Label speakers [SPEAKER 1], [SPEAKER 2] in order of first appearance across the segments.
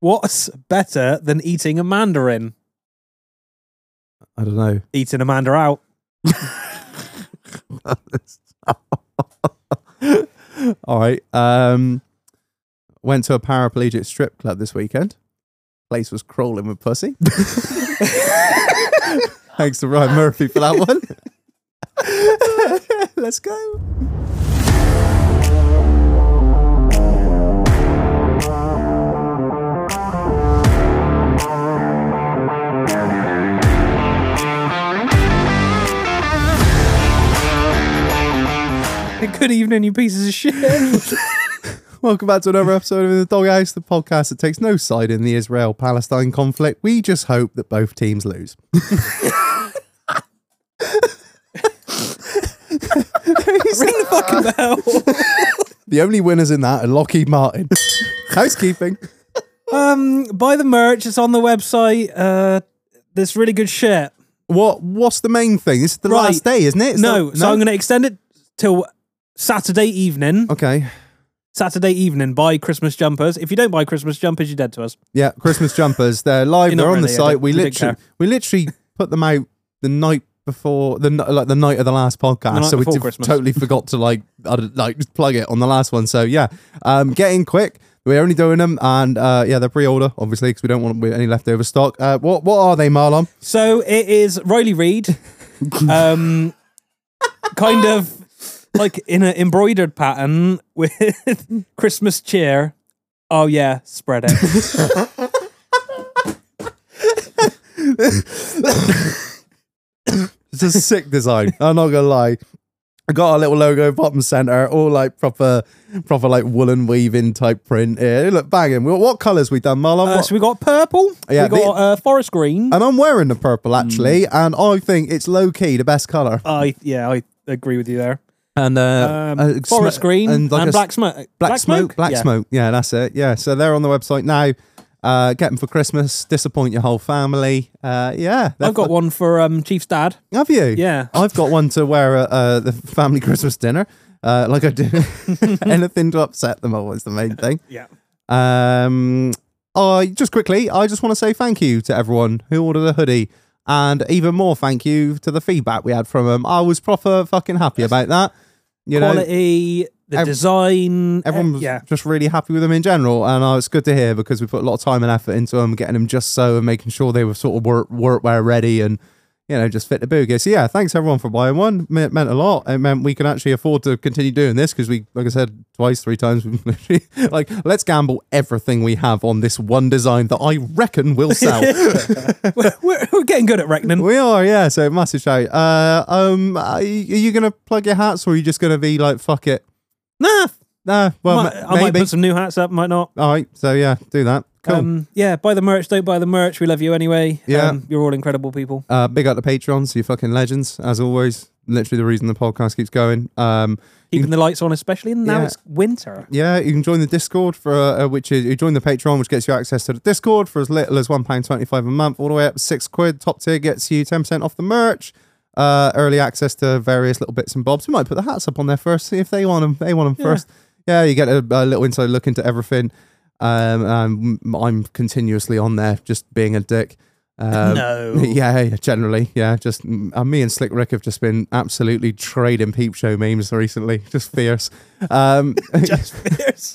[SPEAKER 1] What's better than eating a mandarin?
[SPEAKER 2] I don't know.
[SPEAKER 1] Eating a manda out.
[SPEAKER 2] All right. Um, went to a paraplegic strip club this weekend. Place was crawling with pussy. Thanks to Ryan Murphy for that one. Let's go.
[SPEAKER 1] Good evening, you pieces of shit.
[SPEAKER 2] Welcome back to another episode of The Doghouse, the podcast that takes no side in the Israel Palestine conflict. We just hope that both teams lose.
[SPEAKER 1] Ring the fucking bell.
[SPEAKER 2] The only winners in that are Lockheed Martin. Housekeeping.
[SPEAKER 1] Um, buy the merch. It's on the website. Uh, there's really good shit.
[SPEAKER 2] What? What's the main thing? This is the
[SPEAKER 1] Right.
[SPEAKER 2] last day, isn't it? It's
[SPEAKER 1] no,
[SPEAKER 2] not-
[SPEAKER 1] so I'm going to extend it till Saturday evening.
[SPEAKER 2] Okay.
[SPEAKER 1] Saturday evening, buy Christmas jumpers. If you don't buy Christmas jumpers, you're dead to us.
[SPEAKER 2] Yeah, Christmas jumpers. They're live.
[SPEAKER 1] You're
[SPEAKER 2] They're
[SPEAKER 1] not
[SPEAKER 2] on the
[SPEAKER 1] really, I
[SPEAKER 2] site.
[SPEAKER 1] don't-
[SPEAKER 2] We
[SPEAKER 1] I don't
[SPEAKER 2] literally,
[SPEAKER 1] care.
[SPEAKER 2] we literally put them out the night before the n- like the night of the last
[SPEAKER 1] The
[SPEAKER 2] podcast.
[SPEAKER 1] night
[SPEAKER 2] So we
[SPEAKER 1] before
[SPEAKER 2] did-
[SPEAKER 1] Christmas.
[SPEAKER 2] totally forgot to like I don't- like just plug it on the last one. So yeah, um, get in quick. We're only doing them, and uh, yeah, they're pre-order obviously because we don't want any leftover stock. Uh, what what are they, Marlon?
[SPEAKER 1] So it is Riley Reed, um, kind of like in an embroidered pattern with Christmas cheer. Oh yeah, spread it.
[SPEAKER 2] It's a sick design. I'm not gonna lie. I got our little logo bottom center, all like proper, proper like woolen weaving type print. Here, look banging. What, what colors we done, Marlon?
[SPEAKER 1] Uh,
[SPEAKER 2] What-
[SPEAKER 1] so we got purple. we
[SPEAKER 2] Yeah,
[SPEAKER 1] got
[SPEAKER 2] the- Um,
[SPEAKER 1] uh, forest green.
[SPEAKER 2] And I'm wearing the purple actually, and I think it's low key the best color.
[SPEAKER 1] I yeah, I agree with you there.
[SPEAKER 2] And
[SPEAKER 1] Um,
[SPEAKER 2] uh,
[SPEAKER 1] forest green and, black, smo- black,
[SPEAKER 2] black smoke, black
[SPEAKER 1] Yeah.
[SPEAKER 2] smoke. Yeah, that's it. Yeah, so they're on the website now. Uh, get them for Christmas. Disappoint your whole family. Uh, yeah, they're
[SPEAKER 1] I've got
[SPEAKER 2] fu-
[SPEAKER 1] one for um, Chief's dad.
[SPEAKER 2] Have you?
[SPEAKER 1] Yeah.
[SPEAKER 2] I've got one to wear at uh, the family Christmas dinner. Uh, like I do, anything to upset them all is the main thing.
[SPEAKER 1] Yeah.
[SPEAKER 2] Um, I just quickly, I just want to say thank you to everyone who ordered a hoodie, and even more thank you to the feedback we had from them. I was proper fucking happy about that. You know,
[SPEAKER 1] Quality, the
[SPEAKER 2] ev-
[SPEAKER 1] design.
[SPEAKER 2] everyone
[SPEAKER 1] Everyone
[SPEAKER 2] was
[SPEAKER 1] yeah.
[SPEAKER 2] just really happy with them in general, and uh, it's good to hear because we put a lot of time and effort into them, getting them just so and making sure they were sort of work workwear ready and. You know, just fit the boogie. So yeah, thanks everyone for buying one. Me- It meant a lot. It meant we can actually afford to continue doing this because we, like I said, twice, three times, we've literally- like let's gamble everything we have on this one design that I reckon will sell.
[SPEAKER 1] we're, we're, we're getting good at reckoning.
[SPEAKER 2] We are, yeah. So massive shout. Uh, um, are you, are you gonna plug your hats, or are you just gonna be like, fuck it?
[SPEAKER 1] Nah,
[SPEAKER 2] Nah, well,
[SPEAKER 1] might-
[SPEAKER 2] ma-
[SPEAKER 1] I might
[SPEAKER 2] maybe.
[SPEAKER 1] put some new hats up, might not.
[SPEAKER 2] All right. So yeah, do that. Cool.
[SPEAKER 1] Um, yeah, buy the merch. Don't buy the merch. We love you anyway.
[SPEAKER 2] Yeah.
[SPEAKER 1] Um, you're all incredible people.
[SPEAKER 2] uh, big up to Patrons, you fucking legends, as always. Literally the reason the podcast keeps going. Um,
[SPEAKER 1] Keeping the lights on, especially now
[SPEAKER 2] Yeah.
[SPEAKER 1] it's winter.
[SPEAKER 2] yeah, you can join the Discord for uh, uh, which is you join the Patreon, which gets you access to the Discord for as little as one pound twenty five a month, all the way up to six quid. Top tier gets you ten percent off the merch, uh, early access to various little bits and bobs. We might put the hats up on there first, see if they want them. They want them first. Yeah, you get a, a little inside look into everything. Um, um, I'm continuously on there, just being a dick. Um,
[SPEAKER 1] No.
[SPEAKER 2] Yeah, yeah, generally, yeah. Just uh, me and Slick Rick have just been absolutely trading peep show memes recently. Just fierce. Um,
[SPEAKER 1] Just fierce.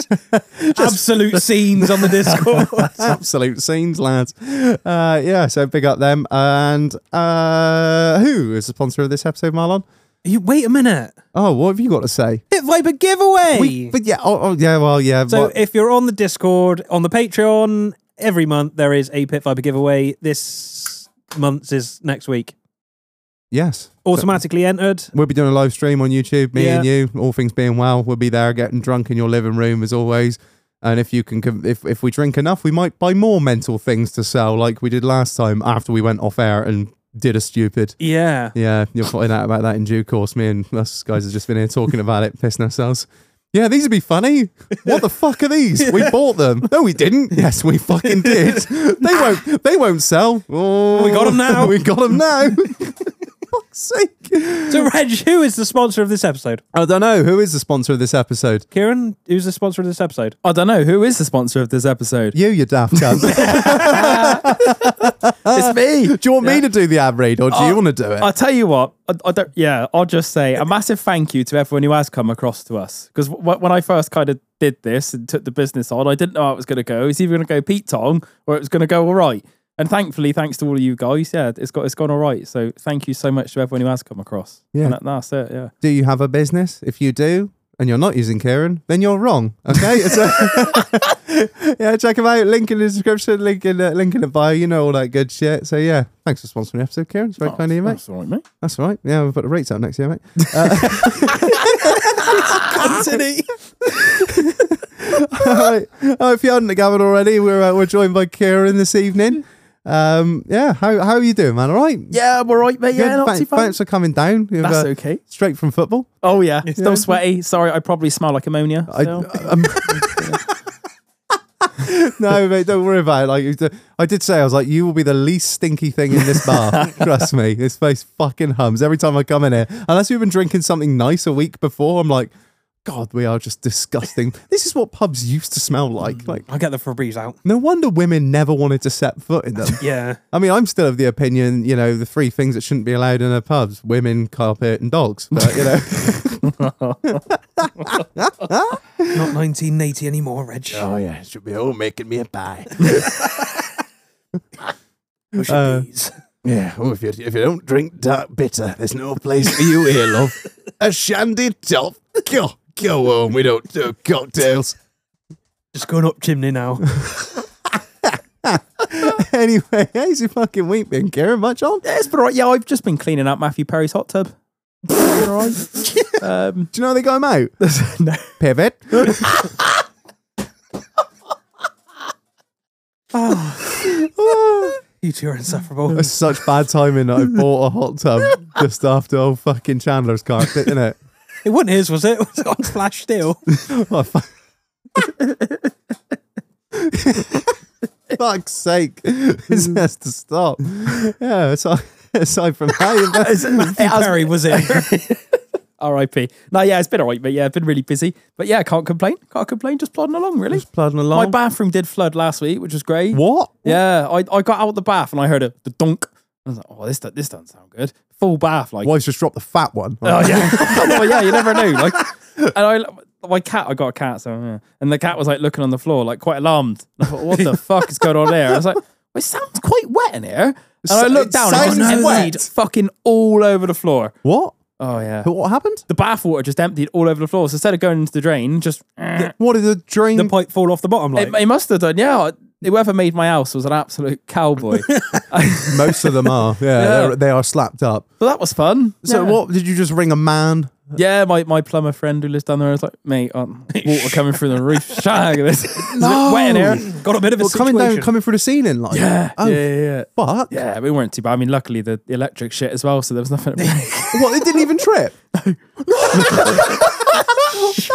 [SPEAKER 1] Absolute scenes on the Discord.
[SPEAKER 2] absolute scenes, lads. Uh, yeah, so big up them. And uh, who is the sponsor of this episode, Marlon?
[SPEAKER 1] you, wait a minute.
[SPEAKER 2] Oh, what have you got to say?
[SPEAKER 1] Hit Viper giveaway.
[SPEAKER 2] We- but yeah, oh, oh, yeah, well, yeah.
[SPEAKER 1] So
[SPEAKER 2] what-
[SPEAKER 1] if you're on the Discord, on the Patreon, every month there is a Pit Viper giveaway. This month's is next week.
[SPEAKER 2] yes,
[SPEAKER 1] Automatically entered.
[SPEAKER 2] we'll be doing a live stream on YouTube. Me
[SPEAKER 1] Yeah.
[SPEAKER 2] and you, all things being well, we'll be there getting drunk in your living room as always. And if you can, com- if if we drink enough, we might buy more mental things to sell, like we did last time after we went off air and did a stupid.
[SPEAKER 1] Yeah.
[SPEAKER 2] Yeah, you'll find out about that in due course. Me and us guys have just been here talking about it, pissing ourselves. Yeah, these would be funny. What the fuck are these? We bought them. No, we didn't. Yes, we fucking did. They won't. They won't sell. Oh,
[SPEAKER 1] We got 'em now.
[SPEAKER 2] we got them now. fuck's sake.
[SPEAKER 1] So, Reg, who is the sponsor of this episode?
[SPEAKER 2] I don't know. Who is the sponsor of this episode?
[SPEAKER 1] Kieran, who's the sponsor of this episode?
[SPEAKER 3] I don't know who is the sponsor of this episode.
[SPEAKER 2] You, you daft cunt.
[SPEAKER 3] It's
[SPEAKER 2] do
[SPEAKER 3] me.
[SPEAKER 2] you want me to do the ad read or do you want to do it?
[SPEAKER 3] I'll tell you what. I, I don't, yeah, I'll just say a massive thank you to everyone who has come across to us. Because w- when I first kind of did this and took the business on, I didn't know how it was going to go. It's either going to go Pete Tong or it was going to go all right. And thankfully, thanks to all of you guys, yeah, it's got it's gone all right. So thank you so much to everyone who has come across.
[SPEAKER 2] Yeah.
[SPEAKER 3] And that- that's it. Yeah.
[SPEAKER 2] do you have a business? If you do, and you're not using Kieran, then you're wrong. Okay. So- yeah, check him out. Link in the description. Link in the, link in the bio. You know all that good shit. So yeah, thanks for sponsoring the episode, Kieran. It's very
[SPEAKER 3] Oh,
[SPEAKER 2] kind of you, mate.
[SPEAKER 3] That's all right, mate.
[SPEAKER 2] That's all right. Yeah, we'll put the rates up next year, mate. All right. Oh, if you hadn't gathered already, we're uh, we're joined by Kieran this evening. Um, yeah. How how are you doing, man? All right.
[SPEAKER 3] Yeah, I'm all right, mate.
[SPEAKER 2] Good.
[SPEAKER 3] Yeah, not
[SPEAKER 2] Thank-
[SPEAKER 3] too bad.
[SPEAKER 2] Thanks for coming down. You've,
[SPEAKER 3] That's
[SPEAKER 2] uh,
[SPEAKER 3] okay.
[SPEAKER 2] Straight from football.
[SPEAKER 3] Oh yeah, still sweaty. Sorry, I probably smell like ammonia.
[SPEAKER 2] I, um,
[SPEAKER 3] still.
[SPEAKER 2] I'm- no, mate, don't worry about it. Like, it's, uh, I did say, I was like, you will be the least stinky thing in this bar. Trust me, this place fucking hums every time I come in here. Unless we've been drinking something nice a week before, I'm like, God, we are just disgusting. this is what pubs used to smell like. Like,
[SPEAKER 1] I'll get the Febreze out.
[SPEAKER 2] no wonder women never wanted to set foot in them.
[SPEAKER 1] Yeah.
[SPEAKER 2] I mean, I'm still of the opinion, you know, the three things that shouldn't be allowed in a pubs: women, carpet, and dogs. But you know,
[SPEAKER 1] Not 1980 anymore, Reg.
[SPEAKER 2] oh yeah, should be all making me a pie.
[SPEAKER 1] Push
[SPEAKER 2] Uh,
[SPEAKER 1] these.
[SPEAKER 2] Yeah, well, if you if you don't drink dark bitter, there's no place for you here, love. A shandy top. Go, go home. We don't do cocktails.
[SPEAKER 1] Just going up chimney now.
[SPEAKER 2] anyway, how's your fucking week been, Karen? Much on? Do
[SPEAKER 3] Yeah, it's been all right. Yeah, I've just been cleaning out Matthew Perry's hot tub. Been all right. um,
[SPEAKER 2] you know they got him out?
[SPEAKER 3] no.
[SPEAKER 2] Pivot.
[SPEAKER 1] You two are insufferable.
[SPEAKER 2] It's Ah. such bad timing that I bought a hot tub just after old fucking Chandler's car, didn't it?
[SPEAKER 1] It wasn't his, was it? Was it on flash still?
[SPEAKER 2] Oh, fu- Fuck's sake. This has to stop. Yeah, aside, aside from that,
[SPEAKER 3] It has-
[SPEAKER 1] Perry was in.
[SPEAKER 3] R.I.P. No, yeah, it's been all right, but yeah, I've been really busy. But yeah, can't complain. Can't complain. Just plodding along, really.
[SPEAKER 2] just plodding
[SPEAKER 3] My
[SPEAKER 2] along.
[SPEAKER 3] bathroom did flood last week, which was great.
[SPEAKER 2] what?
[SPEAKER 3] Yeah, I, I got out the bath and I heard a the donk. I was like, oh, this do- this doesn't sound good. Full bath, like
[SPEAKER 2] Why's just dropped the fat one?
[SPEAKER 3] Oh yeah, oh yeah. You never know. Like, and I, my cat. I got a cat, so yeah. and the cat was like looking on the floor, like quite alarmed. And I thought, what the fuck is going on there? I was like, well, it sounds quite wet in here. And I
[SPEAKER 2] So-
[SPEAKER 3] looked down, and
[SPEAKER 2] sounds
[SPEAKER 3] it was emptied
[SPEAKER 2] wet.
[SPEAKER 3] fucking all over the floor.
[SPEAKER 2] What?
[SPEAKER 3] Oh yeah,
[SPEAKER 2] What happened?
[SPEAKER 3] the bathwater just emptied all over the floor. So instead of going into the drain, just
[SPEAKER 2] What did the drain?
[SPEAKER 1] the pipe fall off the bottom like.
[SPEAKER 3] it, it must have done. Yeah, whoever made my house was an absolute cowboy.
[SPEAKER 2] Most of them are. Yeah, they're- they are slapped up.
[SPEAKER 3] but that was fun.
[SPEAKER 2] So
[SPEAKER 3] yeah.
[SPEAKER 2] what? Did you just ring a man?
[SPEAKER 3] Yeah, my, my plumber friend who lives down there was like, mate, um, water coming through the roof. Shag. This
[SPEAKER 2] No.
[SPEAKER 3] wet in here.
[SPEAKER 1] Got a bit of a
[SPEAKER 2] Well, coming
[SPEAKER 1] situation.
[SPEAKER 2] down, coming through the ceiling, like
[SPEAKER 3] Yeah,
[SPEAKER 2] Oh,
[SPEAKER 3] yeah, yeah,
[SPEAKER 2] fuck!
[SPEAKER 3] yeah. Yeah, we weren't too bad. I mean, luckily the, the electric shit as well, so there was nothing. That's
[SPEAKER 2] What? They didn't even trip.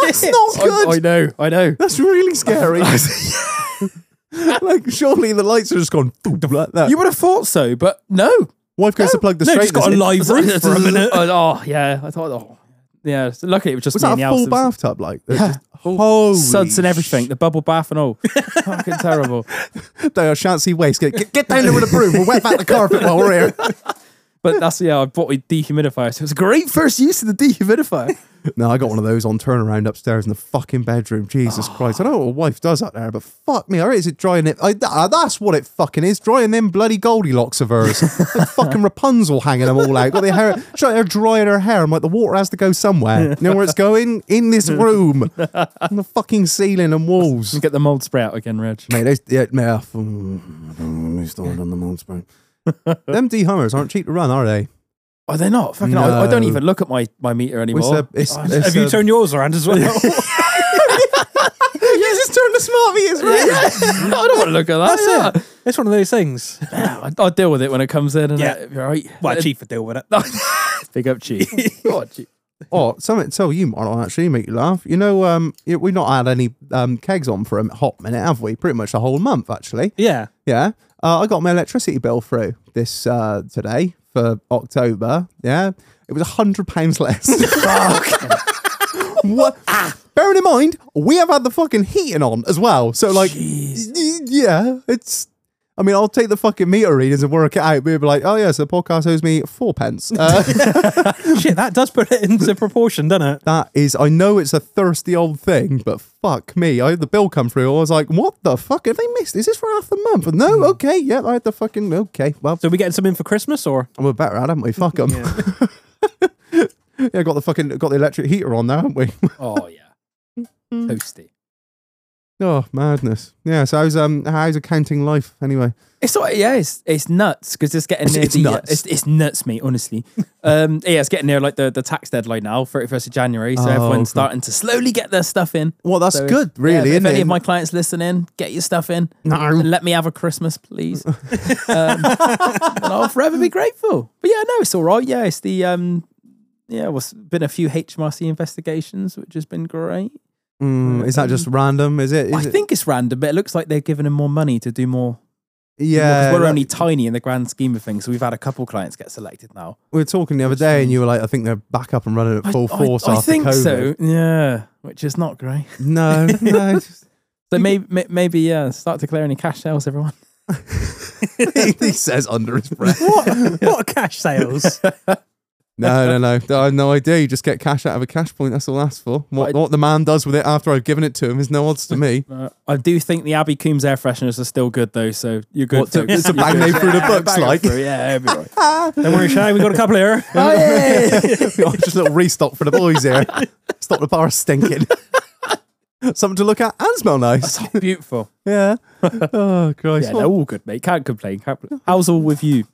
[SPEAKER 2] That's not good.
[SPEAKER 3] I, I know, I know.
[SPEAKER 2] That's really scary. like surely the lights are just gone like that.
[SPEAKER 3] You would have thought so, but no.
[SPEAKER 2] Wife goes to plug the
[SPEAKER 1] no,
[SPEAKER 2] straight.
[SPEAKER 1] just got a live roof for a minute.
[SPEAKER 3] Oh, yeah. I thought, oh, yeah. So luckily it was just
[SPEAKER 2] Was
[SPEAKER 3] me
[SPEAKER 2] that
[SPEAKER 3] and
[SPEAKER 2] a
[SPEAKER 3] the
[SPEAKER 2] full
[SPEAKER 3] house. There was
[SPEAKER 2] bathtub? Like, yeah. holy
[SPEAKER 3] Suds and everything, the bubble bath and all. Fucking terrible.
[SPEAKER 2] They are shanty waste. Get, get, get down there with a broom. We'll wet back the carpet while we're here.
[SPEAKER 3] But that's, yeah, I bought a dehumidifier. So it was a great first use of the dehumidifier.
[SPEAKER 2] No, I got one of those on turnaround upstairs in the fucking bedroom. Jesus Christ. I don't know what a wife does up there, but fuck me. Or is it drying it? I, ah, that's what it fucking is. Drying them bloody Goldilocks of hers. like fucking Rapunzel hanging them all out. Got their hair. She's like, they're drying her hair. I'm like, the water has to go somewhere. You know where it's going? In this room. on the fucking ceiling and walls.
[SPEAKER 3] And get the mold spray out again, Reg.
[SPEAKER 2] Mate, those, yeah, mate, I f- mm, I started on the mold spray. Them D Hummers aren't cheap to run, are they?
[SPEAKER 3] Are they not? Fucking, I, I don't
[SPEAKER 2] No.
[SPEAKER 3] even look at my, my meter
[SPEAKER 2] It's
[SPEAKER 3] anymore.
[SPEAKER 2] a, it's, it's uh,
[SPEAKER 1] Have you
[SPEAKER 2] a-
[SPEAKER 1] turned yours around as well?
[SPEAKER 2] You just turned the smart meters round.
[SPEAKER 3] I don't want to look at that.
[SPEAKER 1] That's it. It's one of those things.
[SPEAKER 3] Yeah, I, I deal with it when it comes in. And
[SPEAKER 1] Yeah.
[SPEAKER 3] yeah, you're right.
[SPEAKER 1] Well,
[SPEAKER 3] Uh,
[SPEAKER 1] chief would deal with it.
[SPEAKER 3] Big up, chief. oh, chief.
[SPEAKER 2] Oh, something to tell you, Marlon, actually make you laugh. You know, um, yeah, we've not had any um, kegs on for a hot minute, have we? Pretty much a whole month, actually.
[SPEAKER 1] Yeah.
[SPEAKER 2] Yeah. Uh, I got my electricity bill through this uh, today for October. Yeah, it was a hundred pounds less. what? Bearing in mind, we have had the fucking heating on as well. So like, y- yeah, it's. I mean, I'll take the fucking meter readers and work it out. We'll be like, oh yeah, so the podcast owes me four pence. Uh,
[SPEAKER 1] Shit, that does put it into proportion, doesn't it?
[SPEAKER 2] that is, I know it's a thirsty old thing, but fuck me. I had the bill come through. I was like, what the fuck have they missed? Is this for half the month? No, okay, yeah, I had the fucking, okay, well,
[SPEAKER 1] So we getting something for Christmas or?
[SPEAKER 2] we're better at, haven't we? Fuck them. Yeah. got the fucking, got the electric heater on now, haven't we?
[SPEAKER 3] Oh yeah,
[SPEAKER 2] Mm.
[SPEAKER 3] toasty.
[SPEAKER 2] oh, madness. Yeah, so how's, um, how's accounting life anyway?
[SPEAKER 3] It's all, yeah, it's it's nuts because it's getting
[SPEAKER 2] It's-
[SPEAKER 3] near
[SPEAKER 2] it's
[SPEAKER 3] the,
[SPEAKER 2] nuts.
[SPEAKER 3] It's, it's nuts, mate. Honestly, um, yeah, it's getting near like the, the tax deadline now, thirty first of January. So
[SPEAKER 2] Oh,
[SPEAKER 3] everyone's
[SPEAKER 2] God.
[SPEAKER 3] starting to slowly get their stuff in.
[SPEAKER 2] Well, that's
[SPEAKER 3] So if-
[SPEAKER 2] good,
[SPEAKER 3] yeah,
[SPEAKER 2] really,
[SPEAKER 3] if
[SPEAKER 2] isn't
[SPEAKER 3] any
[SPEAKER 2] it?
[SPEAKER 3] of my clients listening, get your stuff in.
[SPEAKER 2] No.
[SPEAKER 3] And let me have a Christmas, please. um, and I'll forever be grateful. But yeah, no, it's all right. Yeah, it's the um, yeah, well, it's been a few HMRC investigations, which has been great.
[SPEAKER 2] Mm, is that just random? Is it? Is
[SPEAKER 3] I
[SPEAKER 2] it-
[SPEAKER 3] think it's random, but it looks like they're giving him more money to do more.
[SPEAKER 2] yeah.
[SPEAKER 3] because we're
[SPEAKER 2] that-
[SPEAKER 3] only tiny in the grand scheme of things. So we've had a couple clients get selected now.
[SPEAKER 2] we were talking the other day, and you were like, I think they're back up and running at full
[SPEAKER 3] I,
[SPEAKER 2] force
[SPEAKER 3] I, I
[SPEAKER 2] after
[SPEAKER 3] think
[SPEAKER 2] COVID.
[SPEAKER 3] so. Yeah, which is not great.
[SPEAKER 2] No, no. just-
[SPEAKER 3] So maybe, maybe, yeah, start declaring your cash sales, everyone.
[SPEAKER 2] he, he says under his breath.
[SPEAKER 1] What? what cash sales?
[SPEAKER 2] No, no, no. I have no idea. You just get cash out of a cash point. That's all that's for. What,
[SPEAKER 3] I-
[SPEAKER 2] what the man does with it after I've given it to him is no odds to me.
[SPEAKER 3] Uh, I do think the Abbey Coombs air fresheners are still good though, so you're good.
[SPEAKER 2] What, to-
[SPEAKER 3] folks.
[SPEAKER 2] to
[SPEAKER 3] You're
[SPEAKER 2] bang
[SPEAKER 3] good.
[SPEAKER 2] they through the books,
[SPEAKER 3] bang them
[SPEAKER 2] like?
[SPEAKER 3] through, yeah, it'll be all right. Oh,
[SPEAKER 1] Don't worry, Shy, we got a couple here.
[SPEAKER 2] just a little restock for the boys here. Stop the bar stinking. Something to look at and smell nice.
[SPEAKER 3] It's beautiful.
[SPEAKER 2] Yeah. Oh, Christ.
[SPEAKER 3] Yeah,
[SPEAKER 2] what,
[SPEAKER 3] they're all good, mate. Can't complain. Can't complain. How's all with you?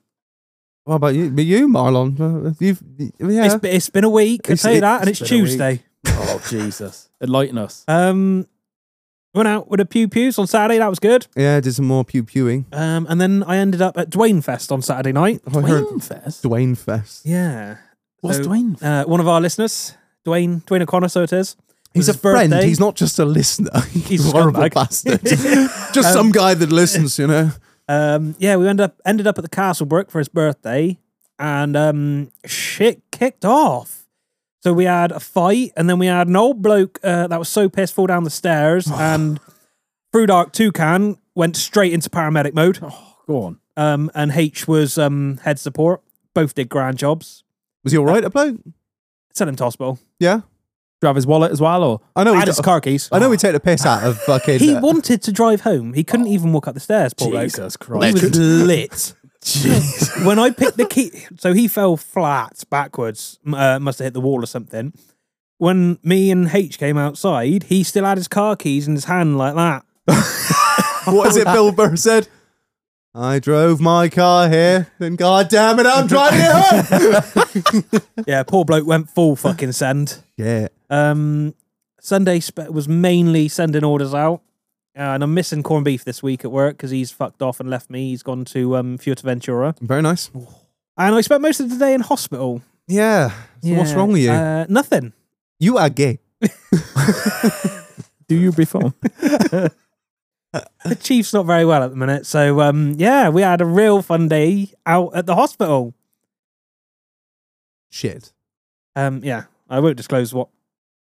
[SPEAKER 2] what about you? But you, Marlon, uh, you've yeah.
[SPEAKER 1] It's, it's been a week, I
[SPEAKER 2] It's-
[SPEAKER 1] tell you
[SPEAKER 2] it's
[SPEAKER 1] that, and it's
[SPEAKER 3] been a week.
[SPEAKER 1] Tuesday.
[SPEAKER 3] Oh Jesus, enlighten us.
[SPEAKER 1] Um, went out with a pew pews on Saturday. That was good.
[SPEAKER 2] yeah, did some more pew pewing.
[SPEAKER 1] Um, and then I ended up at Dwayne Fest on Saturday night.
[SPEAKER 2] I heard
[SPEAKER 3] Dwayne Fest.
[SPEAKER 2] Dwayne Fest.
[SPEAKER 1] Yeah,
[SPEAKER 3] What's
[SPEAKER 1] So-
[SPEAKER 3] Dwayne? Fest?
[SPEAKER 1] uh, one of our listeners, Dwayne Dwayne O'Connor. So it is.
[SPEAKER 2] He's a
[SPEAKER 1] His
[SPEAKER 2] friend.
[SPEAKER 1] birthday.
[SPEAKER 2] He's not just a listener. He's
[SPEAKER 1] He's
[SPEAKER 2] a
[SPEAKER 1] a
[SPEAKER 2] horrible
[SPEAKER 1] scumbag.
[SPEAKER 2] bastard. just some guy that listens, you know.
[SPEAKER 1] Um, yeah, we ended up ended up at the Castlebrook for his birthday, and um, shit kicked off. So we had a fight, and then we had an old bloke uh, that was so pissed fall down the stairs, and through dark toucan went straight into paramedic mode.
[SPEAKER 3] Go on.
[SPEAKER 1] Um, and H was um, head support. Both did grand jobs.
[SPEAKER 2] Was he all
[SPEAKER 1] uh,
[SPEAKER 2] right, a bloke?
[SPEAKER 1] Sent him to hospital.
[SPEAKER 2] Yeah.
[SPEAKER 3] Do you have his wallet as well, or
[SPEAKER 2] I know. We
[SPEAKER 1] and his
[SPEAKER 2] do-
[SPEAKER 1] car keys.
[SPEAKER 2] I know we take the piss out of fucking.
[SPEAKER 1] He
[SPEAKER 2] uh,
[SPEAKER 1] wanted to drive home. He couldn't even walk up the stairs, poor bloke.
[SPEAKER 3] Jesus
[SPEAKER 1] He
[SPEAKER 3] Christ?
[SPEAKER 1] was lit. when I picked the key, so he fell flat backwards. m- Uh, must have hit the wall or something. When me and H came outside, he still had his car keys in his hand like that.
[SPEAKER 2] what is it? Bill Burr said. I drove my car here, then god damn it, I'm driving it home.
[SPEAKER 1] Yeah, poor bloke went full fucking send.
[SPEAKER 2] yeah.
[SPEAKER 1] Um, Sunday spe- was mainly sending orders out, uh, and I'm missing corned beef this week at work because he's fucked off and left me. He's gone to um, Fuerteventura,
[SPEAKER 2] Very nice.
[SPEAKER 1] and I spent most of the day in hospital.
[SPEAKER 2] Yeah. So What's
[SPEAKER 1] Yeah,
[SPEAKER 2] wrong with you?
[SPEAKER 1] Uh, nothing.
[SPEAKER 2] you are gay.
[SPEAKER 3] Do you before?
[SPEAKER 1] The chief's not very well at the minute, so um, yeah, we had a real fun day out at the hospital.
[SPEAKER 2] Shit.
[SPEAKER 1] Um, yeah, I won't disclose what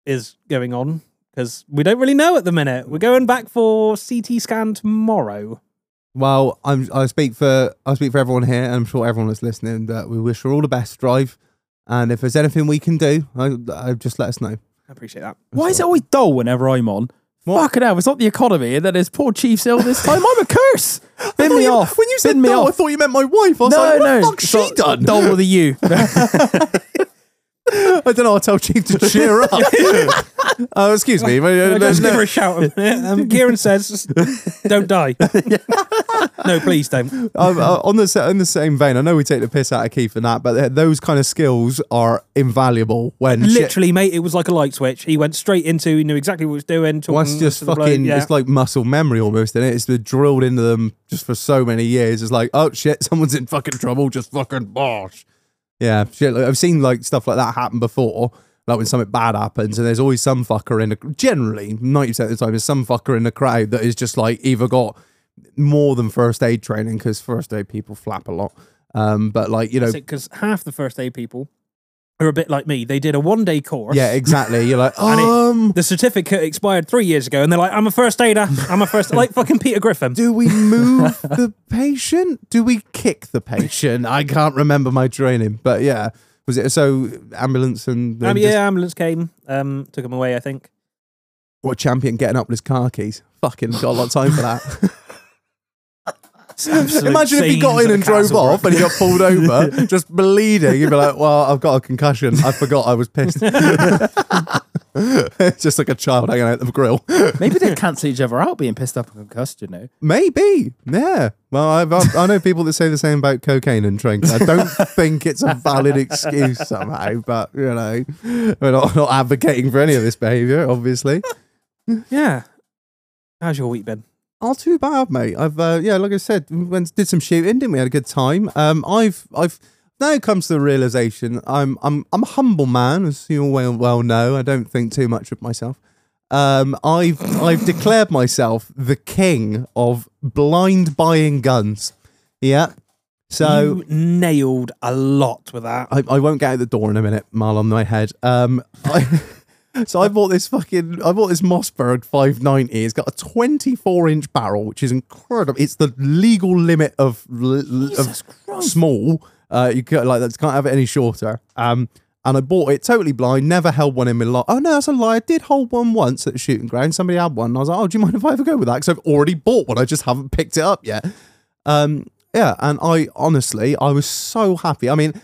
[SPEAKER 1] is going on because we don't really know at the minute. We're going back for CT scan tomorrow.
[SPEAKER 2] Well, I'm, I speak for I speak for everyone here, and I'm sure everyone that's listening that we wish her all the best drive. And if there's anything we can do, I, I just let us know.
[SPEAKER 1] I appreciate that.
[SPEAKER 3] Why is it always dull whenever I'm on?
[SPEAKER 2] What?
[SPEAKER 3] Fucking hell, it's not the economy and then it's poor Chiefs ill this time. I'm a curse. Bin me off.
[SPEAKER 2] When you said
[SPEAKER 3] Bin me
[SPEAKER 2] no, I
[SPEAKER 3] off.
[SPEAKER 2] thought you meant my wife. I was
[SPEAKER 3] No,
[SPEAKER 2] like, what
[SPEAKER 3] no.
[SPEAKER 2] the fuck's she
[SPEAKER 3] So-
[SPEAKER 2] done?
[SPEAKER 3] Dull with a U.
[SPEAKER 2] I don't know. I'll tell Chief to cheer up. Oh, excuse me.
[SPEAKER 1] Can I
[SPEAKER 2] No,
[SPEAKER 1] just
[SPEAKER 2] no.
[SPEAKER 1] give her a shout. Um, Kieran says, "Don't die." no, please don't.
[SPEAKER 2] Um, uh, on the sa- in the same vein, I know we take the piss out of Keith and that, but th- those kind of skills are invaluable when shit.
[SPEAKER 1] Literally, mate, it was like a light switch. He went straight into. He knew exactly what he was doing.
[SPEAKER 2] Well,
[SPEAKER 1] talking
[SPEAKER 2] it's just
[SPEAKER 1] to the bloke,
[SPEAKER 2] fucking.
[SPEAKER 1] yeah.
[SPEAKER 2] It's like muscle memory almost, and it? it's been drilled into them just for so many years. It's like, oh shit, someone's in fucking trouble. Just fucking bosh. Yeah, shit. like, I've seen like stuff like that happen before. Like when something bad happens, and there's always some fucker in. The, generally, ninety percent of the time, there's some fucker in the crowd that is just like either got more than first aid training because first aid people flap a lot, Um, but like you know,
[SPEAKER 1] Because half the first aid people are a bit like me. They did a one day course.
[SPEAKER 2] yeah, exactly. You're like,
[SPEAKER 1] And it-
[SPEAKER 2] um,
[SPEAKER 1] The certificate expired three years ago, and they're like, "I'm a first aider. I'm a first like fucking Peter Griffin."
[SPEAKER 2] do we move the patient? Do we kick the patient? I can't remember my training, but yeah, was it so ambulance and then
[SPEAKER 1] Um,
[SPEAKER 2] just-
[SPEAKER 1] yeah, ambulance came, um, took him away. I think.
[SPEAKER 2] what champion getting up with his car keys? Fucking got a lot of time for that. Imagine if he got in and drove off and he got pulled over, just bleeding. You'd be like, "Well, I've got a concussion. I forgot I was pissed." just like a child hanging out the grill.
[SPEAKER 3] Maybe they cancel each other out being pissed up and concussed, you know.
[SPEAKER 2] Maybe, yeah. Well, I've, I've, I know people that say the same about cocaine and drinks. I don't think it's a valid excuse somehow, but you know, we're not, not advocating for any of this behaviour, obviously.
[SPEAKER 1] Yeah. How's your week been?
[SPEAKER 2] Oh, too bad, mate. I've uh, yeah, like I said, we went did some shooting, didn't we? Had a good time. Um, I've I've now comes to the realization I'm I'm I'm a humble man, as you all well well know. I don't think too much of myself. Um, I've I've declared myself the king of blind buying guns. Yeah. So
[SPEAKER 1] you nailed a lot with that.
[SPEAKER 2] I, I won't get out the door in a minute, Mal on my head. Um, I, so I bought this fucking, I bought this Mossberg 590. It's got a 24 inch barrel, which is incredible. It's the legal limit of, l- l-
[SPEAKER 1] Jesus
[SPEAKER 2] of
[SPEAKER 1] Christ.
[SPEAKER 2] small. Uh, you can't, like, that can't have it any shorter. Um, and I bought it totally blind, never held one in my life. Oh no, that's a lie. I did hold one once at the shooting ground. Somebody had one. And I was like, oh, do you mind if I ever go with that? Because I've already bought one. I just haven't picked it up yet. Um, yeah, and I honestly, I was so happy. I mean,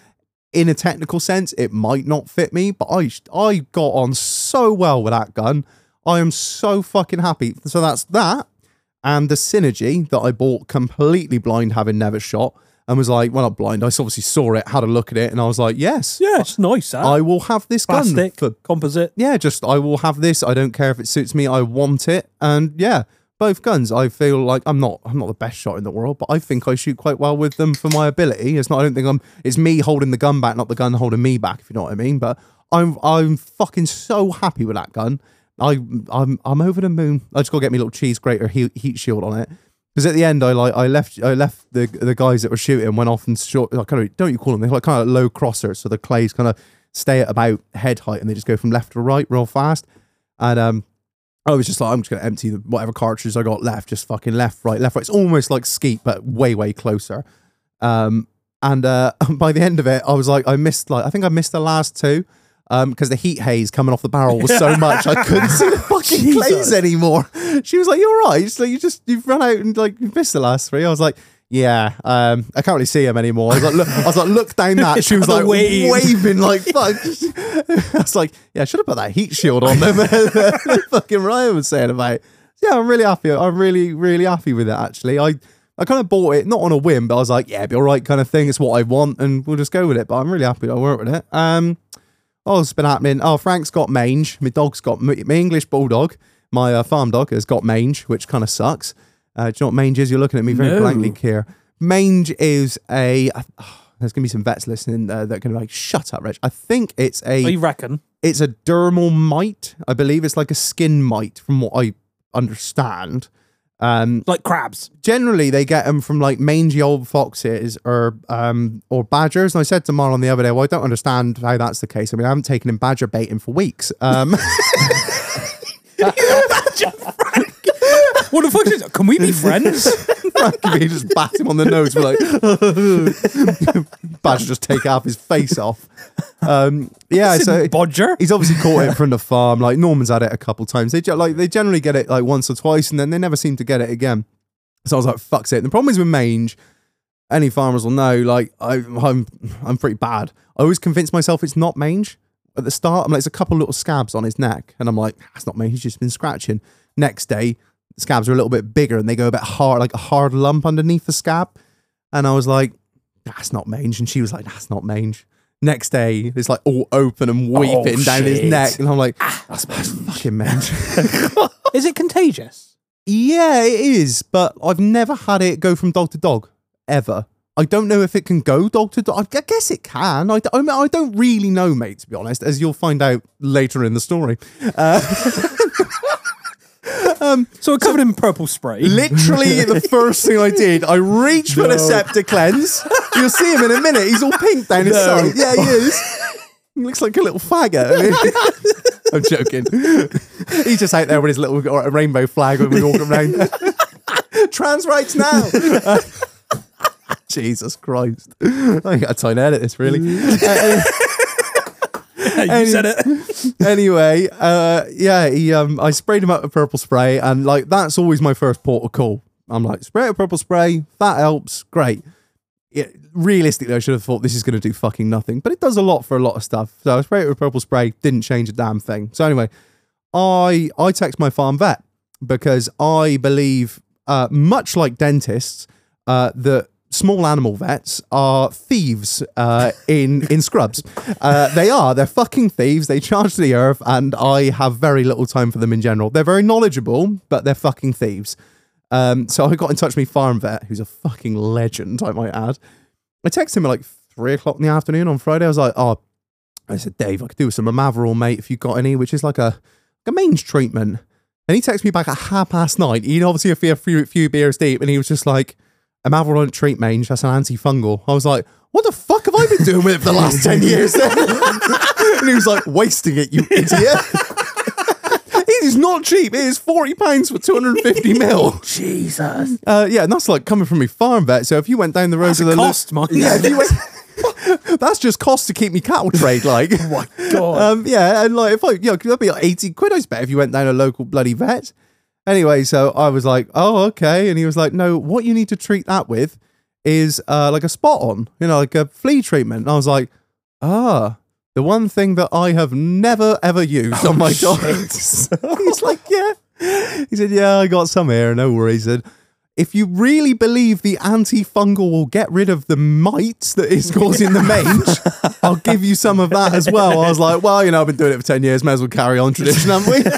[SPEAKER 2] in a technical sense, it might not fit me, but I I got on so well with that gun. I am so fucking happy. So that's that, and the synergy that I bought completely blind, having never shot, and was like, well, not blind. I obviously saw it, had a look at it, and I was like, yes,
[SPEAKER 1] Yeah, it's nice. That.
[SPEAKER 2] I will have this gun
[SPEAKER 1] Plastic,
[SPEAKER 2] for
[SPEAKER 1] composite.
[SPEAKER 2] yeah, just I will have this. I don't care if it suits me. I want it. And yeah, both guns. I feel like I'm not I'm not the best shot in the world, but I think I shoot quite well with them for my ability. It's not I don't think I'm it's me holding the gun back, not the gun holding me back, if you know what I mean. But I'm I'm fucking so happy with that gun. I I'm I'm over the moon. I just gotta get me a little cheese grater heat, heat shield on it. Because at the end, I like I left I left the the guys that were shooting went off and shot. Like, kind of, don't you call them? They're like kind of low crossers, so the clays kind of stay at about head height, and they just go from left to right real fast. And um, I was just like, I'm just gonna empty the, whatever cartridges I got left, just fucking left, right, left, right. It's almost like skeet, but way way closer. Um, and uh, by the end of it, I was like, I missed like I think I missed the last two. Um, because the heat haze coming off the barrel was so much, I couldn't see the fucking clays anymore. She was like, "You're right." She's like, "You just you've run out and like you missed the last three. I was like, "Yeah, um, I can't really see him anymore." I was like, "Look," I was like, "Look down that." She was
[SPEAKER 1] got
[SPEAKER 2] like
[SPEAKER 1] the wave.
[SPEAKER 2] waving like fuck. I was like, "Yeah, I should have put that heat shield on them." fucking Ryan was saying about. it. Yeah, I'm really happy. I'm really really happy with it. Actually, I. I kind of bought it not on a whim, but I was like, "Yeah, it'd be all right," kind of thing. It's what I want, and we'll just go with it. But I'm really happy that I worked with it. Um, Oh, it's been happening. Oh, Frank's got mange. My dog's got my my English bulldog. My uh, farm dog has got mange, which kind of sucks. Uh, do you know what mange is? You're looking at me very
[SPEAKER 3] No.
[SPEAKER 2] blankly, Kier. Mange is a. oh, there's gonna be some vets listening uh, that can be like, shut up, Rich. I think it's
[SPEAKER 1] I
[SPEAKER 2] a
[SPEAKER 1] reckon?
[SPEAKER 2] it's a dermal mite. I believe it's like a skin mite, from what I understand. Um,
[SPEAKER 1] Like crabs.
[SPEAKER 2] generally they get them from like mangy old foxes or um or badgers. And I said to Marlon the other day, well, I don't understand how that's the case. I mean, I haven't taken in badger baiting for weeks. Um,
[SPEAKER 1] What the fuck is it? Can we be friends?
[SPEAKER 2] you just bat him on the nose, we're like badger just take half his face off. Um, yeah, so
[SPEAKER 1] Bodger?
[SPEAKER 2] he's obviously caught it from the farm. Like Norman's had it a couple times. They ge- like they generally get it like once or twice, and then they never seem to get it again. So I was like, "Fuck's it." And the problem is with mange. Any farmers will know. Like I, I'm, I'm pretty bad. I always convince myself it's not mange at the start. I'm like, it's a couple little scabs on his neck, and I'm like, that's not mange. He's just been scratching. Next day, the scabs are a little bit bigger, and they go a bit hard, like a hard lump underneath the scab. And I was like, that's not mange. And she was like, that's not mange. Next day, it's like all open and weeping down his
[SPEAKER 3] shit.
[SPEAKER 2] neck. And I'm like, that's, that's fucking mange.
[SPEAKER 1] Is it contagious?
[SPEAKER 2] yeah, it is. But I've never had it go from dog to dog, ever. I don't know if it can go dog to dog. I guess it can. I, d- I mean, I don't really know, mate, to be honest, as you'll find out later in the story.
[SPEAKER 1] So we're covered in purple spray.
[SPEAKER 2] Literally, the first thing I did, I reached for the septic cleanse. You'll see him in a minute. He's all pink down his side. Yeah, he is. He looks like a little faggot. I'm joking. He's just out there with his little uh, rainbow flag when we walk him around. Trans rights now. Jesus Christ. I got a time to edit this, really. Uh,
[SPEAKER 1] you said it.
[SPEAKER 2] anyway, uh, yeah, he, um, I sprayed him up with purple spray, and like that's always my first port of call. I'm like, spray it with purple spray, that helps, great. It, realistically, I should have thought this is going to do fucking nothing, but it does a lot for a lot of stuff. So I sprayed it with purple spray, didn't change a damn thing. So anyway, I I text my farm vet because I believe, uh, much like dentists, uh, that small animal vets are thieves uh, in in scrubs. Uh, they are. They're fucking thieves. They charge to the earth, and I have very little time for them in general. They're very knowledgeable, but they're fucking thieves. Um, so I got in touch with my farm vet, who's a fucking legend, I might add. I texted him at like three o'clock in the afternoon on Friday. I was like, oh, I said, Dave, I could do with some Amaverall, mate, if you got any, which is like a, a mange treatment. And he texted me back at half past nine. He'd obviously a few, a few, few beers deep, and he was just like, Amaverall don't treat mange, that's an antifungal. I was like, what the fuck have I been doing with it for the last 10 years then? and he was like, wasting it, you idiot. it is not cheap. It is £40 for 250 mil.
[SPEAKER 3] Jesus.
[SPEAKER 2] Uh, yeah, and that's like coming from me farm vet. So if you went down the road to the
[SPEAKER 1] cost, mind
[SPEAKER 2] yeah,
[SPEAKER 1] you.
[SPEAKER 2] if you went, that's just cost to keep me cattle trade. Like,
[SPEAKER 3] Oh My God.
[SPEAKER 2] um, yeah, and like if I, you know, that'd be like eighty quid. I bet if you went down a local bloody vet. Anyway, so I was like, oh, okay, and he was like, no, what you need to treat that with is uh, like a spot on, you know, like a flea treatment. And I was like, ah. The one thing that I have never ever used
[SPEAKER 3] Oh,
[SPEAKER 2] on my dogs. He's like, yeah. He said, yeah, I got some here, no worries. And if you really believe the antifungal will get rid of the mites that is causing the mange, I'll give you some of that as well. I was like, well, you know, I've been doing it for 10 years, may as well carry on tradition, haven't we?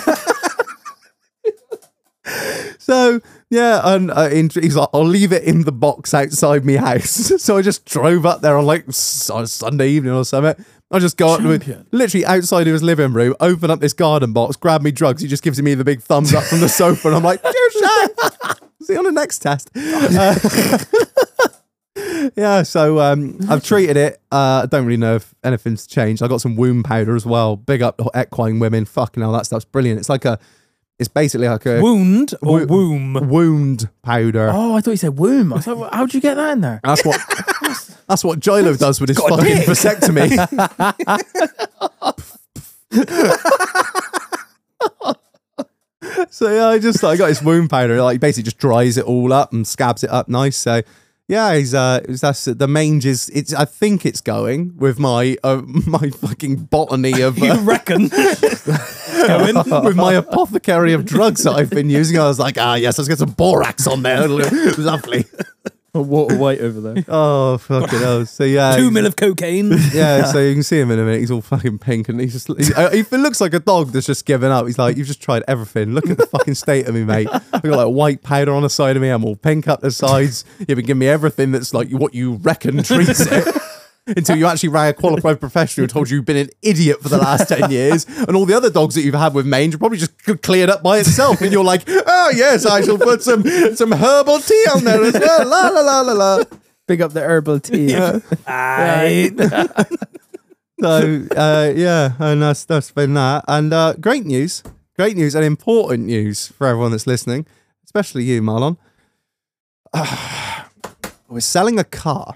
[SPEAKER 2] So yeah, and uh, in, he's like, I'll leave it in the box outside me house. so I just drove up there on like s- on Sunday evening or something. I just go up to it, literally outside of his living room, open up this garden box, grab me drugs. He just gives me the big thumbs up from the sofa, and I'm like, cheers, Shaq. See you on the next test. Uh, yeah, so um, I've treated it. Uh, I don't really know if anything's changed. I got some wound powder as well. Big up equine women. Fucking hell, that stuff's brilliant. It's like a, it's basically like a
[SPEAKER 1] Wound or
[SPEAKER 2] Wo-
[SPEAKER 1] womb?
[SPEAKER 2] wound powder.
[SPEAKER 3] Oh, I thought you said womb. I was like, how'd you get that in there?
[SPEAKER 2] That's what that's what Jilo does with his
[SPEAKER 1] Got a
[SPEAKER 2] fucking
[SPEAKER 1] dick.
[SPEAKER 2] vasectomy. so yeah, I just I got his wound powder. Like basically just dries it all up and scabs it up nice. So yeah, he's uh that's the mange is it's I think it's going with my uh, my fucking botany of
[SPEAKER 1] You
[SPEAKER 2] uh,
[SPEAKER 1] reckon?
[SPEAKER 2] with my apothecary of drugs that I've been using. I was like, ah yes, let's get some borax on there. Lovely.
[SPEAKER 3] What a weight over there.
[SPEAKER 2] Oh fucking hell. So yeah.
[SPEAKER 1] Two
[SPEAKER 2] he's-
[SPEAKER 1] mil of cocaine.
[SPEAKER 2] Yeah, so you can see him in a minute. He's all fucking pink, and he's just he, uh, he looks like a dog that's just given up. He's like, "You've just tried everything. Look at the fucking state of me, mate. I've got like white powder on the side of me. I'm all pink up the sides. You've been giving me everything that's like what you reckon treats it." Until you actually rang a qualified professional who told you you've been an idiot for the last 10 years, and all the other dogs that you've had with mange are probably just c- cleared up by itself. And you're like, oh, yes, I shall put some some herbal tea on there as well. La, la, la, la, la.
[SPEAKER 3] Big up the herbal tea.
[SPEAKER 1] Aye.
[SPEAKER 2] So uh, yeah, and that's that's been that. And uh, great news, great news, and important news for everyone that's listening, especially you, Marlon. we're selling a car.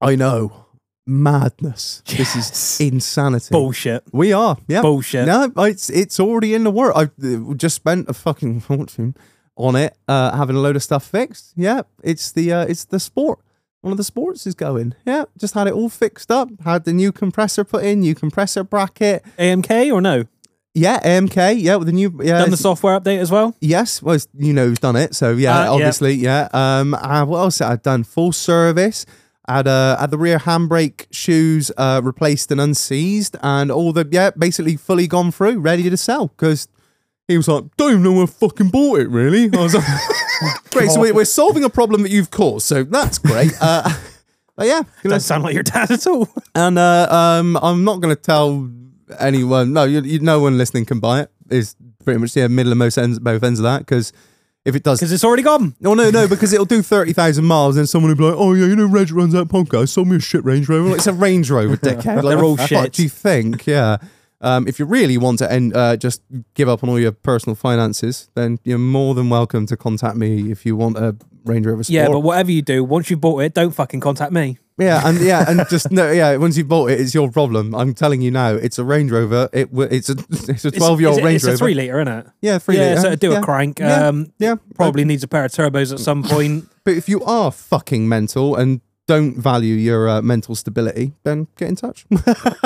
[SPEAKER 2] I know, madness. This is insanity.
[SPEAKER 1] Bullshit.
[SPEAKER 2] We are, yeah.
[SPEAKER 1] Bullshit.
[SPEAKER 2] No, it's it's already in the work. I've uh, just spent a fucking fortune on it, uh, having a load of stuff fixed. Yeah, it's the uh, it's the sport. One of the sports is going. Yeah, just had it all fixed up. Had the new compressor put in, new compressor bracket.
[SPEAKER 1] AMK or no?
[SPEAKER 2] Yeah, AMK. Yeah, with the new yeah.
[SPEAKER 1] Done the
[SPEAKER 2] it's-
[SPEAKER 1] software update as well?
[SPEAKER 2] Yes, well, it's- you know who's done it, so yeah,
[SPEAKER 1] Uh, yeah.
[SPEAKER 2] obviously, yeah. Um, uh, what else? I've done full service. Had uh, had the rear handbrake shoes uh, replaced and unseized, and all the yeah, basically fully gone through, ready to sell. Because he was like, "Don't even know where I fucking bought it." Really, I was like, "Great, so we- we're solving a problem that you've caused, so that's great." Uh, but yeah, you know,
[SPEAKER 1] Doesn't sound like your dad at all.
[SPEAKER 2] and uh, um, I'm not going to tell anyone. No, you, you, no one listening can buy it. Is pretty much yeah, middle and most ends, both ends of that because if it does,
[SPEAKER 1] because it's already gone.
[SPEAKER 2] no, no, no, because it'll do thirty thousand miles, and someone will be like, "Oh yeah, you know, Reg runs that podcast. Sold me a shit Range Rover. Like, it's a Range Rover, dickhead. Like,
[SPEAKER 1] They're all
[SPEAKER 2] what the
[SPEAKER 1] shit.
[SPEAKER 2] fuck do you think? Yeah. Um, if you really want to end, uh, just give up on all your personal finances, then you're more than welcome to contact me if you want a Range Rover. Sport.
[SPEAKER 1] Yeah, but whatever you do, once you bought it, don't fucking contact me.
[SPEAKER 2] Yeah, and yeah, and just no, yeah. Once you bought it, it's your problem. I'm telling you now, it's a Range Rover. It w- it's a it's a
[SPEAKER 1] It's-
[SPEAKER 2] twelve year old
[SPEAKER 1] it's a-
[SPEAKER 2] Range
[SPEAKER 1] It's
[SPEAKER 2] Rover.
[SPEAKER 1] a three liter, isn't it?
[SPEAKER 2] yeah, three.
[SPEAKER 1] yeah,
[SPEAKER 2] litre.
[SPEAKER 1] so it'd do
[SPEAKER 2] Yeah.
[SPEAKER 1] a crank.
[SPEAKER 2] Yeah.
[SPEAKER 1] Um,
[SPEAKER 2] Yeah,
[SPEAKER 1] probably needs a pair of turbos at some point.
[SPEAKER 2] But if you are fucking mental and don't value your uh, mental stability, then get in touch.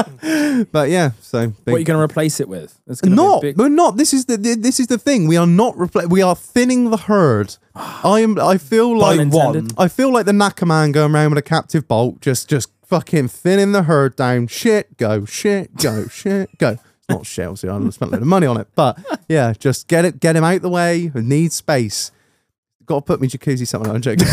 [SPEAKER 2] but yeah, so
[SPEAKER 3] What are you
[SPEAKER 2] big.
[SPEAKER 3] going to replace it with? It's gonna be a
[SPEAKER 2] Not,
[SPEAKER 3] big-
[SPEAKER 2] we're not. This is the the- this is the thing. We are not. Repl- we are thinning the herd. I am. I feel like
[SPEAKER 3] intended.
[SPEAKER 2] I feel like the Nakaman going around with a captive bolt, just just fucking thinning the herd down. Shit, go, shit, go, shit, go. It's not shit. Obviously, I spent a lot of money on it, but yeah, just get it, get him out the way. I need space. Got to put me jacuzzi somewhere. I'm joking.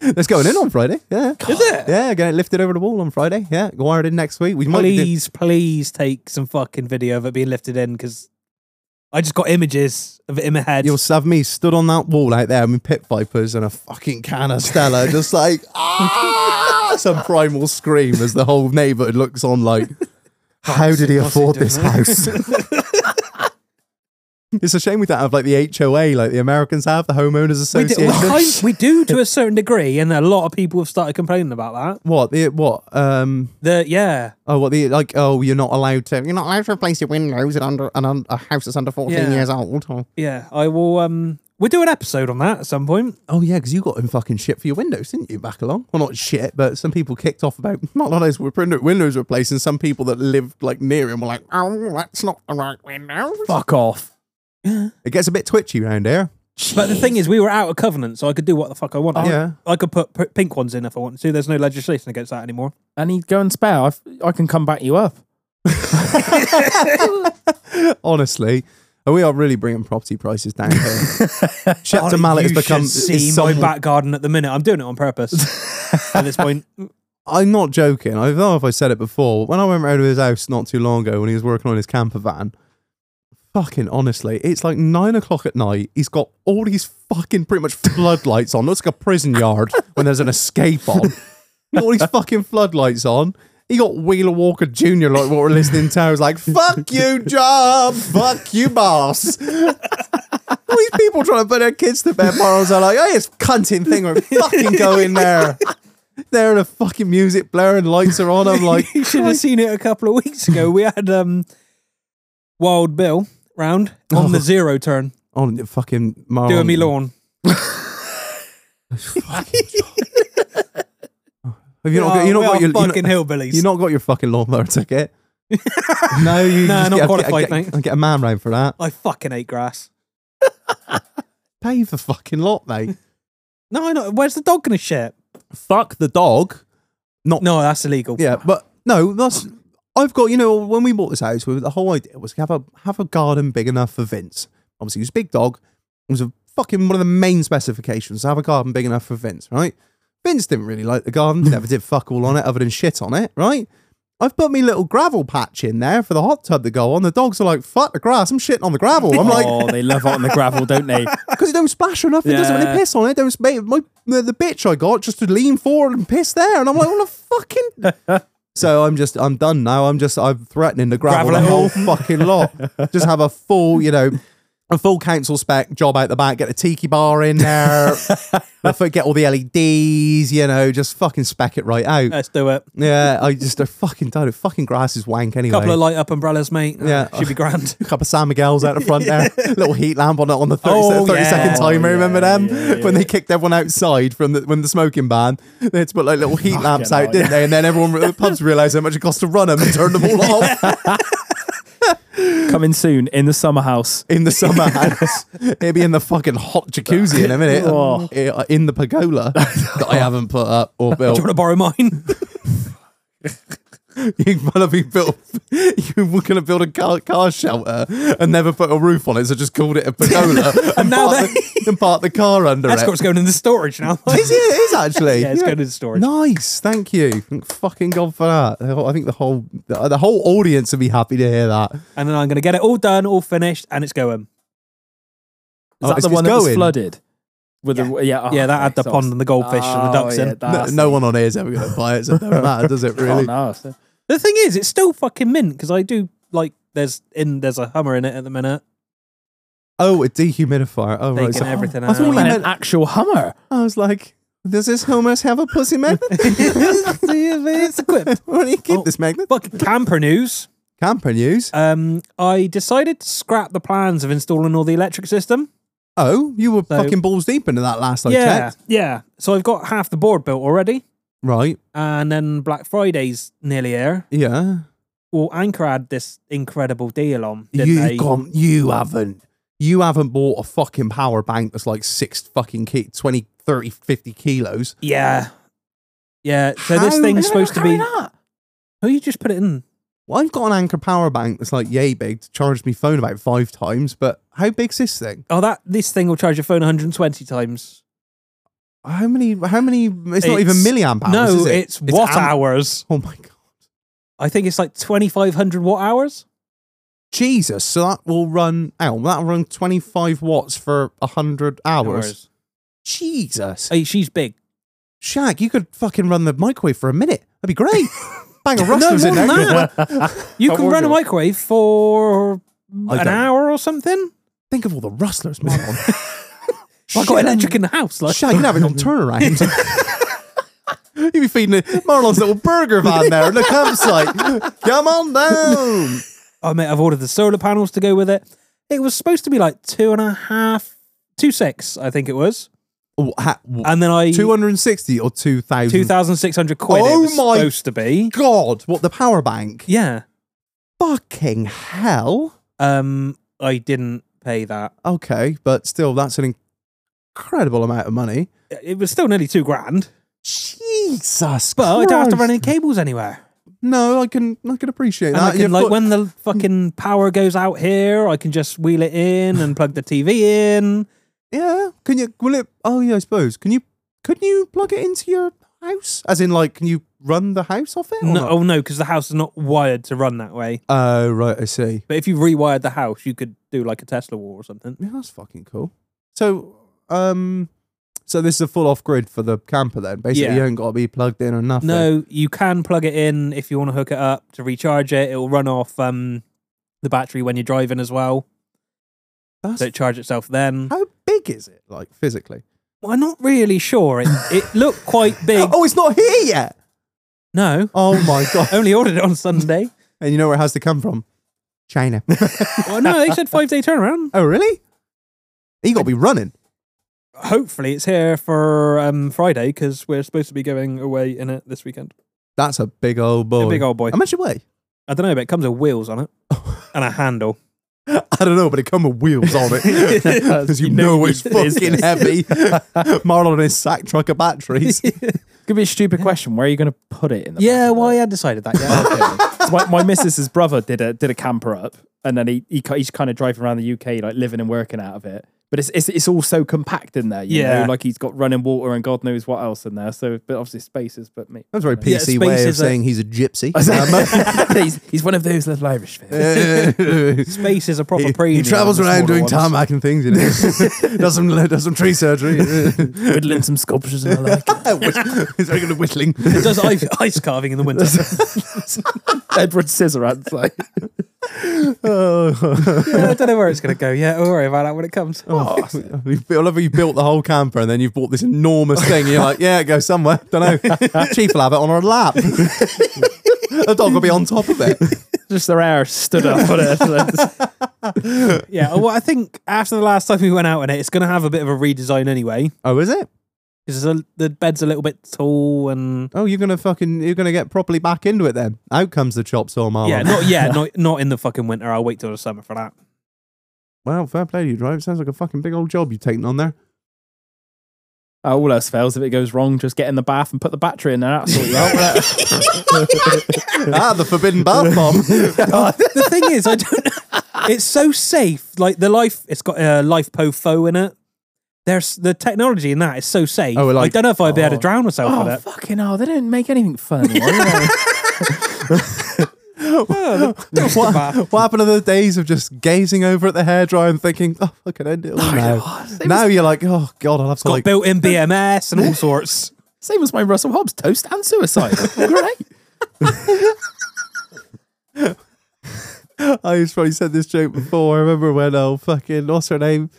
[SPEAKER 2] That's going in on Friday. Yeah, is it? Yeah, get it lifted over the wall on Friday. Yeah, wired in next week. We might be doing-
[SPEAKER 1] Please, please take some fucking video of it being lifted in because I just got images of it in my head.
[SPEAKER 2] You'll have me stood on that wall out there with pit vipers and a fucking can of Stella, just like ah, some primal scream as the whole neighborhood looks on, like, how did he afford this house? it's a shame we don't have like the HOA, like the Americans have, the homeowners
[SPEAKER 1] we, do, we,
[SPEAKER 2] association.
[SPEAKER 1] kind- we do to a certain degree, and a lot of people have started complaining about
[SPEAKER 2] what the what? Um,
[SPEAKER 1] that. The yeah,
[SPEAKER 2] oh, what the like? Oh, you're not allowed to. You're not allowed to replace your windows at under and un, a house that's under fourteen
[SPEAKER 1] Yeah.
[SPEAKER 2] years old. Oh,
[SPEAKER 1] yeah. I will. Um, we'll do an episode on that at some point.
[SPEAKER 2] Oh yeah, because you got in fucking shit for your windows, didn't you? Back along, well, not shit, but some people kicked off about not like those were print- windows replaced, and some people that lived like near him were like, "Oh, that's not the right window."
[SPEAKER 3] Fuck off.
[SPEAKER 2] It gets a bit twitchy round here.
[SPEAKER 1] But the thing is, we were out of covenant, so I could do what the fuck I wanted.
[SPEAKER 2] Yeah.
[SPEAKER 1] I could put p- pink ones in if I wanted to. There's no legislation against that anymore.
[SPEAKER 3] I need to go and spare. I've, I can come back you up.
[SPEAKER 2] Honestly, and we are really bringing property prices down here. Chapter
[SPEAKER 1] Oh,
[SPEAKER 2] Mallet has
[SPEAKER 1] you
[SPEAKER 2] become.
[SPEAKER 1] should see
[SPEAKER 2] is
[SPEAKER 1] my
[SPEAKER 2] someone-
[SPEAKER 1] back garden at the minute. I'm doing it on purpose at this point.
[SPEAKER 2] I'm not joking. I don't know if I said it before. When I went round to his house not too long ago when he was working on his camper van, fucking honestly, it's like nine o'clock at night. He's got all these fucking pretty much floodlights on. Looks like a prison yard when there's an escape on. He's got all these fucking floodlights on. He got Wheeler Walker Jr. like what we're listening to. I was like, fuck you, job. Fuck you, boss. All these people trying to put their kids to bed morals are like, hey, it's cunting thing. We're fucking going there. There the fucking music blaring, lights are on. I'm like,
[SPEAKER 1] you should have seen it a couple of weeks ago. We had um, Wild Bill round on the Oh. zero turn
[SPEAKER 2] on the oh, fucking Marlon.
[SPEAKER 1] doing me lawn.
[SPEAKER 2] Have you not got, you not
[SPEAKER 1] we
[SPEAKER 2] got
[SPEAKER 1] are
[SPEAKER 2] your, you
[SPEAKER 1] fucking
[SPEAKER 2] not,
[SPEAKER 1] hillbillies.
[SPEAKER 2] you not got your fucking lawnmower ticket? no,
[SPEAKER 1] No,
[SPEAKER 2] you
[SPEAKER 1] not
[SPEAKER 2] just get,
[SPEAKER 1] qualified,
[SPEAKER 2] get,
[SPEAKER 1] mate.
[SPEAKER 2] Get, get a man round for that.
[SPEAKER 1] I fucking hate grass.
[SPEAKER 2] Pay the fucking lot, mate.
[SPEAKER 1] No, I know. Where's the dog gonna shit?
[SPEAKER 2] Fuck the dog.
[SPEAKER 1] No, that's illegal.
[SPEAKER 2] Yeah, but no, that's I've got. You know, when we bought this house, we, the whole idea was to have a have a garden big enough for Vince. Obviously, he was a big dog. It was a fucking one of the main specifications to have a garden big enough for Vince, right? Vince didn't really like the garden. Never did fuck all on it, other than shit on it, right? I've put me little gravel patch in there for the hot tub to go on. The dogs are like, "Fuck the grass! I'm shitting on the gravel." I'm like,
[SPEAKER 3] oh, they love out on the gravel, don't they?
[SPEAKER 2] because it don't splash enough. It doesn't
[SPEAKER 3] Yeah.
[SPEAKER 2] really piss on it. Don't mate, my the, the bitch I got just to lean forward and piss there, and I'm like, what a fucking. So I'm just I'm done now. I'm just I'm threatening to gravel,
[SPEAKER 1] Gravel it
[SPEAKER 2] the whole fucking lot. Just have a full, you know, a full council spec job out the back. Get a tiki bar in there. get all the LEDs. You know, just fucking spec it right out.
[SPEAKER 1] Let's do it.
[SPEAKER 2] yeah, I just I fucking done it. Fucking grass is wank anyway.
[SPEAKER 1] Couple of light up umbrellas, mate.
[SPEAKER 2] Yeah.
[SPEAKER 1] Yeah, should be grand.
[SPEAKER 2] a couple of San Miguel's out the front there, little heat lamp on it on the 30,
[SPEAKER 1] Oh,
[SPEAKER 2] 30
[SPEAKER 1] yeah.
[SPEAKER 2] second timer.
[SPEAKER 3] Oh,
[SPEAKER 2] remember
[SPEAKER 3] yeah,
[SPEAKER 2] them
[SPEAKER 3] yeah, yeah,
[SPEAKER 2] when they kicked everyone outside from the, when the smoking ban? They had to put like little heat lamps out,
[SPEAKER 3] hell,
[SPEAKER 2] didn't they? And then everyone the pubs realised how much it cost to run them and turned them all off
[SPEAKER 3] Coming soon in the summer house.
[SPEAKER 2] in the summer house. It'd be in the fucking hot jacuzzi in a minute,
[SPEAKER 3] Oh.
[SPEAKER 2] I- in the pergola that I haven't put up or
[SPEAKER 1] Do you
[SPEAKER 2] built.
[SPEAKER 1] want to borrow mine?
[SPEAKER 2] You're gonna be built. You were gonna build a car, car shelter and never put a roof on it, so just called it a pergola and,
[SPEAKER 1] now
[SPEAKER 2] parked the, and parked the car under it.
[SPEAKER 1] Escort's going in the storage now.
[SPEAKER 2] Is it? It is actually.
[SPEAKER 1] Yeah, it's going to the storage.
[SPEAKER 2] Nice, thank you. Thank fucking God for that. The whole- I think the whole the the whole audience would be happy to hear that.
[SPEAKER 1] and then I'm going to get it all done, all finished, and it's going.
[SPEAKER 2] Oh,
[SPEAKER 3] Is that
[SPEAKER 2] it's-
[SPEAKER 3] the
[SPEAKER 2] it's
[SPEAKER 3] one that was
[SPEAKER 2] going.
[SPEAKER 3] flooded? With the yeah, oh,
[SPEAKER 1] yeah, that had
[SPEAKER 3] okay,
[SPEAKER 1] the
[SPEAKER 3] so I was-
[SPEAKER 1] pond and the goldfish and the
[SPEAKER 3] Oh,
[SPEAKER 1] ducks
[SPEAKER 3] yeah,
[SPEAKER 1] in.
[SPEAKER 3] that-
[SPEAKER 2] No, no one on here is ever going to buy it, so it doesn't matter, does it?
[SPEAKER 3] Oh,
[SPEAKER 2] Really?
[SPEAKER 3] no. so-
[SPEAKER 1] The thing is, it's still fucking mint because I do like there's in there's a Hummer in it at the minute.
[SPEAKER 2] Oh, a dehumidifier. Oh, right.
[SPEAKER 1] Taking
[SPEAKER 2] so-
[SPEAKER 1] everything
[SPEAKER 2] I
[SPEAKER 1] out.
[SPEAKER 2] thought you
[SPEAKER 3] Man,
[SPEAKER 2] meant
[SPEAKER 3] Um, an actual Hummer.
[SPEAKER 2] I was like, does this hummus have a pussy magnet?
[SPEAKER 1] it's equipped.
[SPEAKER 2] Where do you keep
[SPEAKER 1] Oh.
[SPEAKER 2] this magnet?
[SPEAKER 1] Fucking camper news.
[SPEAKER 2] Camper news.
[SPEAKER 1] Um, I decided to scrap the plans of installing all the electric system.
[SPEAKER 2] Oh, you were
[SPEAKER 1] so-
[SPEAKER 2] fucking balls deep into that last I
[SPEAKER 1] yeah,
[SPEAKER 2] checked.
[SPEAKER 1] yeah. So I've got half the board built already,
[SPEAKER 2] Right.
[SPEAKER 1] and then Black Friday's nearly here.
[SPEAKER 2] Yeah.
[SPEAKER 1] Well, Anchor had this incredible deal on, didn't
[SPEAKER 2] You've
[SPEAKER 1] they?
[SPEAKER 2] gone, you haven't. You haven't bought a fucking power bank that's like six fucking ki- 20, 30, 50 kilos.
[SPEAKER 1] Yeah. Yeah. So this
[SPEAKER 2] How
[SPEAKER 1] thing's
[SPEAKER 2] is it
[SPEAKER 1] supposed to be.
[SPEAKER 3] That?
[SPEAKER 1] Oh, you just put it in.
[SPEAKER 2] Well, I've got an anchor power bank that's like yay big to charge me phone about five times, but how big's this thing?
[SPEAKER 1] Oh, that this thing will charge your phone 120 times.
[SPEAKER 2] How many? How many? It's, not even
[SPEAKER 1] It's-
[SPEAKER 2] milliamp hours.
[SPEAKER 1] no,
[SPEAKER 2] is it?
[SPEAKER 1] it's watt
[SPEAKER 2] amp-
[SPEAKER 1] hours.
[SPEAKER 2] Oh my god,
[SPEAKER 1] I think it's like 2,500 watt hours.
[SPEAKER 2] Jesus! So that will run out. That'll run twenty five watts for hundred hours. Jesus,
[SPEAKER 1] Hey, she's big.
[SPEAKER 2] Shaq, you could fucking run the microwave for a minute. That'd be great. Bang a rustler's in
[SPEAKER 1] more
[SPEAKER 2] there.
[SPEAKER 1] than
[SPEAKER 2] Good
[SPEAKER 1] that.
[SPEAKER 2] work.
[SPEAKER 1] You
[SPEAKER 3] How
[SPEAKER 1] can
[SPEAKER 3] old
[SPEAKER 1] run a
[SPEAKER 3] you are?
[SPEAKER 1] microwave for
[SPEAKER 2] I
[SPEAKER 1] an
[SPEAKER 2] don't-
[SPEAKER 1] hour or something.
[SPEAKER 2] Think of all the rustlers, man.
[SPEAKER 1] I got electric in the house. Like,
[SPEAKER 2] Shaq, you can have it on turnaround. You'd be feeding it Marlon's little burger van there at the campsite. Come on down.
[SPEAKER 1] oh mate, I've ordered the solar panels to go with it. It was supposed to be like two and a half, two six, I think it was.
[SPEAKER 2] Oh, ha- w-
[SPEAKER 1] And then I
[SPEAKER 2] 260 or 2,000?
[SPEAKER 1] 2,600 quid. it
[SPEAKER 2] Oh
[SPEAKER 1] was
[SPEAKER 2] my-
[SPEAKER 1] supposed to be.
[SPEAKER 2] God, what the power bank?
[SPEAKER 1] Yeah.
[SPEAKER 2] Fucking hell.
[SPEAKER 1] Um, I didn't pay that.
[SPEAKER 2] Okay, but still, that's an incredible amount of money.
[SPEAKER 1] It was still nearly two grand,
[SPEAKER 2] Jesus,
[SPEAKER 1] but I don't have to
[SPEAKER 2] Christ.
[SPEAKER 1] run any cables anywhere.
[SPEAKER 2] No, I can, I can appreciate
[SPEAKER 1] And
[SPEAKER 2] that.
[SPEAKER 1] I can,
[SPEAKER 2] You've
[SPEAKER 1] like
[SPEAKER 2] got-
[SPEAKER 1] when the fucking power goes out here, I can just wheel it in and plug the TV in.
[SPEAKER 2] yeah, can you? Will it? Oh yeah, I suppose. Can you? Could you plug it into your house? As in, like, can you run the house off it? or
[SPEAKER 1] No,
[SPEAKER 2] not?
[SPEAKER 1] oh no, because the house is not wired to run that way.
[SPEAKER 2] Oh right, I see.
[SPEAKER 1] But if you rewired the house, you could do like a Tesla wall or something.
[SPEAKER 2] Yeah, that's fucking cool. So, um, so this is a full off grid for the camper then. Basically,
[SPEAKER 1] Yeah.
[SPEAKER 2] you ain't got to be plugged in or nothing.
[SPEAKER 1] No, you can plug it in if you want to hook it up to recharge it. It'll run off um, the battery when you're driving as well,
[SPEAKER 2] That's
[SPEAKER 1] so it charge itself then.
[SPEAKER 2] How big is it, like physically?
[SPEAKER 1] Well, I'm not really sure. It, it looked quite big.
[SPEAKER 2] Oh, it's not here yet.
[SPEAKER 1] No,
[SPEAKER 2] Oh my god!
[SPEAKER 1] only ordered it on Sunday.
[SPEAKER 2] and you know where it has to come from? China.
[SPEAKER 1] Well, no, they said five day turnaround.
[SPEAKER 2] oh really? You got to be running.
[SPEAKER 1] Hopefully, it's here for um, Friday because we're supposed to be going away in it this weekend.
[SPEAKER 2] That's a big old boy.
[SPEAKER 1] A big old boy.
[SPEAKER 2] How much it weigh?
[SPEAKER 1] I don't know, but it comes with wheels on it and a handle.
[SPEAKER 2] I don't know, but it come with wheels on it because you,
[SPEAKER 3] You
[SPEAKER 2] know,
[SPEAKER 3] know
[SPEAKER 2] it's
[SPEAKER 3] it is.
[SPEAKER 2] fucking heavy. Marlon and his sack truck of batteries.
[SPEAKER 3] It's gonna be a stupid question. Where are you gonna put it in the?
[SPEAKER 1] Yeah,
[SPEAKER 3] back of
[SPEAKER 1] well, I
[SPEAKER 3] it?
[SPEAKER 1] had decided that. Yeah.
[SPEAKER 3] So my, my missus's brother did a did a camper up, and then he, he ki- he's kind of driving around the UK, like living and working out of it. But it's it's, it's all so compact in there, you
[SPEAKER 1] Yeah.
[SPEAKER 3] know. Like he's got running water and God knows what else in there. So, but obviously spaces. But me,
[SPEAKER 2] That's a very
[SPEAKER 1] Yeah,
[SPEAKER 2] PC
[SPEAKER 1] space
[SPEAKER 2] way of
[SPEAKER 1] is a-
[SPEAKER 2] saying he's a gypsy.
[SPEAKER 3] he's, he's one of those little Irish. People.
[SPEAKER 1] Space is a proper
[SPEAKER 2] he,
[SPEAKER 1] premium.
[SPEAKER 2] he travels
[SPEAKER 1] on the
[SPEAKER 2] around doing
[SPEAKER 1] smaller ones.
[SPEAKER 2] tarmac and things. You know? does some does some tree surgery.
[SPEAKER 3] whittling some sculptures and the like.
[SPEAKER 2] He's very good at whittling.
[SPEAKER 1] It does ice, ice carving in the winter.
[SPEAKER 3] Edward Scissorhands, like
[SPEAKER 2] Oh.
[SPEAKER 1] I don't know where it's going to go. Yeah, don't worry about that when it comes.
[SPEAKER 2] You feel like you built the whole camper and then you've bought this enormous thing. And you're like, yeah, it goes somewhere. Don't know. Chief will have it on her lap. the dog will be on top of it.
[SPEAKER 3] just their hair stood up on it.
[SPEAKER 1] Yeah, well, I think after the last time we went out in it, it's going to have a bit of a redesign anyway.
[SPEAKER 2] Oh, is it?
[SPEAKER 1] Because the bed's a little bit tall and.
[SPEAKER 2] Oh, you're gonna fucking you're gonna get properly back into it then. Out comes the chop saw, Marlon.
[SPEAKER 1] Yeah, not yet. Not, not in the fucking winter. I'll wait till the summer for that.
[SPEAKER 2] Well, fair play to you, drive. Sounds like a fucking big old job you've taken on there.
[SPEAKER 3] Uh, all else fails if it goes wrong. Just get in the bath and put the battery in there. That's all you out.
[SPEAKER 2] ah, the forbidden bath bomb.
[SPEAKER 1] the thing is, I don't. It's so safe. Like the life, it's got a life pofo in it. There's the technology in that is so safe.
[SPEAKER 2] Oh, like-
[SPEAKER 1] I don't know if I'd be able to drown myself
[SPEAKER 3] Oh,
[SPEAKER 1] with it.
[SPEAKER 3] fucking hell. They didn't make anything fun. anymore, did they?
[SPEAKER 2] what, what happened to the days of just gazing over at the hairdryer and thinking, oh, I can end it all now? Now you're like, oh, God, I'll have to
[SPEAKER 1] Got
[SPEAKER 2] like.
[SPEAKER 1] built-in BMS and all sorts.
[SPEAKER 3] Same as my Russell Hobbs toast and suicide. Great.
[SPEAKER 2] I used to probably said this joke before. I remember when, oh, fucking, what's her name?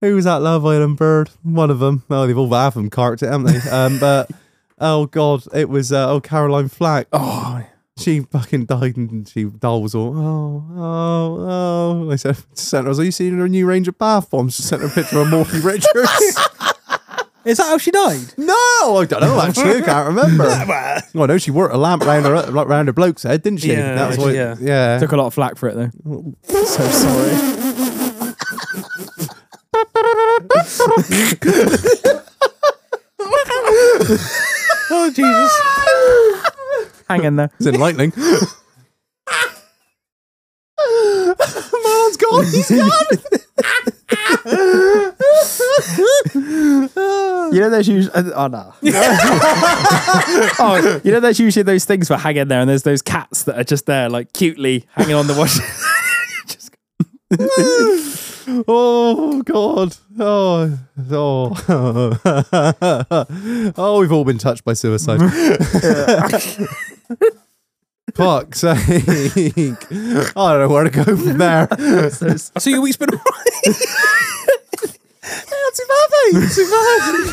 [SPEAKER 2] Who was that Love Island bird? One of them. Oh, they've all half of them carked it, haven't they? Um, but, oh, God, it was, uh, oh, Caroline Flack.
[SPEAKER 3] Oh,
[SPEAKER 2] She fucking died and she doll was all, oh, oh, oh. I said, sent her, I was like, you seen her new range of bath bombs? She sent her a picture of Morphy Richards.
[SPEAKER 1] Is that how she died?
[SPEAKER 2] no, I don't know, actually. I can't remember. Well, I know she wore a lamp round her round her bloke's head, didn't she?
[SPEAKER 1] Yeah,
[SPEAKER 2] that was what,
[SPEAKER 1] yeah.
[SPEAKER 2] yeah.
[SPEAKER 3] took a lot of flack for it though.
[SPEAKER 2] so sorry.
[SPEAKER 1] Oh Jesus!
[SPEAKER 3] Hang in there.
[SPEAKER 2] It's enlightening. Marlon's gone. He's gone.
[SPEAKER 3] You know, there's usually oh no. oh, you know, there's usually those things where hang in there, and there's those cats that are just there, like cutely hanging on the wash. Just-
[SPEAKER 2] oh God. Oh. Oh. oh, we've all been touched by suicide. Fuck's sake. I don't know where to go from there.
[SPEAKER 3] so sorry.
[SPEAKER 1] So your week's been alright.
[SPEAKER 2] That's bad, mate. Too bad.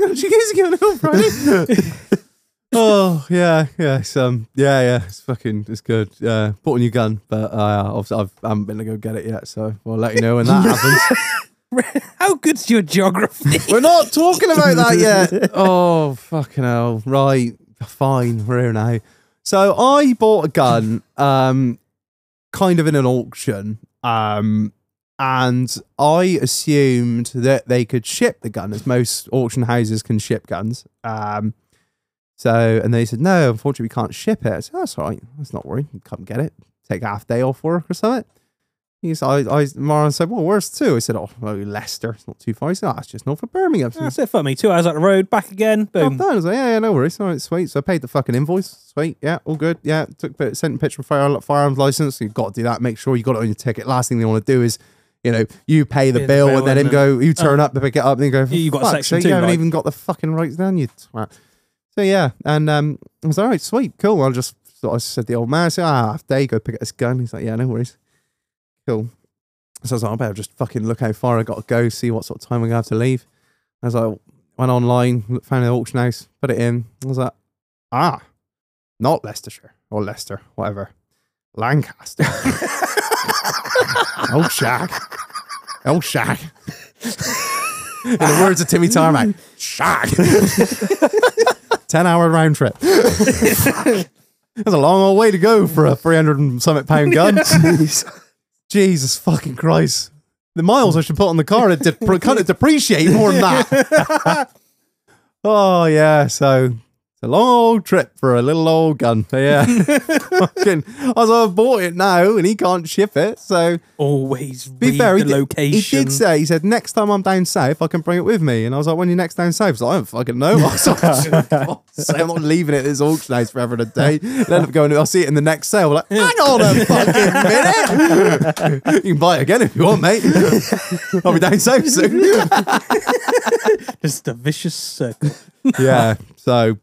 [SPEAKER 2] God, you guys are going on Friday. oh yeah, yeah, it's, um, yeah, yeah. It's fucking, it's good. Uh, bought a new gun, but uh, obviously I've, I haven't been to go get it yet, so we'll let you know when that happens.
[SPEAKER 1] How good's your geography?
[SPEAKER 2] We're not talking about that yet. Oh fucking hell! Right, fine, we're here now. So I bought a gun, um, kind of in an auction, um, and I assumed that they could ship the gun, as most auction houses can ship guns. Um, so, and they said, no, unfortunately, we can't ship it. I said, that's all right. That's not worry. You can Come get it. Take a half day off work or something. He said, I, I, Marlon said, well, where's two? I said, oh, well, Leicester. It's not too far. He said, oh, it's just north of Birmingham. So
[SPEAKER 1] Ah, That's it for me. Two hours out the road, back again.
[SPEAKER 2] I'm
[SPEAKER 1] Boom.
[SPEAKER 2] done. I was like, yeah, yeah, no worries. All right, sweet. So I paid the fucking invoice. Sweet. Yeah, all good. Yeah, took bit, sent a picture of fire, uh, firearms license. You've got to do that. Make sure you got it on your ticket. Last thing they want to do is, you know, you pay the,
[SPEAKER 1] Pay the
[SPEAKER 2] bill,
[SPEAKER 1] bill
[SPEAKER 2] and then uh,
[SPEAKER 1] and
[SPEAKER 2] him go, you turn up to pick it up, and then go,
[SPEAKER 1] You- you got a
[SPEAKER 2] "Fuck,
[SPEAKER 1] section
[SPEAKER 2] so
[SPEAKER 1] too,
[SPEAKER 2] You haven't
[SPEAKER 1] like."
[SPEAKER 2] even got the fucking rights down, you twat. So yeah, and um, I was like, all right, sweet, cool. I just I said to the old man, I said, ah, half day, go pick up this gun. He's like, yeah, no worries. Cool. So I was like, I better just fucking look how far I got to go, see what sort of time I'm going to have to leave. I was like, went online, looked- found an auction house, put it in. I was like, ah, not Leicestershire or Leicester, whatever. Lancaster. oh, Shag. Oh, Shag. In the words of Timmy Tarmac, Shag. 10 hour round trip. That's a long old way to go for a 300 and something pound gun. Jesus fucking Christ. The miles I should put on the car, it dep- kind of depreciate more than that. oh, yeah. So it's a long old trip for a little old gun. So, yeah. fucking, I was like, I bought it now and he can't ship it. So
[SPEAKER 1] Always
[SPEAKER 2] be
[SPEAKER 1] read
[SPEAKER 2] fair, he
[SPEAKER 1] the
[SPEAKER 2] did,
[SPEAKER 1] location.
[SPEAKER 2] he did say, he said, next time I'm down south, I can bring it with me. And I was like, when you next down south? He's like, I don't fucking know. I was like, "Say I'm not leaving it at this auction house forever and a day. And end up going, I'll see it in the next sale. We're like, hang on a fucking minute. you can buy it again if you want, mate. I'll be down south soon.
[SPEAKER 1] Just a vicious circle.
[SPEAKER 2] yeah. So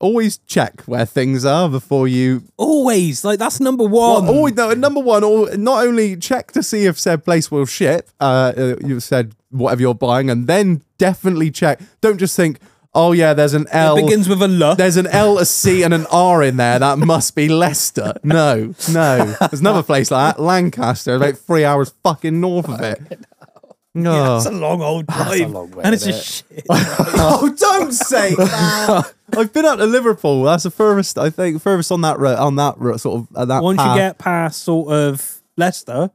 [SPEAKER 2] always check where things are before you
[SPEAKER 1] Always like that's number
[SPEAKER 2] Well,
[SPEAKER 1] one.
[SPEAKER 2] always, Oh, no, number one, all, not only check to see if said place will ship, uh, uh, you said whatever you're buying, and then definitely check. Don't just think, oh yeah, there's an L.
[SPEAKER 1] it begins with a L.
[SPEAKER 2] there's an L, a C, and an R in there. That must be Leicester. No, no. There's another place like that, Lancaster, about three hours fucking north of it. Oh. No.
[SPEAKER 1] That's a long old drive,
[SPEAKER 3] long way,
[SPEAKER 1] and it's
[SPEAKER 3] isn't
[SPEAKER 1] just shit.
[SPEAKER 2] oh, don't say that. I've been out to Liverpool. That's the furthest I think furthest on that road on that road sort of uh, that
[SPEAKER 1] Once you
[SPEAKER 2] path.
[SPEAKER 1] get past sort of Leicester,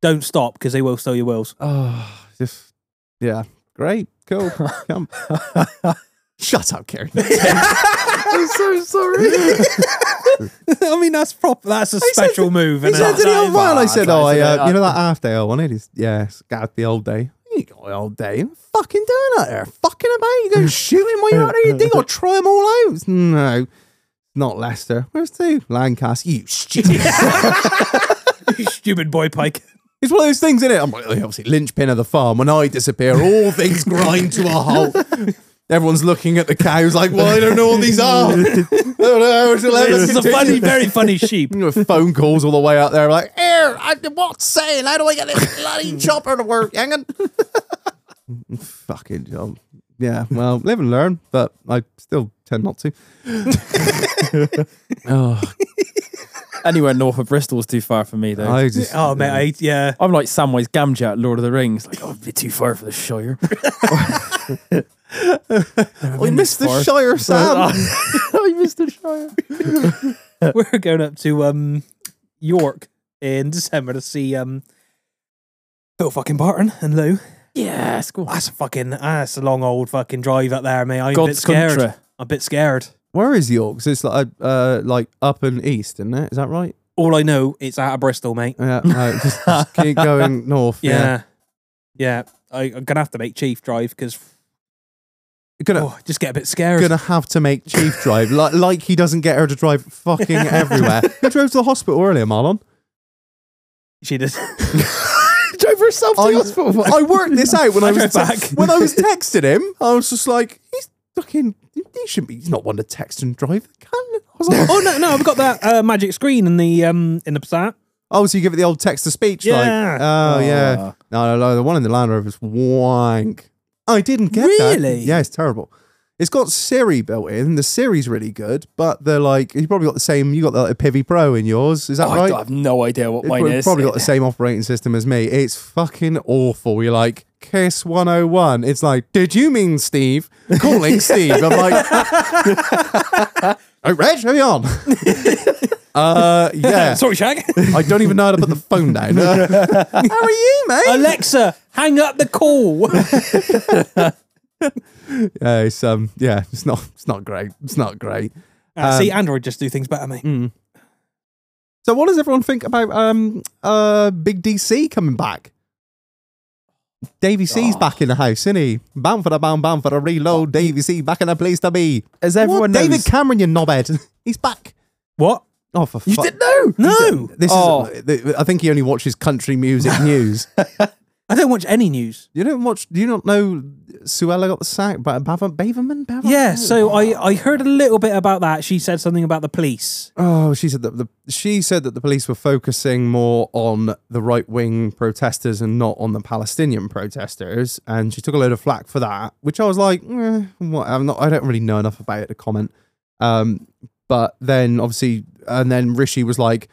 [SPEAKER 1] don't stop because they will sell your wills.
[SPEAKER 2] Oh, just yeah, great, Cool. Come. Shut up, Karen.
[SPEAKER 3] I'm so sorry.
[SPEAKER 1] I mean, that's prop. That's a special move.
[SPEAKER 2] He
[SPEAKER 1] isn't
[SPEAKER 2] said
[SPEAKER 1] it?
[SPEAKER 2] to the old man, I said,
[SPEAKER 3] Well,
[SPEAKER 2] oh,
[SPEAKER 3] I
[SPEAKER 2] I,
[SPEAKER 3] tried to
[SPEAKER 2] uh, you
[SPEAKER 3] do
[SPEAKER 2] know that half day I wanted? He's, yeah, it's got to be old day. You ain't got the old day. You're fucking doing that there. Fucking about. You go shooting while you're out there. You think I'll try them all out. No, not Leicester. Where's two? Lancaster. You stupid.
[SPEAKER 1] Stupid boy Pike.
[SPEAKER 2] it's one of those things, isn't it? I'm like, obviously, linchpin of the farm. When I disappear, all things grind to a halt. Everyone's looking at the cows like, well, I don't know what these are. I don't know how it'll ever
[SPEAKER 1] This is a
[SPEAKER 2] continue.
[SPEAKER 1] funny, very funny sheep.
[SPEAKER 2] You know, phone calls all the way out there, like, air, I, what's saying? How do I get this bloody chopper to work? Hang on. Fucking job. Yeah, well, live and learn, but I still tend not to. oh,
[SPEAKER 3] Anywhere north of Bristol's too far for me, though. I-
[SPEAKER 2] I just,
[SPEAKER 1] Oh mate, I, yeah.
[SPEAKER 3] am like Samwise Gamgee at Lord of the Rings. Like, oh, a bit too far for the Shire.
[SPEAKER 2] I missed the Shire Sam.
[SPEAKER 3] I missed the Shire.
[SPEAKER 1] We're going up to um York in December to see um Bill fucking Barton and Lou.
[SPEAKER 3] Yeah, it's cool.
[SPEAKER 1] That's a fucking that's a long old fucking drive up there, mate. I'm a bit
[SPEAKER 3] God's
[SPEAKER 1] scared.
[SPEAKER 3] country.
[SPEAKER 1] I'm a bit scared.
[SPEAKER 2] Where is York? 'Cause It's like uh, like up and east, isn't it? Is that right?
[SPEAKER 1] All I know, it's out of Bristol, mate.
[SPEAKER 2] Yeah, no, just, just keep going north.
[SPEAKER 1] Yeah, yeah.
[SPEAKER 2] Yeah,
[SPEAKER 1] I, I'm gonna have to make Chief drive because
[SPEAKER 2] gonna
[SPEAKER 1] oh, I just get a bit scared.
[SPEAKER 2] gonna have to make Chief drive like like he doesn't get her to drive fucking everywhere. Who drove to the hospital earlier, Marlon?
[SPEAKER 1] She just
[SPEAKER 3] Drove herself
[SPEAKER 2] I, I worked this out when I,
[SPEAKER 1] I
[SPEAKER 2] was
[SPEAKER 1] drove
[SPEAKER 2] back.
[SPEAKER 1] back.
[SPEAKER 2] when I was texting him. I was just like, he's fucking. He shouldn't be. He's not one to text and drive. Can I was like,
[SPEAKER 1] oh no, no, I've got that uh, magic screen in the um in the Passat.
[SPEAKER 2] oh, so you give it the old text to speech? Like,
[SPEAKER 1] Yeah.
[SPEAKER 2] oh, yeah.
[SPEAKER 3] Oh.
[SPEAKER 2] No, no, no. The one in the Land Rover is wank. I didn't get that.
[SPEAKER 1] Really?
[SPEAKER 2] Yeah, it's terrible. It's got Siri built in. The Siri's really good, but they're like you probably got the same. You got the Pivi Pro in yours, is that
[SPEAKER 3] I
[SPEAKER 2] right?
[SPEAKER 3] have no idea what mine
[SPEAKER 2] It's
[SPEAKER 3] is.
[SPEAKER 2] probably got the same operating system as me. It's fucking awful. You're like, Kiss 101. It's like, did you mean Steve? Calling Steve. I'm like, oh, Reg, hurry on. uh, yeah.
[SPEAKER 1] Sorry, Shag.
[SPEAKER 2] I don't even know how to put the phone down. how are you, mate?
[SPEAKER 1] Alexa, hang up the call.
[SPEAKER 2] Yeah, it's, um, yeah, it's not, it's not great. It's not great.
[SPEAKER 1] Uh, see, Android just do things better, mate.
[SPEAKER 2] So what does everyone think about, um, uh, Big DC coming back? Davy C's back in the house, isn't he? Bound for the bound, bound for the reload. Davy C back in the place to be.
[SPEAKER 3] As everyone
[SPEAKER 2] What?
[SPEAKER 3] knows,
[SPEAKER 2] David Cameron, you knobhead. He's back.
[SPEAKER 1] What?
[SPEAKER 2] Oh, for fuck.
[SPEAKER 3] know.
[SPEAKER 1] No,
[SPEAKER 2] This
[SPEAKER 3] Oh.
[SPEAKER 2] is. th- I think he only watches country music news.
[SPEAKER 1] I don't watch any news.
[SPEAKER 2] you don't watch. Do you not know Suella got the sack? But Baver, Baverman. Baver-
[SPEAKER 1] Yeah, so I, I heard a little bit about that. She said something about the police.
[SPEAKER 2] Oh, she said that the she said that the police were focusing more on the right wing protesters and not on the Palestinian protesters, and she took a load of flack for that. Which I was like, eh, what? I'm not. I don't really know enough about it to comment. Um, but then obviously, and then Rishi was like,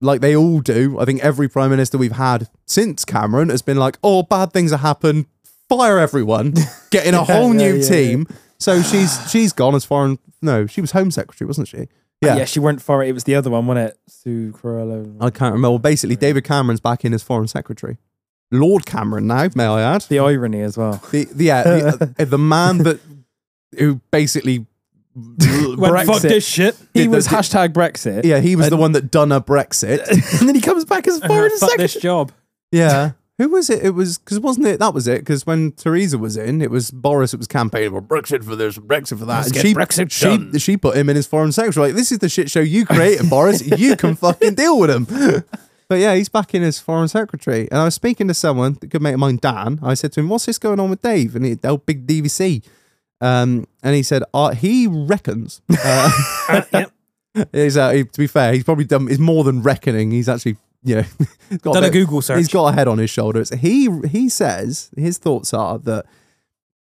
[SPEAKER 2] like they all do. I think every prime minister we've had since Cameron has been like, oh, bad things have happened. Fire everyone. Get in a whole
[SPEAKER 3] yeah,
[SPEAKER 2] new
[SPEAKER 3] yeah,
[SPEAKER 2] team. So she's she's gone as foreign. No, she was Home Secretary, wasn't she?
[SPEAKER 3] Yeah. she went for it. It was the other one, wasn't it? Sue Corello.
[SPEAKER 2] I can't remember. Well, basically, David Cameron's back in as foreign secretary. Lord Cameron now, may I add?
[SPEAKER 3] The irony as well.
[SPEAKER 2] The, the, yeah, the, uh, the man that who basically
[SPEAKER 1] Went,
[SPEAKER 3] Brexit.
[SPEAKER 1] fuck this shit.
[SPEAKER 3] He
[SPEAKER 2] Did the-
[SPEAKER 3] was
[SPEAKER 2] did-
[SPEAKER 3] hashtag Brexit.
[SPEAKER 2] yeah he was the one that done a Brexit.
[SPEAKER 3] and then he comes back as foreign
[SPEAKER 1] fuck this
[SPEAKER 3] secretary.
[SPEAKER 1] job.
[SPEAKER 2] yeah, who was it? It was because wasn't it that was it? Because when Theresa was in, it was Boris. It was campaigning for Brexit for this, Brexit for that. and
[SPEAKER 3] get
[SPEAKER 2] she
[SPEAKER 3] Brexit
[SPEAKER 2] she
[SPEAKER 3] done.
[SPEAKER 2] she put him in as foreign secretary. Like this is the shit show you created, Boris. You can fucking deal with him. But yeah, he's back in as foreign secretary. And I was speaking to someone, a good mate of mine, Dan. I said to him, "What's this going on with Dave?" And he, oh, big DVC. Um, and he said, uh, "He reckons." Uh,
[SPEAKER 1] yep.
[SPEAKER 2] he's, uh, he- to be fair, he's probably done. He's more than reckoning. He's actually, you know, got
[SPEAKER 1] Done a
[SPEAKER 2] bit-
[SPEAKER 1] Google search.
[SPEAKER 2] Oh, He's got a head on his shoulders. He he says his thoughts are that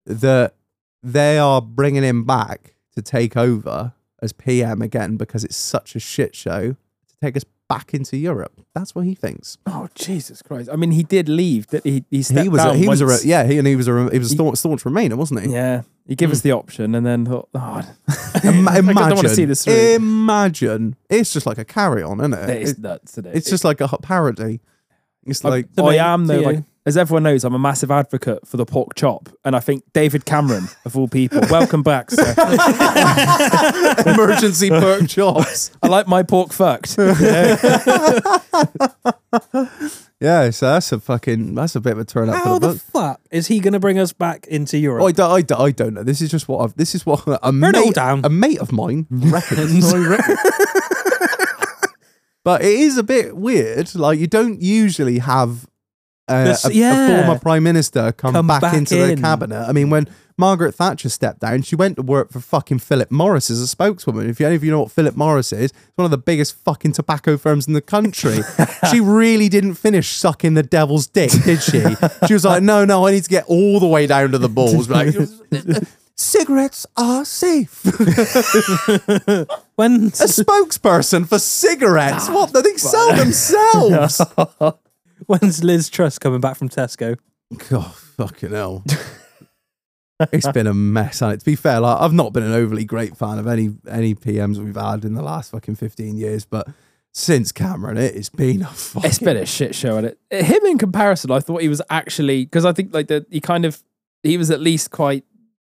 [SPEAKER 2] that they are bringing him back to take over as PM again because it's such a shit show to take us back into Europe. That's what he thinks.
[SPEAKER 3] Oh Jesus Christ! I mean, he did leave. That he he stepped
[SPEAKER 2] he was
[SPEAKER 3] down
[SPEAKER 2] a, he was a re-
[SPEAKER 3] once.
[SPEAKER 2] yeah he and he was a re- he was a staunch, staunch Remainer, wasn't he?
[SPEAKER 3] yeah. He gave
[SPEAKER 2] Hmm.
[SPEAKER 3] us the option, and then thought, oh,
[SPEAKER 2] Ima-
[SPEAKER 3] I
[SPEAKER 2] imagine,
[SPEAKER 3] don't want to see this through.
[SPEAKER 2] imagine it's just like a carry on, isn't it?
[SPEAKER 3] That is
[SPEAKER 2] It-
[SPEAKER 3] nuts. Today.
[SPEAKER 2] it's just like a hot parody. It's like
[SPEAKER 1] the
[SPEAKER 3] I
[SPEAKER 1] main-
[SPEAKER 3] am though.
[SPEAKER 1] yeah.
[SPEAKER 3] Like as everyone knows, I'm a massive advocate for the pork chop, and I think David Cameron, of all people, welcome back. Sir.
[SPEAKER 2] Emergency pork chops.
[SPEAKER 3] I like my pork fucked.
[SPEAKER 2] Yeah, so that's a fucking that's a bit of a turn up
[SPEAKER 1] How
[SPEAKER 2] for the,
[SPEAKER 1] the
[SPEAKER 2] book.
[SPEAKER 1] fuck is he going to bring us back into Europe?
[SPEAKER 2] Oh, I, don't, I, don't, I don't know. This is just what I've. This is what a
[SPEAKER 1] it all
[SPEAKER 2] mate,
[SPEAKER 1] down.
[SPEAKER 2] a mate of mine reckons. but it is a bit weird. Like you don't usually have uh,
[SPEAKER 1] This-
[SPEAKER 2] a, a
[SPEAKER 1] yeah.
[SPEAKER 2] former prime minister come,
[SPEAKER 1] Come
[SPEAKER 2] back,
[SPEAKER 1] back
[SPEAKER 2] into
[SPEAKER 1] in.
[SPEAKER 2] the cabinet. I mean, when Margaret Thatcher stepped down, she went to work for fucking Philip Morris as a spokeswoman. If any of you know what Philip Morris is, it's one of the biggest fucking tobacco firms in the country. she really didn't finish sucking the devil's dick, did she? She was like, no, no, I need to get all the way down to the balls. Like, cigarettes are safe.
[SPEAKER 1] when
[SPEAKER 2] A spokesperson for
[SPEAKER 1] Ah.
[SPEAKER 2] cigarettes. What? They sell themselves.
[SPEAKER 1] when's Liz Truss coming back from Tesco?
[SPEAKER 2] God, fucking hell. it's been a mess, and it? to be fair, like I've not been an overly great fan of any any PMs we've had in the last fucking fifteen years, but since Cameron, it has been a fucking.
[SPEAKER 3] It's been a shit show, and it him in comparison, I thought he was actually because I think like the he kind of he was at least quite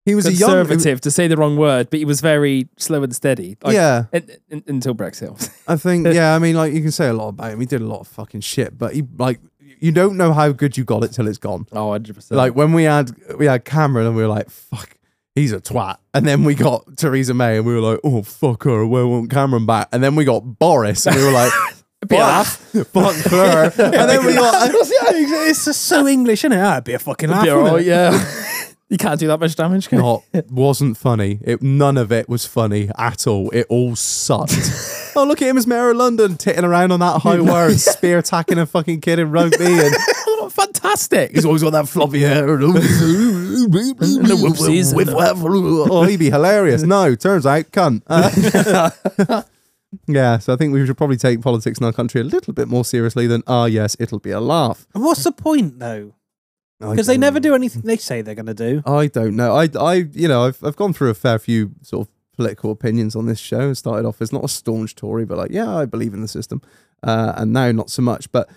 [SPEAKER 2] he was a young.
[SPEAKER 3] conservative to say the wrong word, but he was very slow and steady. Like, uh,
[SPEAKER 2] Yeah.
[SPEAKER 3] un- un- until Brexit.
[SPEAKER 2] I think, yeah, I mean, like you can say a lot about him. He did a lot of fucking shit, but he like you don't know how good you got it till it's gone.
[SPEAKER 3] oh, 100 percent.
[SPEAKER 2] Like when we had we had Cameron and we were like, fuck, he's a twat. And then we got Theresa May and we were like, oh fuck her, we want Cameron back. And then we got Boris and we were like, fuck, fuck her. And then we got
[SPEAKER 1] it's just so English, isn't it? That'd be a fucking laugh.
[SPEAKER 3] yeah. you can't do that much damage. Can you?
[SPEAKER 2] not wasn't funny. It none of it was funny at all. It all sucked. oh look at him as mayor of London, titting around on that high wire and spear attacking a fucking kid in rugby and
[SPEAKER 3] Fantastic.
[SPEAKER 2] He's always got that floppy hair. and the
[SPEAKER 3] whoopsies and the-
[SPEAKER 2] Oh, he'd be hilarious. No, turns out, cunt. Uh, yeah, so I think we should probably take politics in our country a little bit more seriously than, ah, yes, it'll be a laugh.
[SPEAKER 1] What's the point though?
[SPEAKER 2] I
[SPEAKER 1] Because they
[SPEAKER 2] don't-
[SPEAKER 1] never do anything they say they're going to do.
[SPEAKER 2] I don't know. I, I, you know, I've, I've gone through a fair few sort of political opinions on this show. I started off as not a staunch Tory, but like, yeah, I believe in the system. Uh, and now not so much. But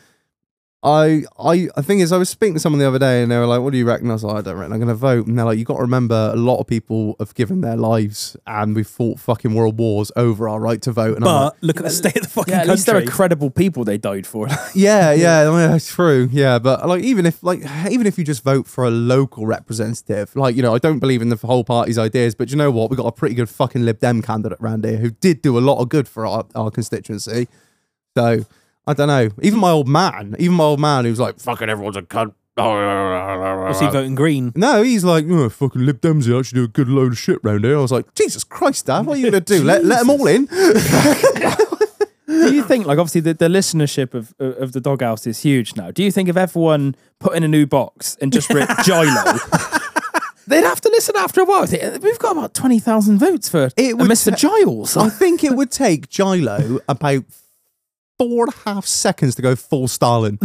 [SPEAKER 2] I, I, I think is I was speaking to someone the other day, and they were like, "What do you reckon?" I was like, "I don't reckon I'm going to vote." And they're like, "You got to remember, a lot of people have given their lives, and we fought fucking world wars over our right to vote." And I'm like,
[SPEAKER 1] But look at the state of the fucking
[SPEAKER 3] Yeah, at
[SPEAKER 1] country.
[SPEAKER 3] least they're credible people they died for.
[SPEAKER 2] yeah, yeah, I mean, that's true. Yeah, but like even if like even if you just vote for a local representative, like you know, I don't believe in the whole party's ideas, but you know what? We got a pretty good fucking Lib Dem candidate round here who did do a lot of good for our, our constituency. So I don't know. Even my old man, even my old man, who's like fucking everyone's a cunt.
[SPEAKER 1] Was he voting green?
[SPEAKER 2] No, he's like, oh, fucking Lib Dems here actually do a good load of shit round here. I was like, Jesus Christ, Dad, what are you going to do? Let, let them all in?
[SPEAKER 3] do you think like obviously the, the listenership of of the doghouse is huge now do you think if everyone put in a new box and just wrote gilo they'd have to listen after a while They- we've got about 20,000 votes for
[SPEAKER 2] It
[SPEAKER 3] it
[SPEAKER 2] would
[SPEAKER 3] mr giles
[SPEAKER 2] I think it would take Gilo about four and a half seconds to go full Stalin.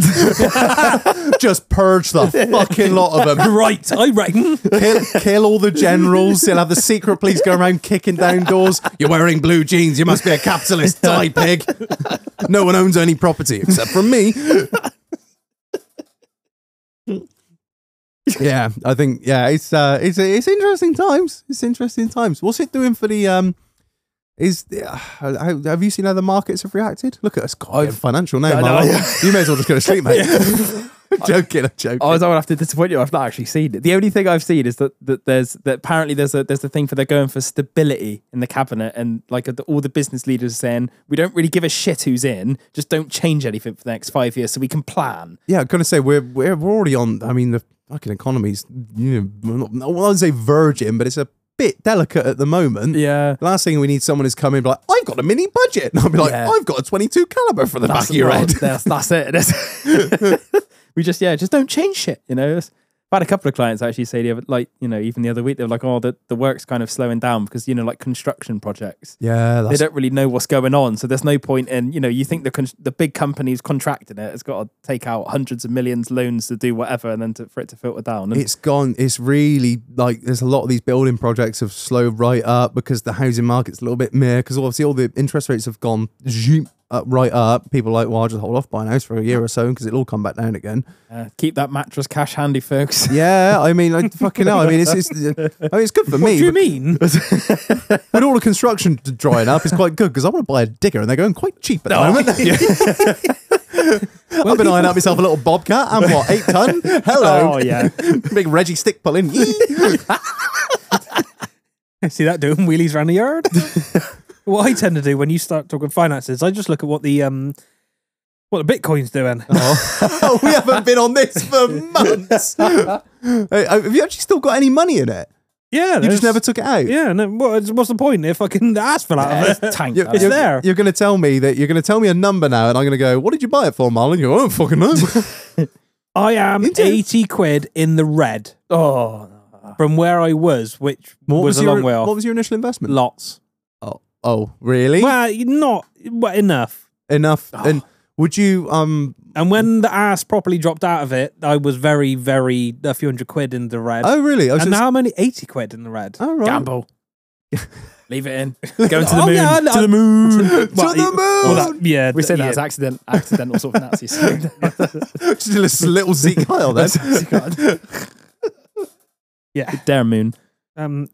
[SPEAKER 2] Just purge the fucking lot of them.
[SPEAKER 1] Right, I reckon.
[SPEAKER 2] Kill, kill all the generals. He'll have the secret police go around kicking down doors. You're wearing blue jeans. You must be a capitalist. Die, pig. No one owns any property except from me. yeah, I think yeah, it's uh, it's it's interesting times. It's interesting times. What's it doing for the um? Is uh, how- have you seen how the markets have reacted? Look at us, God, financial now.
[SPEAKER 3] know.
[SPEAKER 2] man. You may as well just go to sleep, mate. joking, I'm joking.
[SPEAKER 3] Oh, I was I would have to disappoint you. I've not actually seen it. The only thing I've seen is that, that there's that apparently there's a there's a thing for they're going for stability in the cabinet and like the, all the business leaders are saying we don't really give a shit who's in, just don't change anything for the next five years so we can plan.
[SPEAKER 2] Yeah, I'm gonna say we're we're we're already on. I mean, the fucking economy's you know, I won't say virgin, but it's a bit delicate at the moment.
[SPEAKER 3] Yeah.
[SPEAKER 2] Last thing we need someone who's coming and be like, I've got a mini budget, and I'll be like,
[SPEAKER 3] Yeah.
[SPEAKER 2] I've got a 22 caliber for the back of
[SPEAKER 3] the
[SPEAKER 2] your
[SPEAKER 3] world.
[SPEAKER 2] head.
[SPEAKER 3] That's, that's it. That's- we just yeah, just don't change shit. You know, It's- I've had a couple of clients actually say the other, like you know even the other week they were like, oh the the work's kind of slowing down because you know like construction projects.
[SPEAKER 2] Yeah,
[SPEAKER 3] They
[SPEAKER 2] that's
[SPEAKER 3] don't really know what's going on, so there's no point in you know you think the con- the big companies contracting it has got to take out hundreds of millions loans to do whatever, and then to, for it to filter down. And
[SPEAKER 2] it's gone. It's really like there's a lot of these building projects have slowed right up because the housing market's a little bit meh. Because obviously all the interest rates have gone zoom up, right up, people are like, well, I'll just hold off buying a house for a year or so because it'll all come back down again.
[SPEAKER 3] Uh, keep that mattress cash handy, folks.
[SPEAKER 2] Yeah, I mean, like, fucking hell. I mean, it's, it's, I mean, it's good for
[SPEAKER 1] What
[SPEAKER 2] me.
[SPEAKER 1] do you
[SPEAKER 2] but
[SPEAKER 1] mean?
[SPEAKER 2] With all the construction d- drying up, it's quite good because I want to buy a digger and they're going quite cheap at the moment. I've been eyeing up myself a little bobcat. I'm what, eight ton? Hello.
[SPEAKER 3] Oh yeah.
[SPEAKER 2] Big Reggie stick pulling.
[SPEAKER 1] See that doing wheelies around the yard? what I tend to do when you start talking finances, I just look at what the um what the bitcoin's doing.
[SPEAKER 2] oh, we haven't been on this for months. Hey, oh, Have you actually still got any money in it?
[SPEAKER 1] yeah,
[SPEAKER 2] You just
[SPEAKER 1] there's-
[SPEAKER 2] never took it out.
[SPEAKER 1] Yeah, no, what, what's the point if I can ask for that?
[SPEAKER 3] Uh, tank.
[SPEAKER 2] You-
[SPEAKER 3] that.
[SPEAKER 1] It's
[SPEAKER 2] you're,
[SPEAKER 1] there.
[SPEAKER 2] You're going to tell me that you're going to tell me a number now, and I'm going to go. What did you buy it for, Marlon? You go, I don't fucking know.
[SPEAKER 1] I am
[SPEAKER 2] do.
[SPEAKER 1] eighty quid in the red
[SPEAKER 3] Oh. no.
[SPEAKER 1] from where I was, which
[SPEAKER 2] What
[SPEAKER 1] was, a
[SPEAKER 2] your,
[SPEAKER 1] long way off.
[SPEAKER 2] What was your initial investment?
[SPEAKER 1] Lots.
[SPEAKER 2] oh, oh, really?
[SPEAKER 1] Well, not well, enough.
[SPEAKER 2] Enough.
[SPEAKER 3] Ah.
[SPEAKER 2] And would you um?
[SPEAKER 1] And when the ass properly dropped out of it, I was very, very a few hundred quid in the red.
[SPEAKER 2] Oh, really? I was
[SPEAKER 1] and
[SPEAKER 2] just.
[SPEAKER 1] now I'm only eighty quid in the red.
[SPEAKER 2] oh, right.
[SPEAKER 3] Gamble. Leave it in. Going to the
[SPEAKER 1] Oh,
[SPEAKER 3] moon.
[SPEAKER 1] yeah, I know.
[SPEAKER 3] to the moon.
[SPEAKER 2] To the moon.
[SPEAKER 1] Well, that- yeah,
[SPEAKER 3] We said that
[SPEAKER 1] yeah.
[SPEAKER 3] as accident, accidental sort of Nazi. slur.
[SPEAKER 2] Just a little Zeke Kyle then.
[SPEAKER 1] yeah.
[SPEAKER 3] Dare moon.
[SPEAKER 1] Um,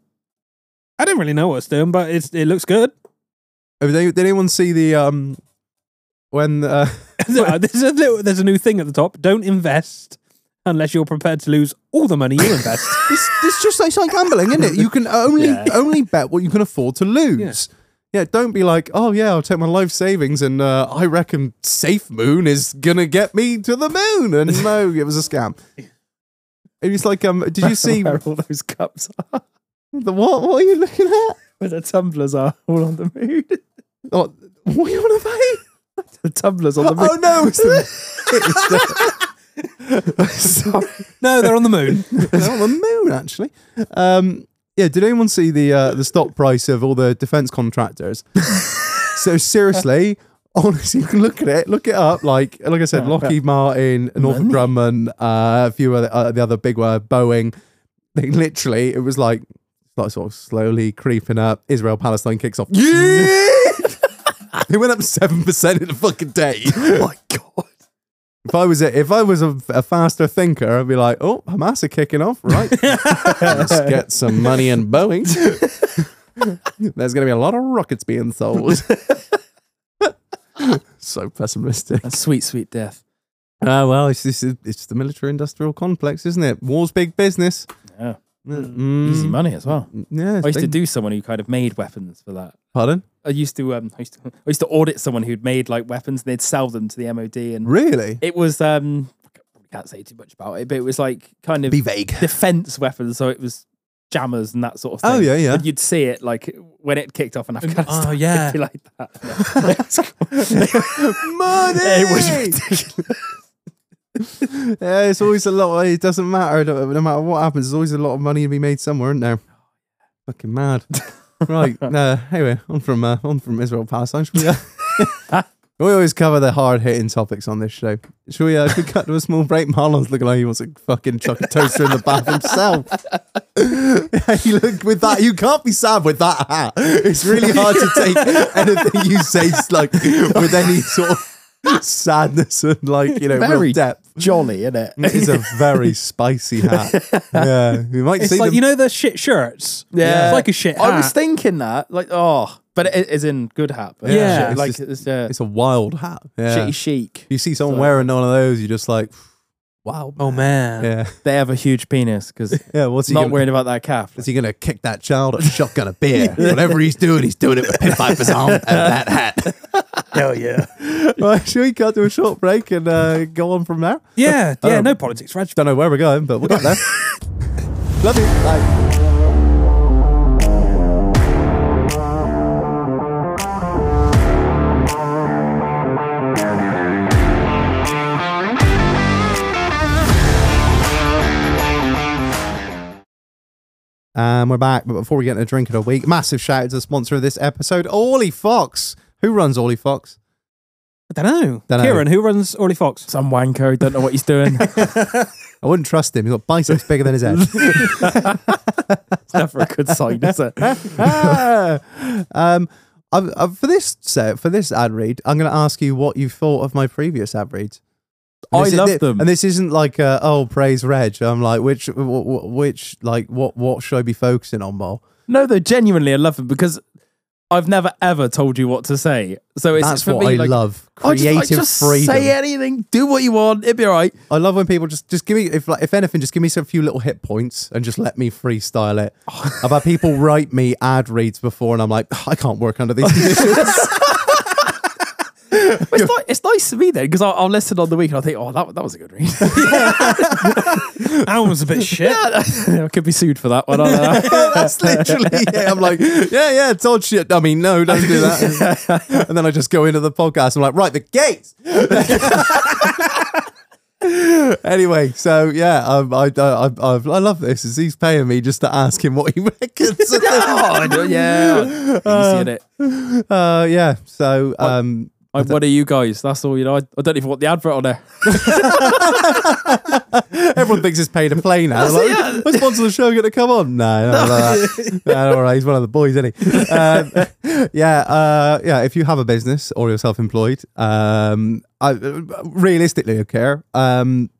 [SPEAKER 1] I don't really know what it's doing, but it's it looks good.
[SPEAKER 2] Have they- Oh, Did anyone see the um? When uh,
[SPEAKER 1] there's a little, there's a new thing at the top. Don't invest unless you're prepared to lose all the money you invest.
[SPEAKER 2] it's, it's just it's like gambling, isn't it? You can only
[SPEAKER 3] Yeah.
[SPEAKER 2] only bet what you can afford to lose. Yeah. don't be like, oh yeah, I'll take my life savings and uh, I reckon Safe Moon is gonna get me to the moon. And no, it was a scam. It was like, um, did you see
[SPEAKER 3] where
[SPEAKER 2] the
[SPEAKER 3] all those cups are?
[SPEAKER 2] what? What are you looking at?
[SPEAKER 3] Where the tumblers are all on the moon.
[SPEAKER 2] Oh, what are you on about?
[SPEAKER 3] the tumblers on the moon.
[SPEAKER 2] Oh no, it's the, it's the- Sorry.
[SPEAKER 1] no, they're on the moon.
[SPEAKER 2] They're on the moon, actually. Um, yeah, did anyone see the uh, the stock price of all the defense contractors? so seriously, honestly, you can look at it, look it up. Like like I said, Lockheed Martin, Northrop Grumman, uh, a few other uh, the other big one, Boeing. They literally, it was like like sort of slowly creeping up. Israel Palestine kicks off. Yeah, they went up seven percent in a fucking day.
[SPEAKER 3] Oh my god.
[SPEAKER 2] If I was a, if I was a, a faster thinker, I'd be like, oh, Hamas are kicking off, right? Let's get some money in Boeing. There's going to be a lot of rockets being sold. so pessimistic.
[SPEAKER 3] That's sweet, sweet death.
[SPEAKER 2] Ah, well, it's, it's it's the military-industrial complex, isn't it? War's big business.
[SPEAKER 3] Yeah.
[SPEAKER 2] Mm,
[SPEAKER 3] Easy money as well.
[SPEAKER 2] Yeah, it's
[SPEAKER 3] I used to
[SPEAKER 2] big-
[SPEAKER 3] do someone who kind of made weapons for that.
[SPEAKER 2] Pardon?
[SPEAKER 3] I used to um I used to, I used to audit someone who'd made like weapons and they'd sell them to the MOD and
[SPEAKER 2] Really?
[SPEAKER 3] it was um I can't say too much about it, but it was like kind of
[SPEAKER 2] Be vague.
[SPEAKER 3] defense weapons, so it was jammers and that sort of thing.
[SPEAKER 2] Oh, yeah, yeah. ah,
[SPEAKER 3] But you'd see it like when it kicked off in Afghanistan.
[SPEAKER 1] oh, yeah.
[SPEAKER 3] it'd be like that. Yeah. It's cool.
[SPEAKER 2] money.
[SPEAKER 3] it was ridiculous.
[SPEAKER 2] Yeah, it's always a lot. It doesn't matter. No no matter what happens, there's always a lot of money to be made somewhere, isn't there? Fucking mad. right. Uh, anyway, on from uh, on from Israel Palestine. Should we, uh, we always cover the hard hitting topics on this show. Should we, uh, should we cut to a small break? Marlon's looking like he wants to fucking chuck a toaster in the bath himself. you look with that. You can't be sad with that hat. It's really hard to take anything you say like with any sort of sadness and like you know real
[SPEAKER 3] Very
[SPEAKER 2] depth.
[SPEAKER 3] Jolly, isn't
[SPEAKER 2] It is a very spicy hat. Yeah, you might
[SPEAKER 1] It's
[SPEAKER 2] see
[SPEAKER 1] like
[SPEAKER 2] them.
[SPEAKER 1] you know the shit shirts. it's like a shit hat.
[SPEAKER 3] I was thinking that, like, oh, but it is in good hat. But
[SPEAKER 1] Yeah.
[SPEAKER 3] shit, like
[SPEAKER 2] It's
[SPEAKER 3] it's,
[SPEAKER 2] just-
[SPEAKER 3] uh,
[SPEAKER 2] it's a wild hat. Yeah,
[SPEAKER 3] shitty chic.
[SPEAKER 2] you see someone wearing one of those, you're just like, wow.
[SPEAKER 1] oh man,
[SPEAKER 2] Yeah,
[SPEAKER 3] They have a huge penis because
[SPEAKER 2] yeah. What's he
[SPEAKER 3] not
[SPEAKER 2] gonna,
[SPEAKER 3] worried about that calf.
[SPEAKER 2] Is he gonna kick that child or shotgun a beer? Whatever he's doing, he's doing it with Pippiper's arm and that hat.
[SPEAKER 1] hell yeah,
[SPEAKER 2] Right, should we cut to a short break and uh, go on from there?
[SPEAKER 1] yeah, yeah.
[SPEAKER 2] Um,
[SPEAKER 1] no politics, Raj.
[SPEAKER 2] Don't know where we're going, but we'll get there. Love you. Bye. And we're back, but before we get into drink of the week, massive shout out to the sponsor of this episode, Orly Fox. Who runs Orly Fox?
[SPEAKER 1] I don't know.
[SPEAKER 2] Dunno.
[SPEAKER 1] Kieran, who runs Orly Fox?
[SPEAKER 3] Some wanker, don't know what he's doing.
[SPEAKER 2] I wouldn't trust him. He's got biceps bigger than his head.
[SPEAKER 1] Ah.
[SPEAKER 3] it's never a good sign, is it?
[SPEAKER 2] um, I've, I've, for this set, for this ad read, I'm going to ask you what you thought of my previous ad reads. And
[SPEAKER 3] I
[SPEAKER 2] this is-
[SPEAKER 3] love
[SPEAKER 2] thi-
[SPEAKER 3] them.
[SPEAKER 2] and this isn't like uh, oh praise Reg. I'm like which wh- wh- which like what what should I be focusing on more?
[SPEAKER 3] No, though, genuinely, I love them because I've never ever told you what to say. So it's
[SPEAKER 2] That's
[SPEAKER 3] for
[SPEAKER 2] what
[SPEAKER 3] me,
[SPEAKER 2] I
[SPEAKER 3] like,
[SPEAKER 2] love.
[SPEAKER 3] I just-
[SPEAKER 2] Creative
[SPEAKER 3] like, just
[SPEAKER 2] freedom.
[SPEAKER 3] Say anything, do what you want, it'd be all right.
[SPEAKER 2] I love when people just just give me if like if anything, just give me some few little hit points and just let me freestyle it. I've had people write me ad reads before, and I'm like, I can't work under these conditions.
[SPEAKER 3] But it's, ni- it's nice to me then because I'll, I'll listen on the week and I'll think, oh, that, that was a good read.
[SPEAKER 1] That one was a bit shit.
[SPEAKER 3] I could be sued for that one. aren't I?
[SPEAKER 2] That's literally it. I'm like, yeah, yeah, it's odd shit. I mean, no, don't do that. and then I just go into the podcast. I'm like, right, the gates. anyway, so yeah, um, I, I, I, I love this. Is he's paying me just to ask him what he reckons?
[SPEAKER 3] oh, I know, yeah. Easy, innit?
[SPEAKER 2] uh, yeah. So um,
[SPEAKER 3] Like, what are you guys? That's all you know. I, I don't even want the advert on there.
[SPEAKER 2] Everyone thinks it's pay to play now. Like,
[SPEAKER 3] it, yeah.
[SPEAKER 2] "What sponsor of the show going to come on? No, no, no, no, all right. He's one of the boys, isn't he? Um, yeah, uh, yeah. If you have a business or you're self-employed, um, I realistically don't care. Um,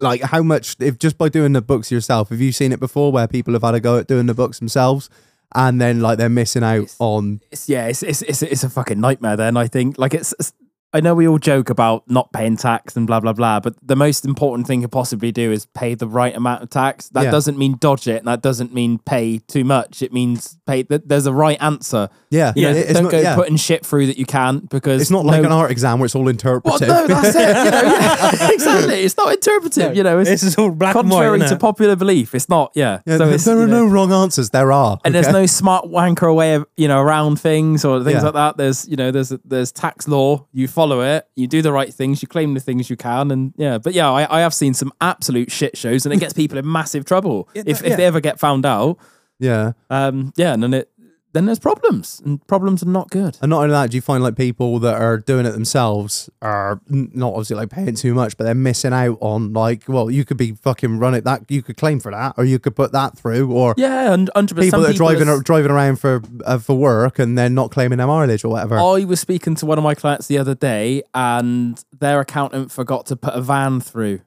[SPEAKER 2] like how much if just by doing the books yourself, have you seen it before where people have had a go at doing the books themselves and then like they're missing out on?
[SPEAKER 3] It's, yeah, it's, it's it's it's a fucking nightmare. Then I think like it's, it's. I know we all joke about not paying tax and blah blah blah, but the most important thing you possibly do is pay the right amount of tax. That
[SPEAKER 2] Yeah.
[SPEAKER 3] doesn't mean dodge it, and that doesn't mean pay too much. It means pay. That there's a right answer.
[SPEAKER 2] Yeah,
[SPEAKER 3] You know,
[SPEAKER 2] It's
[SPEAKER 3] don't
[SPEAKER 2] not,
[SPEAKER 3] go
[SPEAKER 2] yeah.
[SPEAKER 3] putting shit through that you can't because
[SPEAKER 2] It's not like
[SPEAKER 3] no-
[SPEAKER 2] an art exam where it's all
[SPEAKER 3] Well,
[SPEAKER 2] interpretive.
[SPEAKER 3] no, that's it. You know, yeah, exactly. It's not interpretive. You know, it's
[SPEAKER 1] This is all black and white.
[SPEAKER 3] contrary to
[SPEAKER 1] innit?
[SPEAKER 3] popular belief. It's not. Yeah.
[SPEAKER 2] Yeah,
[SPEAKER 3] so
[SPEAKER 2] there
[SPEAKER 3] it's,
[SPEAKER 2] there
[SPEAKER 3] you
[SPEAKER 2] are
[SPEAKER 3] know-
[SPEAKER 2] no wrong answers. There are,
[SPEAKER 3] and
[SPEAKER 2] okay?
[SPEAKER 3] there's no smart wanker way of you know around things or things
[SPEAKER 2] Yeah.
[SPEAKER 3] like that. There's you know there's there's tax law. You follow it. You do the right things. You claim the things you can. And yeah, but yeah, I, I have seen some absolute shit shows, and it gets people in massive trouble if
[SPEAKER 1] yeah.
[SPEAKER 3] if they ever get found out.
[SPEAKER 2] yeah.
[SPEAKER 3] Um, yeah, and then it then there's problems, and problems are not good.
[SPEAKER 2] And not only that, do you find like people that are doing it themselves are n- not obviously like paying too much, but they're missing out on like, well, you could be fucking run it that you could claim for that, or you could put that through, or
[SPEAKER 3] Yeah, and hundred percent.
[SPEAKER 2] people that are driving
[SPEAKER 3] are-
[SPEAKER 2] ar- driving around for uh, for work and they're not claiming their mileage or whatever.
[SPEAKER 3] I was speaking to one of my clients the other day, and their accountant forgot to put a van through.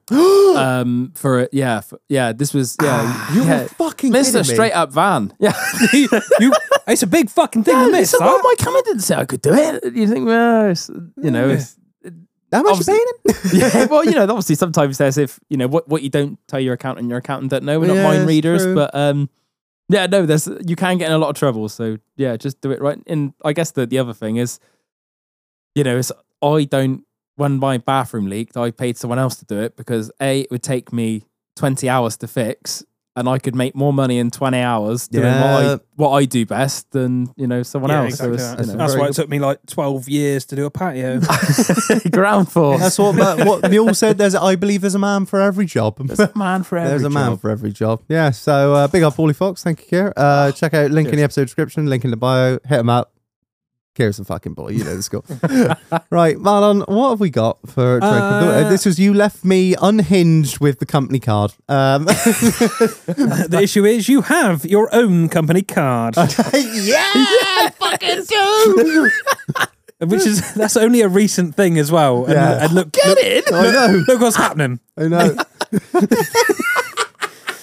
[SPEAKER 3] um, for it, yeah, for, yeah. This was Ah, yeah.
[SPEAKER 2] You're
[SPEAKER 3] yeah.
[SPEAKER 2] fucking
[SPEAKER 3] Missed
[SPEAKER 2] kidding
[SPEAKER 3] a
[SPEAKER 2] me.
[SPEAKER 3] straight up van. Yeah.
[SPEAKER 1] you, you- it's a big fucking thing to miss.
[SPEAKER 3] so, well,
[SPEAKER 1] that.
[SPEAKER 3] my camera didn't say I could do it. You think, well, it's, you know, it's,
[SPEAKER 2] How much you
[SPEAKER 3] obviously-
[SPEAKER 2] paying him?
[SPEAKER 3] yeah, well, you know, obviously sometimes there's if you know what what you don't tell your accountant, your accountant don't know. We're not
[SPEAKER 2] Yeah,
[SPEAKER 3] mind
[SPEAKER 2] it's
[SPEAKER 3] readers,
[SPEAKER 2] true.
[SPEAKER 3] but um, yeah, no, there's you can get in a lot of trouble. So yeah, just do it right. And I guess the the other thing is, you know, it's I don't when my bathroom leaked, I paid someone else to do it because a it would take me twenty hours to fix. And I could make more money in twenty hours doing
[SPEAKER 2] Yeah.
[SPEAKER 3] what, I, what I do best than you know someone
[SPEAKER 1] Yeah,
[SPEAKER 3] else.
[SPEAKER 1] exactly.
[SPEAKER 3] So it's,
[SPEAKER 1] That's
[SPEAKER 2] That's
[SPEAKER 3] you
[SPEAKER 1] that's
[SPEAKER 2] very
[SPEAKER 1] why
[SPEAKER 2] good.
[SPEAKER 1] it took me like 12 years to do a patio.
[SPEAKER 3] know, ground force.
[SPEAKER 2] That's what but what Mule said. There's, I believe, there's a man for every job.
[SPEAKER 3] man for every
[SPEAKER 2] There's a man
[SPEAKER 3] job.
[SPEAKER 2] for every job. Yeah. So uh, big up, Paulie Fox. Thank you, Kier.
[SPEAKER 1] Ah,
[SPEAKER 2] Uh, check out link in the episode description, link in the bio. Hit him up. Kier's a fucking boy. You know the score. right, Marlon, what have we got for drink of the-
[SPEAKER 1] Uh,
[SPEAKER 2] This was you left me unhinged with the company card. Um,
[SPEAKER 1] the issue is you have your own company card,
[SPEAKER 2] yeah.
[SPEAKER 1] which is that's only a recent thing as well. And,
[SPEAKER 2] Yeah.
[SPEAKER 1] and look, look,
[SPEAKER 2] I know.
[SPEAKER 1] look what's happening.
[SPEAKER 2] I know.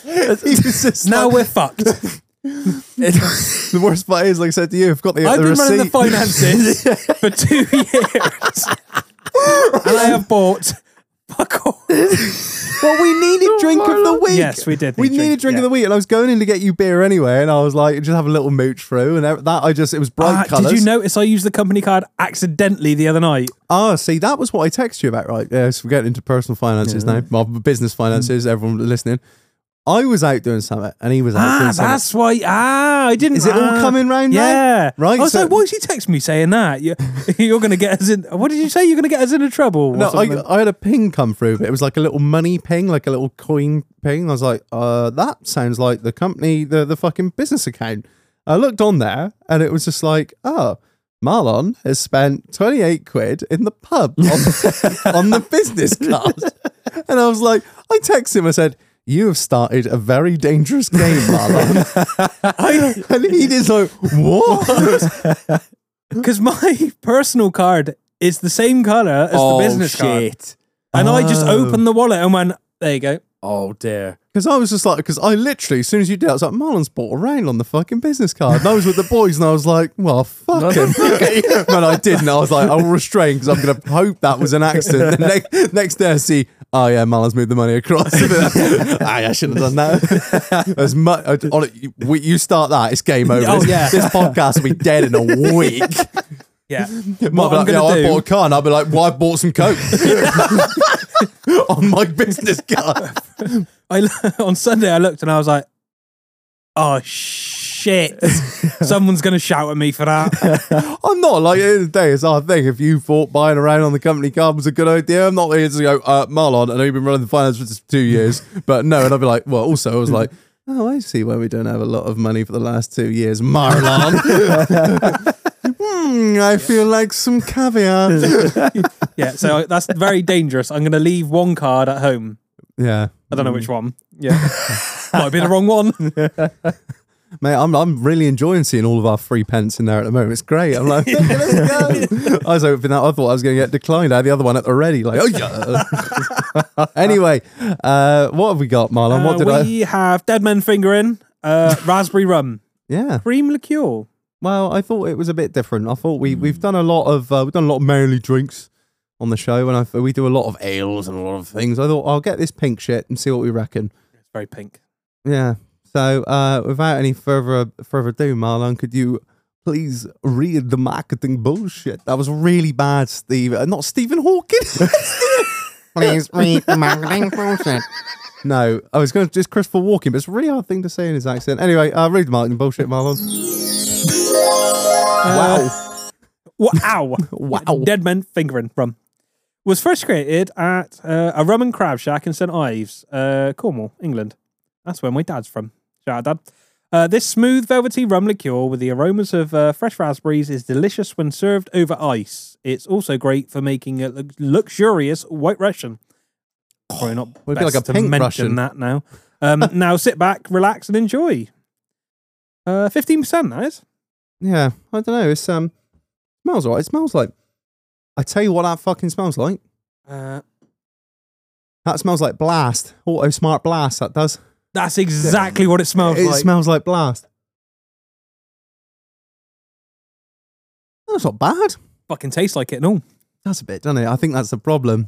[SPEAKER 2] He was just
[SPEAKER 1] Now
[SPEAKER 2] like-
[SPEAKER 1] we're fucked.
[SPEAKER 2] the worst part is, like I said to you, I've got the,
[SPEAKER 1] I've
[SPEAKER 2] the
[SPEAKER 1] been running the
[SPEAKER 2] receipt.
[SPEAKER 1] finances for two years, and I have bought fuck all.
[SPEAKER 2] Well, we needed drink of the week.
[SPEAKER 1] Yes, we did
[SPEAKER 2] We
[SPEAKER 1] need
[SPEAKER 2] needed
[SPEAKER 1] drink,
[SPEAKER 2] drink of
[SPEAKER 1] yeah.
[SPEAKER 2] the week, and I was going in to get you beer anyway, and I was like, just have a little mooch through, and ev- that I just it was
[SPEAKER 1] Uh,
[SPEAKER 2] bright colours.
[SPEAKER 1] did you notice I used the company card accidentally the other night?
[SPEAKER 2] Ah, see, that was what I texted you about, right? Yes, we're getting into personal finances now, well, business finances.
[SPEAKER 1] Mm.
[SPEAKER 2] Everyone listening, I was out doing something, and he was out
[SPEAKER 1] Ah,
[SPEAKER 2] doing something.
[SPEAKER 1] that's why. Ah, I didn't.
[SPEAKER 2] Is it all
[SPEAKER 1] ah,
[SPEAKER 2] coming round now?
[SPEAKER 1] Yeah,
[SPEAKER 2] Right,
[SPEAKER 1] I was
[SPEAKER 2] so-
[SPEAKER 1] like, why is he texting me saying that? You, you're going to get us in. What did you say? You're going to get us into trouble? or
[SPEAKER 2] No,
[SPEAKER 1] something?
[SPEAKER 2] I, I had a ping come through, but it was like a little money ping, like a little coin ping. I was like, uh, that sounds like the company, the, the fucking business account. I looked on there and it was just like, oh, Marlon has spent 28 quid in the pub on, on the business card. And I was like, I texted him, I said, you have started a very dangerous game, Marlon. and he just like, what?
[SPEAKER 1] because my personal card is the same color as the business card,
[SPEAKER 3] Oh, shit.
[SPEAKER 1] and I just
[SPEAKER 2] Oh.
[SPEAKER 1] opened the wallet and went, "There you go."
[SPEAKER 3] Oh dear.
[SPEAKER 2] Because I was just like, because I literally, as soon as you did, it, I was like, Marlon's bought a rail on the fucking business card. And I was with the boys, and I was like, well, fuck him. but I didn't. I was like, I'll restrain because I'm going to hope that was an accident. The next, next day, I see, oh yeah, Marlon's moved the money across. Ah, I, I shouldn't have done that. As much, on it, you, we- you start that, it's game over.
[SPEAKER 1] Oh,
[SPEAKER 2] This-
[SPEAKER 1] yeah.
[SPEAKER 2] This podcast will be dead in a week.
[SPEAKER 1] Yeah.
[SPEAKER 2] Might be
[SPEAKER 1] What I'm
[SPEAKER 2] like, yeah,
[SPEAKER 1] gonna
[SPEAKER 2] I
[SPEAKER 1] do-
[SPEAKER 2] bought a car, and I'll be like, well, I bought some coke on my business card.
[SPEAKER 1] I on Sunday I looked and I was like, "Oh shit! Someone's gonna shout at me for that."
[SPEAKER 2] I'm not like at the end of the day, it's our thing. If you thought buying a round on the company card was a good idea, I'm not here to go, uh, Marlon, I know you've been running the finance business for two years, but no. And I'd be like, well, also, I was like, oh, I see why we don't have a lot of money for the last two years, Marlon. hmm, I feel like some caviar.
[SPEAKER 1] yeah, so that's very dangerous. I'm gonna leave one card at home.
[SPEAKER 2] yeah.
[SPEAKER 1] I don't know which
[SPEAKER 2] Mm.
[SPEAKER 1] one. Yeah, might be the wrong one.
[SPEAKER 2] Mate, I'm, I'm really enjoying seeing all of our free pence in there at the moment. It's great. I'm like, let's go. I was hoping that I thought I was going to get declined. I had the other one at the ready. Like, oh, yeah. anyway, uh, what have we got, Marlon? what
[SPEAKER 1] Uh,
[SPEAKER 2] did I?
[SPEAKER 1] we have Dead Men Fingering, uh, Raspberry Rum,
[SPEAKER 2] Yeah.
[SPEAKER 1] Cream Liqueur.
[SPEAKER 2] Well, I thought it was a bit different. I thought
[SPEAKER 1] Hmm.
[SPEAKER 2] we, we've done a lot of, uh, we've done a lot of manly drinks on the show and I, we do a lot of ales and a lot of things. I thought I'll get this pink shit and see what we reckon.
[SPEAKER 1] It's very pink.
[SPEAKER 2] Yeah. So, uh, without any further further ado, Marlon, could you please read the marketing bullshit? That was really bad, Steve. Uh, not Stephen Hawking.
[SPEAKER 4] Please read the marketing bullshit.
[SPEAKER 2] no, I was going to just Christopher Walking, but it's a really hard thing to say in his accent. Anyway, uh, read the marketing bullshit, Marlon.
[SPEAKER 4] Uh,
[SPEAKER 2] wow.
[SPEAKER 1] Wow.
[SPEAKER 2] Wow.
[SPEAKER 1] Dead Men Fingering Rum. Was first created at uh, a rum and crab shack in St. Ives, uh, Cornwall, England. That's where my dad's from. Shout out, Dad. Uh, this smooth, velvety rum liqueur with the aromas of uh, fresh raspberries is delicious when served over ice. It's also great for making a lux- luxurious white Russian. Probably not
[SPEAKER 2] Would it be
[SPEAKER 1] best
[SPEAKER 2] like a
[SPEAKER 1] to
[SPEAKER 2] pink
[SPEAKER 1] mention
[SPEAKER 2] Russian?
[SPEAKER 1] that now. Um, now sit back, relax, and enjoy. Uh, 15%, that is.
[SPEAKER 2] Yeah, I don't know. It's um, smells alright. It smells like. I tell you what, that fucking smells like.
[SPEAKER 1] Uh,
[SPEAKER 2] That smells like blast. Auto smart blast. That does.
[SPEAKER 1] That's exactly what it smells
[SPEAKER 2] it
[SPEAKER 1] like.
[SPEAKER 2] smells like blast. That's not bad.
[SPEAKER 1] Fucking tastes like it and all.
[SPEAKER 2] That's a bit, doesn't it? I think that's the problem.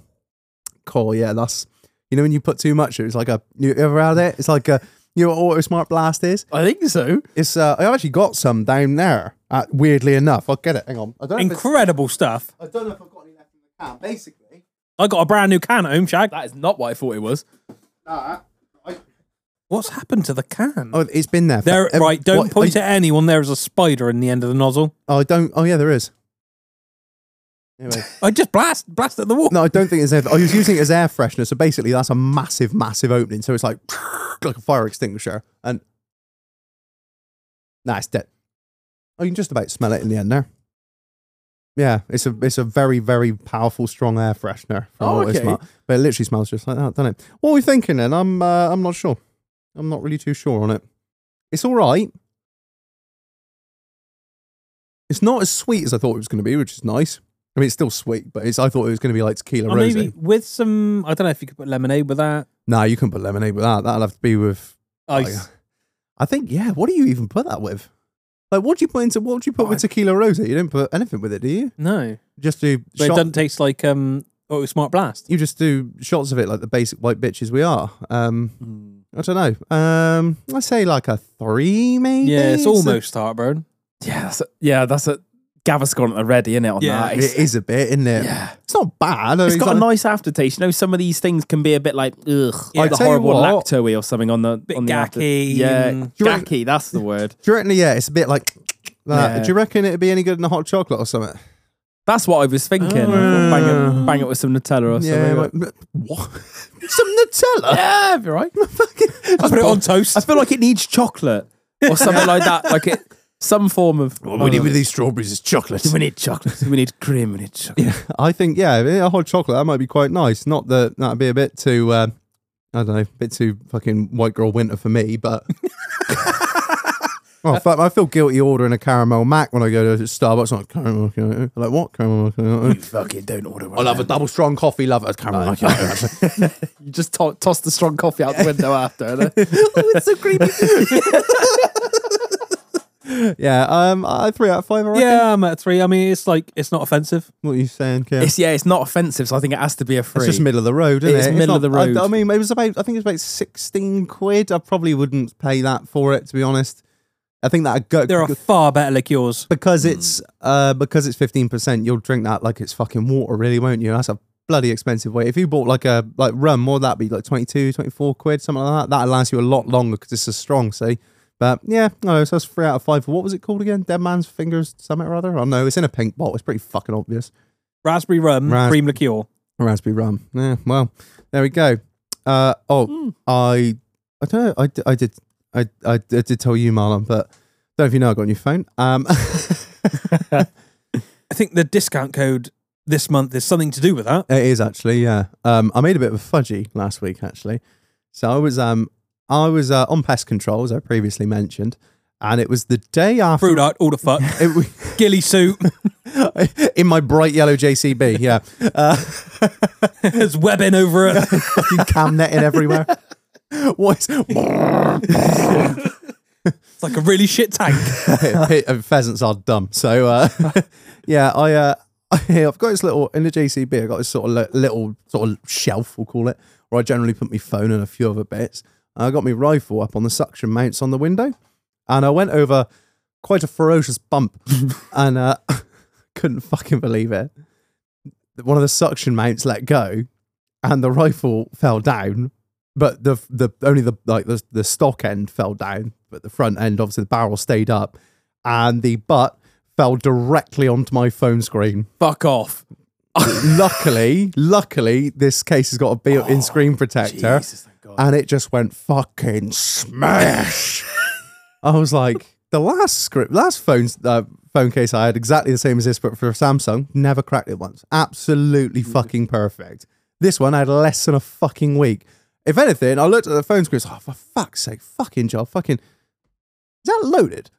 [SPEAKER 2] Cool, yeah, that's you know when you put too much, it's like a you ever had it? It's like a you know what Auto Smart Blast is?
[SPEAKER 3] I think so.
[SPEAKER 2] It's uh, I actually got some down there. Uh, weirdly enough, I'll get it. Hang on, I don't. know if it's-
[SPEAKER 1] Incredible stuff.
[SPEAKER 2] I don't know if I've got any left in the can. Basically,
[SPEAKER 1] I got a brand new can at home, Shag.
[SPEAKER 3] That is not what I thought it was.
[SPEAKER 2] that. I,
[SPEAKER 1] What's happened to the can?
[SPEAKER 2] oh, it's been there. for-
[SPEAKER 1] there,
[SPEAKER 2] ev-
[SPEAKER 1] right, don't
[SPEAKER 2] what-
[SPEAKER 1] point
[SPEAKER 2] I,
[SPEAKER 1] at anyone. There is a spider in the end of the nozzle.
[SPEAKER 2] Oh, I don't. Oh, yeah, there is. Anyway.
[SPEAKER 1] I just blast, blast at the wall.
[SPEAKER 2] No, I don't think it's air. I was using it as air freshener. So basically, that's a massive, massive opening. So it's like like a fire extinguisher. And nah, it's dead. Oh, you can just about smell it in the end there. Yeah, it's a it's a very very powerful strong air freshener. From
[SPEAKER 3] Oh,
[SPEAKER 2] what it
[SPEAKER 3] okay.
[SPEAKER 2] smell- but it literally smells just like that, doesn't it? What are we thinking then? I'm uh, I'm not sure. I'm not really too sure on it. It's all right. It's not as sweet as I thought it was going to be, which is nice. I mean, it's still sweet, but it's, I thought it was going to be like tequila
[SPEAKER 1] Or
[SPEAKER 2] rosé.
[SPEAKER 1] Oh, maybe with some, I don't know if you could put lemonade with that.
[SPEAKER 2] Nah, you couldn't put lemonade with that. That'll have to be with.
[SPEAKER 1] Ice.
[SPEAKER 2] yeah. I think yeah. What do you even put that with? Like, what do you put into? What do you put with tequila rosé? You don't put anything with it, do you?
[SPEAKER 1] No.
[SPEAKER 2] Just do
[SPEAKER 1] But it
[SPEAKER 2] shot-
[SPEAKER 1] doesn't taste like, um, oh, it was Smart Blast.
[SPEAKER 2] you just do shots of it like the basic white bitches we are. Um,
[SPEAKER 3] Mm.
[SPEAKER 2] I don't know. Um, I say like a three, maybe.
[SPEAKER 1] Yeah, it's
[SPEAKER 2] a-
[SPEAKER 1] almost heartburn.
[SPEAKER 3] Yeah, that's a, yeah, that's a Gaviscon at the ready, isn't it? On
[SPEAKER 1] Yeah,
[SPEAKER 3] that,
[SPEAKER 2] It is a bit, isn't it?
[SPEAKER 3] Yeah.
[SPEAKER 2] It's not bad. I mean,
[SPEAKER 3] it's got a
[SPEAKER 2] like-
[SPEAKER 3] nice aftertaste. You know, some of these things can be a bit like ugh, like the
[SPEAKER 2] tell you
[SPEAKER 3] horrible
[SPEAKER 2] what-
[SPEAKER 3] lactoe or something on the
[SPEAKER 1] Bit
[SPEAKER 3] on the after-
[SPEAKER 1] gacky
[SPEAKER 3] Yeah,
[SPEAKER 1] and-
[SPEAKER 2] Do you reckon-
[SPEAKER 3] gacky. That's the word.
[SPEAKER 2] Do you reckon? Yeah, it's a bit like. that.
[SPEAKER 3] Yeah.
[SPEAKER 2] Do you reckon it'd be any good in a hot chocolate or something?
[SPEAKER 3] That's what I was thinking. I thought bang, it, bang it with some Nutella or
[SPEAKER 2] Yeah,
[SPEAKER 3] something.
[SPEAKER 2] like, what? Some Nutella.
[SPEAKER 3] yeah, you're right.
[SPEAKER 1] I put it on toast.
[SPEAKER 3] I feel like it needs chocolate or something like that. Like it, some form of. oh,
[SPEAKER 2] What we need with these strawberries is chocolate.
[SPEAKER 3] we need chocolate. We need cream. We need chocolate.
[SPEAKER 2] I think yeah, a hot chocolate that might be quite nice. Not that that'd be a bit too, uh, I don't know, a bit too fucking white girl winter for me. But Oh, fuck, I feel guilty ordering a caramel mac when I go to Starbucks. I'm like, caramel macchiato." Like, what? Caramel macchiato?
[SPEAKER 3] Fucking don't order
[SPEAKER 2] I
[SPEAKER 3] one.
[SPEAKER 2] love a double strong coffee, love a caramel macchiato.
[SPEAKER 3] You just to- toss the strong coffee out the window after. and then-
[SPEAKER 2] it's so creepy. yeah, um, uh, three out of five, I reckon.
[SPEAKER 1] Yeah, I'm at three. I mean, it's like it's not offensive.
[SPEAKER 2] What are you saying, Kev?
[SPEAKER 3] It's yeah, it's not offensive, so I think it has to be a free.
[SPEAKER 2] It's just middle of the road, isn't
[SPEAKER 3] It is
[SPEAKER 2] It's
[SPEAKER 3] middle of
[SPEAKER 2] not-
[SPEAKER 3] the
[SPEAKER 2] I, I
[SPEAKER 3] road.
[SPEAKER 2] mean, it was about. I think it was about sixteen quid. I probably wouldn't pay that for it, to be honest. I think that go
[SPEAKER 1] There are far better liqueurs.
[SPEAKER 2] because it's uh because it's fifteen percent. You'll drink that like it's fucking water, really, won't you? That's a bloody expensive way. If you bought like a like rum, what would that be like 22, 24 quid, something like that? That lasts you a lot longer because it's a strong, see. But yeah, no, so that's three out of five. For what was it called again? Dead Man's Fingers Summit, rather. Oh no, it's in a pink bottle. It's pretty fucking obvious.
[SPEAKER 1] Raspberry rum,
[SPEAKER 2] Ras-
[SPEAKER 1] cream liqueur.
[SPEAKER 2] Raspberry rum. Yeah, well, there we go. Uh, oh, I, I don't know. I, d- I did, I, I, d- I did tell you, Marlon, but don't know if you know I got a new phone. Um,
[SPEAKER 1] I think the discount code this month is something to do with that.
[SPEAKER 2] it is actually, yeah. Um, I made a bit of a fudgy last week actually. So I was, um, I was uh, on pest control as I previously mentioned, and it was the day after.
[SPEAKER 1] Fruit art, all the fuck.
[SPEAKER 2] It, w-
[SPEAKER 1] Gilly suit.
[SPEAKER 2] in my bright yellow JCB, yeah.
[SPEAKER 1] There's webbing over it.
[SPEAKER 2] Fucking cam netting everywhere. What is,
[SPEAKER 1] It's like a really shit tank.
[SPEAKER 2] Pit- uh, pheasants are dumb. So uh, yeah, I uh, I've got this little in the JCB. I have got this sort of li- little sort of shelf, we'll call it, where I generally put my phone and a few other bits. I got my rifle up on the suction mounts on the window, and I went over quite a ferocious bump, and uh, couldn't fucking believe it. One of the suction mounts let go, and the rifle fell down. But the the only the like the the stock end fell down, but the front end, obviously the barrel stayed up, and the butt fell directly onto my phone screen.
[SPEAKER 3] Fuck off.
[SPEAKER 2] luckily, luckily, this case has got a built-in screen protector,
[SPEAKER 3] Oh, Jesus, thank God.
[SPEAKER 2] and it just went fucking smash. I was like, the last script, last phone uh, phone case I had exactly the same as this, but for Samsung, never cracked it once. Absolutely
[SPEAKER 3] Mm.
[SPEAKER 2] fucking perfect. This one I had less than a fucking week. If anything, I looked at the phone screen. Oh, for fuck's sake, fucking job, fucking. Is that loaded?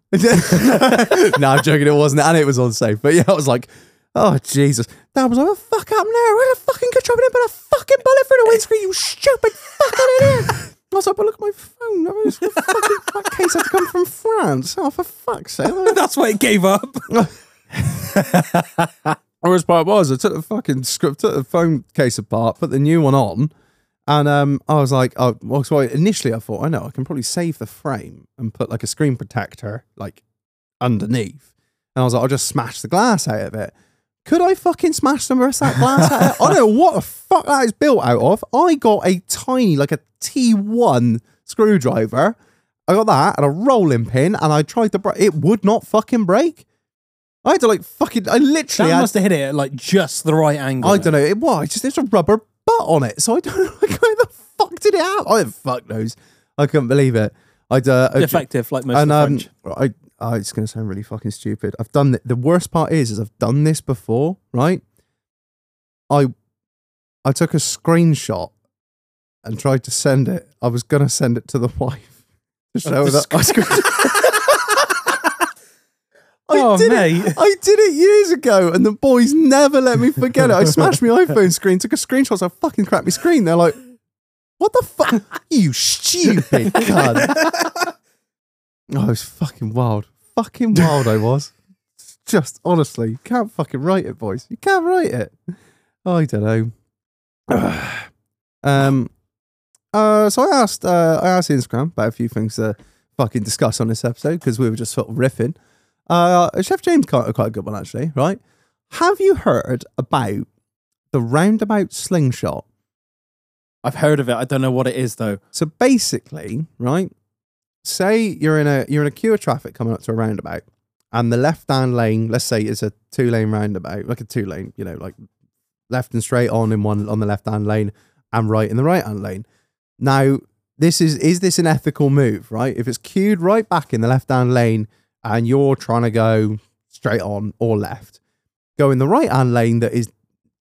[SPEAKER 2] no, I'm joking. It wasn't, and it was on safe. But yeah, I was like, oh Jesus, that was like, what the fuck happened there? Where the fucking good job I didn't put a fucking bullet through the windscreen? You stupid fucking idiot! I was like, but look at my phone. I was fucking that case had to come from France. Oh, for fuck's sake!
[SPEAKER 1] That's why it gave up.
[SPEAKER 2] I was part was. I took the fucking script, took the phone case apart, put the new one on, and um, I was like, oh, well, so I, initially I thought, I know, I can probably save the frame and put like a screen protector like underneath, and I was like, I'll just smash the glass out of it. Could I fucking smash the rest of that glass out? of it? I don't know what the fuck that is built out of. I got a tiny, like a T1 screwdriver. I got that and a rolling pin, and I tried to break. It would not fucking break. I had to like fucking. I
[SPEAKER 1] That
[SPEAKER 2] literally had
[SPEAKER 1] must have hit it at like just the right angle.
[SPEAKER 2] I don't know. It was just there's a rubber butt on it, so I don't know like, how the fuck did it happen. I fuck knows. I couldn't believe it. I'd uh, I'd-
[SPEAKER 1] Defective, like most
[SPEAKER 2] and
[SPEAKER 1] of
[SPEAKER 2] um,
[SPEAKER 1] French.
[SPEAKER 2] I, I it's gonna sound really fucking stupid. I've done th- the worst part is is I've done this before, right? I I took a screenshot and tried to send it. I was gonna send it to the wife to show
[SPEAKER 1] the
[SPEAKER 2] that I I
[SPEAKER 1] Oh,
[SPEAKER 2] did
[SPEAKER 1] mate.
[SPEAKER 2] it. I did it years ago, and the boys never let me forget it. I smashed my iPhone screen, took a screenshot, so I fucking cracked my screen. They're like, "What the fuck, you stupid cunt!" I was fucking wild, fucking wild. I was just honestly you can't fucking write it, boys. You can't write it. I don't know. um. Uh, so I asked, uh, I asked Instagram about a few things to fucking discuss on this episode because we were just sort of riffing. Uh, Chef James quite, quite a good one actually, right? Have you heard about the roundabout slingshot?
[SPEAKER 3] I've heard of it. I don't know what it is though.
[SPEAKER 2] So basically, right? Say you're in a you're in a queue of traffic coming up to a roundabout, and the left hand lane, let's say, is a two lane roundabout, like a two lane, you know, like left and straight on in one on the left hand lane, and right in the right hand lane. Now, this is is this an ethical move, right? If it's queued right back in the left hand lane, and you're trying to go straight on or left, go in the right hand lane that is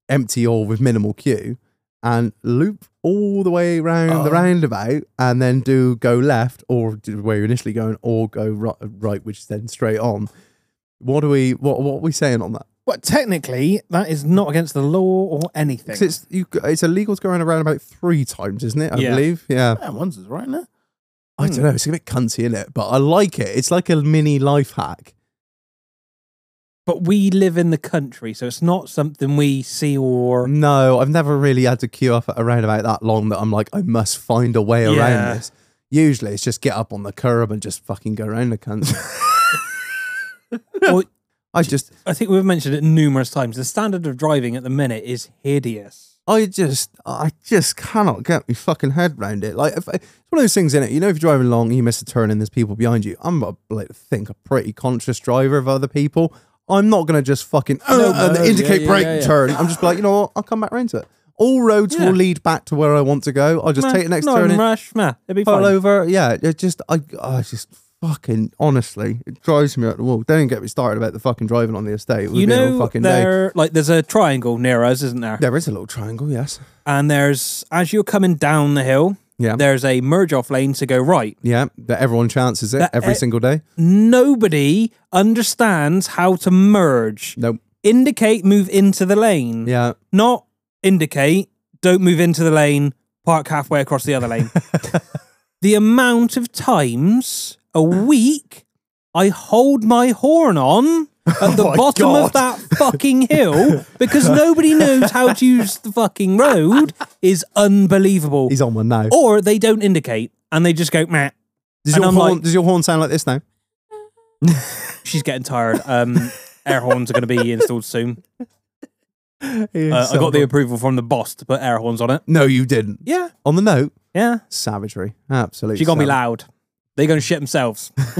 [SPEAKER 2] empty or with minimal queue and loop all the way around the roundabout and then do go left or do where you're initially going or go right, right which is then straight on. What are we what what are we saying on that?
[SPEAKER 1] Well, technically, that is not against the law or anything.
[SPEAKER 2] 'Cause it's you it's illegal to go around a roundabout three times, isn't it? I
[SPEAKER 1] Yeah. Hmm.
[SPEAKER 2] believe. Yeah.
[SPEAKER 3] Yeah, one's is right now.
[SPEAKER 2] I don't know, it's a bit cunty, is it? But I like it. It's like a mini life hack.
[SPEAKER 1] But we live in the country, so it's not something we see or
[SPEAKER 2] No, I've never really had to queue up at a roundabout that long that I'm like, I must find a way around
[SPEAKER 1] Yeah.
[SPEAKER 2] this. Usually it's just get up on the curb and just fucking go around the cunt.
[SPEAKER 1] or
[SPEAKER 2] I just
[SPEAKER 1] I think we've mentioned it numerous times. The standard of driving at the minute is hideous.
[SPEAKER 2] I just, I just cannot get my fucking head round it. Like, if I, it's one of those things in it. You know, if you're driving along, you miss a turn, and there's people behind you. I'm a, like, I think a pretty conscious driver of other people. I'm not gonna just fucking
[SPEAKER 1] Oh,
[SPEAKER 2] uh, and
[SPEAKER 3] no,
[SPEAKER 2] indicate
[SPEAKER 3] yeah, yeah,
[SPEAKER 2] brake
[SPEAKER 3] yeah, yeah.
[SPEAKER 2] turn. I'm just be like, you know what? I'll come back round to it. All roads
[SPEAKER 1] Yeah.
[SPEAKER 2] will lead back to where I want to go. I'll just
[SPEAKER 1] Meh,
[SPEAKER 2] take the next
[SPEAKER 1] not
[SPEAKER 2] turn
[SPEAKER 1] in
[SPEAKER 2] and
[SPEAKER 1] rush, meh, it'd be
[SPEAKER 2] pull
[SPEAKER 1] fine.
[SPEAKER 2] over. Yeah, it just, I, I just fucking honestly, it drives me out the wall. Don't even get me started about the fucking driving on the estate. It would
[SPEAKER 1] You
[SPEAKER 2] be all
[SPEAKER 1] know,
[SPEAKER 2] fucking day.
[SPEAKER 1] there like there's a triangle near us, isn't there?
[SPEAKER 2] there is a little triangle. Yes.
[SPEAKER 1] And there's as you're coming down the hill,
[SPEAKER 2] Yeah.
[SPEAKER 1] there's a merge off lane to go right.
[SPEAKER 2] Yeah, that everyone chances it
[SPEAKER 1] That
[SPEAKER 2] every
[SPEAKER 1] e-
[SPEAKER 2] single day.
[SPEAKER 1] Nobody understands how to merge.
[SPEAKER 2] Nope.
[SPEAKER 1] Indicate, move into the lane.
[SPEAKER 2] Yeah.
[SPEAKER 1] Not indicate, don't move into the lane, park halfway across the other lane. the amount of times a week I hold my horn on at the
[SPEAKER 2] Oh my
[SPEAKER 1] bottom of
[SPEAKER 2] God.
[SPEAKER 1] that fucking hill because nobody knows how to use the fucking road is unbelievable.
[SPEAKER 2] He's on one now.
[SPEAKER 1] or they don't indicate and they just go, meh,
[SPEAKER 2] does,
[SPEAKER 1] and
[SPEAKER 2] your
[SPEAKER 1] I'm
[SPEAKER 2] horn,
[SPEAKER 1] like-
[SPEAKER 2] does your horn sound like this now?
[SPEAKER 1] she's getting tired. Um, air horns are going to be installed soon. Uh, I got the approval from the boss to put air horns on it.
[SPEAKER 2] No, you didn't.
[SPEAKER 1] Yeah,
[SPEAKER 2] On the note,
[SPEAKER 1] yeah.
[SPEAKER 2] savagery. Absolutely.
[SPEAKER 1] She gonna be
[SPEAKER 2] savage.
[SPEAKER 1] loud. They're going to shit themselves.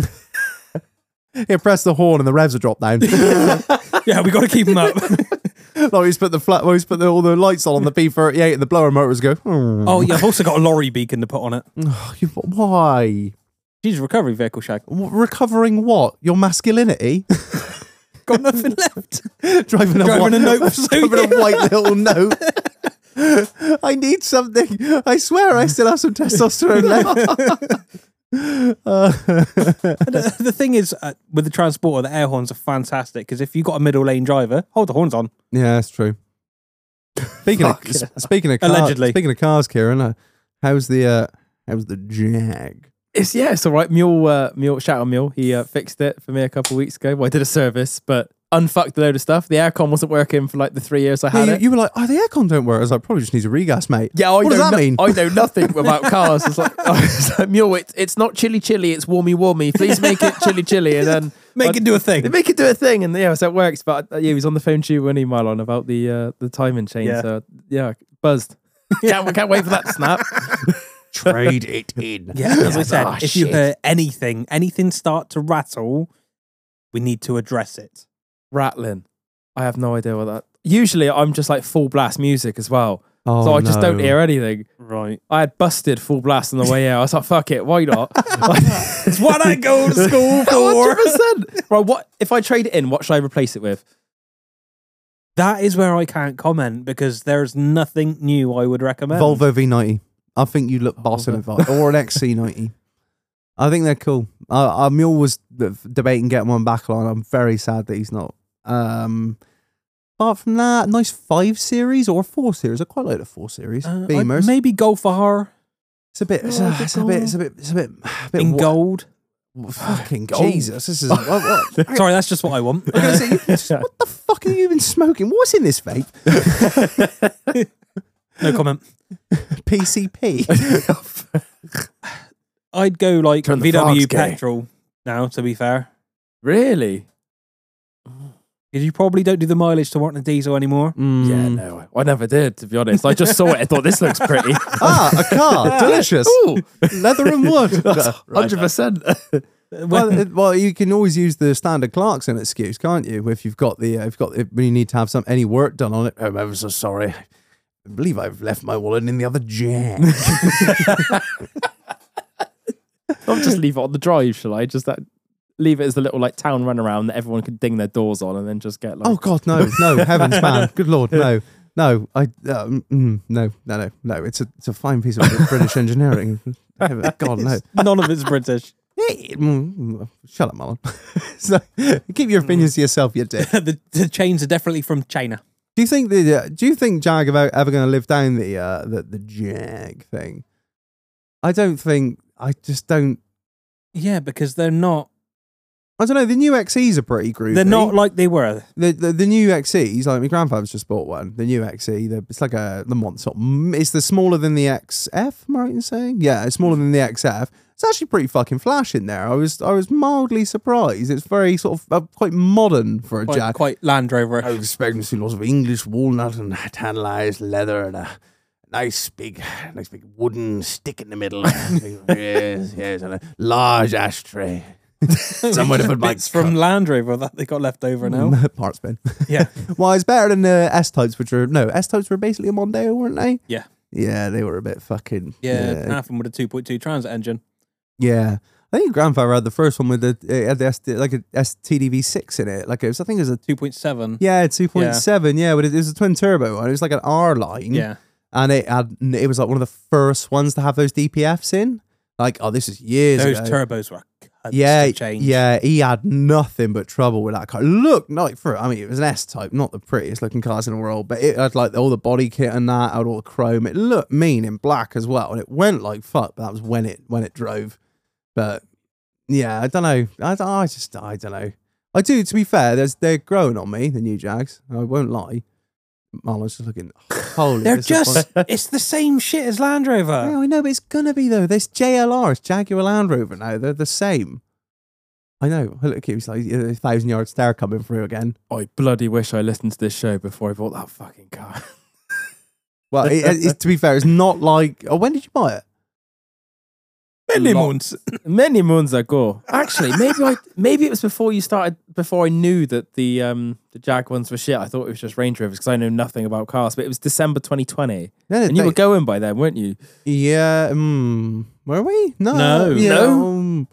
[SPEAKER 2] Yeah, press the horn and the revs are dropped down.
[SPEAKER 1] yeah, we got to keep them up.
[SPEAKER 2] like, he's put the flat, well, he's put the, all the lights on on the B38 and the blower motors go, hmm.
[SPEAKER 1] oh, yeah. I've also got a lorry beacon to put on it.
[SPEAKER 2] oh, you, why?
[SPEAKER 1] She's a recovery vehicle, Shag.
[SPEAKER 2] W- Recovering what? Your masculinity?
[SPEAKER 1] Got nothing left.
[SPEAKER 2] driving a,
[SPEAKER 1] Driving
[SPEAKER 2] white,
[SPEAKER 1] a note for
[SPEAKER 2] driving a white little note. I need something. I swear I still have some testosterone left.
[SPEAKER 1] the, the thing is, uh, with the transporter, the air horns are fantastic because if you got a middle lane driver, hold the horns on.
[SPEAKER 2] Yeah, that's true. Speaking of,
[SPEAKER 3] Fucking
[SPEAKER 2] s- speaking of cars,
[SPEAKER 1] Allegedly.
[SPEAKER 2] speaking of cars, Kieran, uh, how's the uh, how's the Jag?
[SPEAKER 3] It's yeah, it's all right. Mule, uh, mule, shout out mule. He uh, fixed it for me a couple weeks ago. Well, I did a service, but unfucked a load of stuff. The aircon wasn't working for like the three years I
[SPEAKER 2] Yeah,
[SPEAKER 3] had
[SPEAKER 2] you,
[SPEAKER 3] it.
[SPEAKER 2] you were like, oh, the aircon don't work. I was like, probably just needs a regas, mate.
[SPEAKER 3] yeah, I
[SPEAKER 2] what
[SPEAKER 3] know
[SPEAKER 2] does that
[SPEAKER 3] no-
[SPEAKER 2] mean?
[SPEAKER 3] I know nothing about cars. It's like, I was like, mule, it, it's not chilly, chilly. It's warmy, warmy. Please make it chilly, chilly, and then
[SPEAKER 1] Make
[SPEAKER 3] I-
[SPEAKER 1] it do a
[SPEAKER 3] They
[SPEAKER 1] thing.
[SPEAKER 3] make it do a thing, and yeah, so it works. But uh, yeah, he was on the phone to you an email on about the uh, the timing change.
[SPEAKER 1] Yeah.
[SPEAKER 3] So yeah, buzzed. can't, we can't wait for that snap.
[SPEAKER 2] Trade it in.
[SPEAKER 1] Yeah, as I said,
[SPEAKER 3] Oh,
[SPEAKER 1] if you
[SPEAKER 3] shit.
[SPEAKER 1] hear anything, anything start to rattle, we need to address it.
[SPEAKER 3] Rattling. I have no idea what that. Usually, I'm just like full blast music as well,
[SPEAKER 2] Oh,
[SPEAKER 3] so I just don't
[SPEAKER 2] no.
[SPEAKER 3] hear anything.
[SPEAKER 1] Right.
[SPEAKER 3] I had busted full blast on the way out. I was like, "Fuck it, why not?"
[SPEAKER 1] It's what I go to school for.
[SPEAKER 3] Hundred percent. Right, what if I trade it in? What should I replace it with?
[SPEAKER 1] That is where I can't comment because there's nothing new I would recommend.
[SPEAKER 2] Volvo V90. I think you look boss in a Volvo or an XC90. I think they're cool. Uh, uh, Mule was d- debating getting one back on. I'm very sad that he's not. Um, apart from that, nice five series or four series. I quite like the four series.
[SPEAKER 1] Uh, I'd
[SPEAKER 2] Beamers.
[SPEAKER 1] maybe Golf R
[SPEAKER 2] it's a bit. It's, a, it's a bit. It's a bit. It's a bit. a bit
[SPEAKER 1] in
[SPEAKER 2] wa-
[SPEAKER 1] gold.
[SPEAKER 2] Fucking
[SPEAKER 3] Gold.
[SPEAKER 2] Jesus! This is. what, what?
[SPEAKER 1] Sorry, that's just what I want.
[SPEAKER 2] I was gonna say, you- what the fuck are you even smoking? What's in this vape?
[SPEAKER 1] No comment.
[SPEAKER 2] PCP.
[SPEAKER 1] I'd go like
[SPEAKER 3] Turn the frogs
[SPEAKER 1] VW
[SPEAKER 3] gay.
[SPEAKER 1] petrol now, to be fair.
[SPEAKER 3] Really?
[SPEAKER 1] 'Cause you probably don't do the mileage to warrant a diesel anymore.
[SPEAKER 3] Yeah,
[SPEAKER 2] Hmm.
[SPEAKER 3] no, I I never did. To be honest, I just saw it. I thought this looks pretty.
[SPEAKER 2] ah, a car. Delicious.
[SPEAKER 3] Ooh,
[SPEAKER 2] Leather and wood.
[SPEAKER 3] hundred percent.
[SPEAKER 2] well, it- well, you can always use the standard Clarkson excuse, can't you? If you've got the, uh, if you've got, if you need to have some any work done on it. Oh, I'm ever so sorry. I believe I've left my wallet in the other jack.
[SPEAKER 3] I'll just leave it on the drive, shall I? Just that leave it as the little like town runaround that everyone can ding their doors on and then just get like
[SPEAKER 2] oh God, no, no, heavens, man, good lord, no. No, I um, mm, no no no no. It's a it's a fine piece of British engineering. Heaven- God no.
[SPEAKER 3] None of it's British.
[SPEAKER 2] Eh, mm, mm, Shut up, Mullen. so, keep your opinions to yourself, you dick.
[SPEAKER 1] the, the chains are definitely from China.
[SPEAKER 2] Do you think the uh, do you think Jag ever, ever going to live down the uh the, the Jag thing? I don't think. I just don't.
[SPEAKER 1] Yeah, because they're not.
[SPEAKER 2] I don't know. The new XEs are pretty groovy.
[SPEAKER 1] They're not like they were.
[SPEAKER 2] the, the the new XEs. Like my grandfather's just bought one. The new XE. The, it's like a the mon- sort of m It's the smaller than the XF. Am I right in saying? Yeah, it's smaller than the XF. It's actually pretty fucking flash in there. I was I was mildly surprised. It's very sort of uh, quite modern for a
[SPEAKER 1] Quite,
[SPEAKER 2] Jag.
[SPEAKER 1] quite Land Rover.
[SPEAKER 2] I was expecting to see lots of English walnut and tantalized leather and a nice big, nice big wooden stick in the middle. yes, yes, and a large ashtray. Somewhere to put my
[SPEAKER 1] It's from Land Rover that they got left over now.
[SPEAKER 2] parts bin.
[SPEAKER 1] yeah,
[SPEAKER 2] well, it's better than the S types, which are no S types were basically a Mondeo, weren't they?
[SPEAKER 1] yeah,
[SPEAKER 2] Yeah, they were a bit fucking
[SPEAKER 1] yeah.
[SPEAKER 2] yeah.
[SPEAKER 1] Half of them with a 2.2 transit engine.
[SPEAKER 2] Yeah. I think your grandfather had the first one with the it had the S, like a STDV six in it. Like it was, I think it was a
[SPEAKER 1] 2.7.
[SPEAKER 2] yeah two point seven. Yeah, but it, it was a twin turbo one. It was like an R line.
[SPEAKER 1] yeah.
[SPEAKER 2] and it had it was like one of the first ones to have those DPFs in. Like, oh, this is years
[SPEAKER 1] Those
[SPEAKER 2] ago.
[SPEAKER 1] turbos were a cunt
[SPEAKER 2] yeah,
[SPEAKER 1] to change.
[SPEAKER 2] yeah, he had nothing but trouble with that car. Look, like for I mean, it was an S type, not the prettiest looking cars in the world, but it had like all the body kit and that, had all the chrome. It looked mean in black as well, and it went like fuck. But that was when it when it drove, but yeah, I don't know. I, don't- I just I don't know. I do. To be fair, there's they're growing on me the new Jags. I won't lie. Marlon's just looking holy.
[SPEAKER 1] They're
[SPEAKER 2] this is one-
[SPEAKER 1] just, it's the same shit as Land Rover.
[SPEAKER 3] Uh,
[SPEAKER 2] yeah, I know, but it's gonna be though. This JLR, it's Jaguar Land Rover now. They're the same. I know. I look at him, it's like a thousand yard stare coming through again.
[SPEAKER 3] Oh, I bloody wish I listened to this show before I bought that fucking car.
[SPEAKER 2] Well, it, it's, to be fair, it's not like. Oh, when did you buy it?
[SPEAKER 1] Many
[SPEAKER 3] Lot.
[SPEAKER 1] months.
[SPEAKER 3] Many moons ago, actually, maybe I maybe it was before you started. Before I knew that the um the Jag ones were shit, I thought it was just Range Rovers because I know nothing about cars. But it was December 2020,
[SPEAKER 2] Yeah,
[SPEAKER 3] and you
[SPEAKER 2] they-
[SPEAKER 3] were going by then, weren't you?
[SPEAKER 2] yeah. Mm, were we? No.
[SPEAKER 1] No.
[SPEAKER 2] Yeah.
[SPEAKER 3] No.
[SPEAKER 2] um,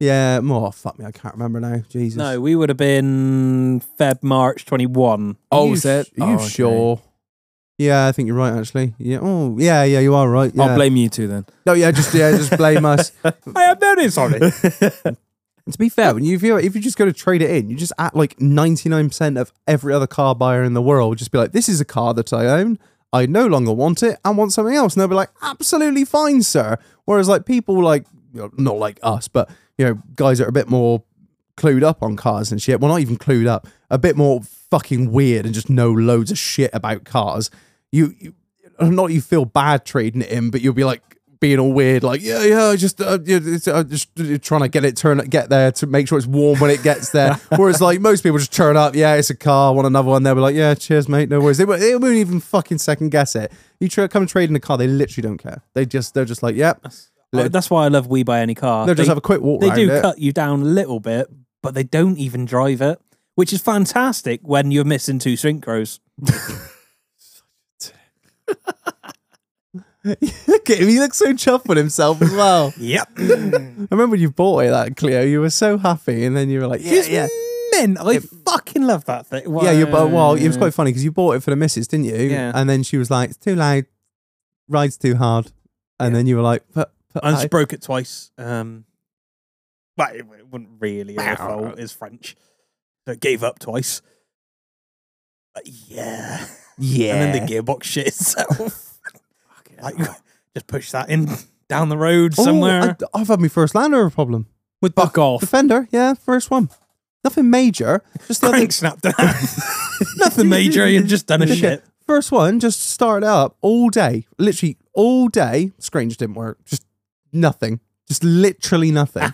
[SPEAKER 2] yeah. Oh, fuck me. I can't remember now. Jesus.
[SPEAKER 1] No, we would have been Feb, March Uh, 21.
[SPEAKER 2] Are
[SPEAKER 3] Oh,
[SPEAKER 2] you,
[SPEAKER 3] was it?
[SPEAKER 2] Are
[SPEAKER 3] Oh,
[SPEAKER 2] you
[SPEAKER 3] okay.
[SPEAKER 2] sure? Yeah, I think you're right. Actually. Yeah. Oh, yeah. Yeah, you are right. Yeah.
[SPEAKER 3] I'll blame you two then.
[SPEAKER 2] No. Yeah. Just yeah. Just blame us.
[SPEAKER 1] I have noticed on it.
[SPEAKER 2] To be fair, when you if you if you just go to trade it in, you just at like ninety nine percent of every other car buyer in the world just be like, "This is a car that I own. I no longer want it. I want something else." And they'll be like, "Absolutely fine, sir." Whereas like people like you know, not like us, but you know guys that are a bit more clued up on cars and shit. Well, not even clued up, a bit more fucking weird and just know loads of shit about cars. You, you not you feel bad trading it in, but you'll be like being all weird, like yeah, yeah, I just, uh, yeah, it's, uh, just uh, trying to get it turn get there to make sure it's warm when it gets there. Whereas like most people just turn up, yeah, it's a car, want another one. They'll be like, yeah, cheers, mate, no worries. They, won't- they won't even fucking second guess it. You try, come and trade in a car, they literally don't care. They just they're just like, yep,
[SPEAKER 1] Uh, That's why I love We Buy Any Car.
[SPEAKER 2] they'll just have a quick walk.
[SPEAKER 1] they
[SPEAKER 2] round
[SPEAKER 1] do
[SPEAKER 2] it.
[SPEAKER 1] cut you down a little bit, but they don't even drive it, which is fantastic when you're missing two synchros.
[SPEAKER 2] Look at him. He looks so chuffed with himself as well.
[SPEAKER 1] Yep.
[SPEAKER 2] I remember when you bought it, that Clio. You were so happy, and then you were like, "Yeah, yeah,
[SPEAKER 1] Men, I fucking love that thing.
[SPEAKER 2] yeah." You bought. Well, it was quite funny because you bought it for the missus, didn't you?
[SPEAKER 1] Yeah.
[SPEAKER 2] And then she was like, "It's too loud, rides too hard," and then you were like, "But, but
[SPEAKER 1] I
[SPEAKER 2] I-
[SPEAKER 1] just broke it twice. Um, but it, it wasn't really her fault. It's French. So it gave up twice. But yeah.
[SPEAKER 2] yeah."
[SPEAKER 1] And then the gearbox shit itself. like, just push that in down the road
[SPEAKER 2] Oh,
[SPEAKER 1] somewhere.
[SPEAKER 2] I, have had my first Land Rover problem with the,
[SPEAKER 3] Fuck off.
[SPEAKER 2] the fender. Yeah, first one. Nothing major. Just the other-
[SPEAKER 1] Crank snapped it out. Nothing major. You've just done a
[SPEAKER 2] Yeah.
[SPEAKER 1] shit.
[SPEAKER 2] First one, just started up all day, literally all day. Screen just didn't work. Just nothing. Just literally nothing.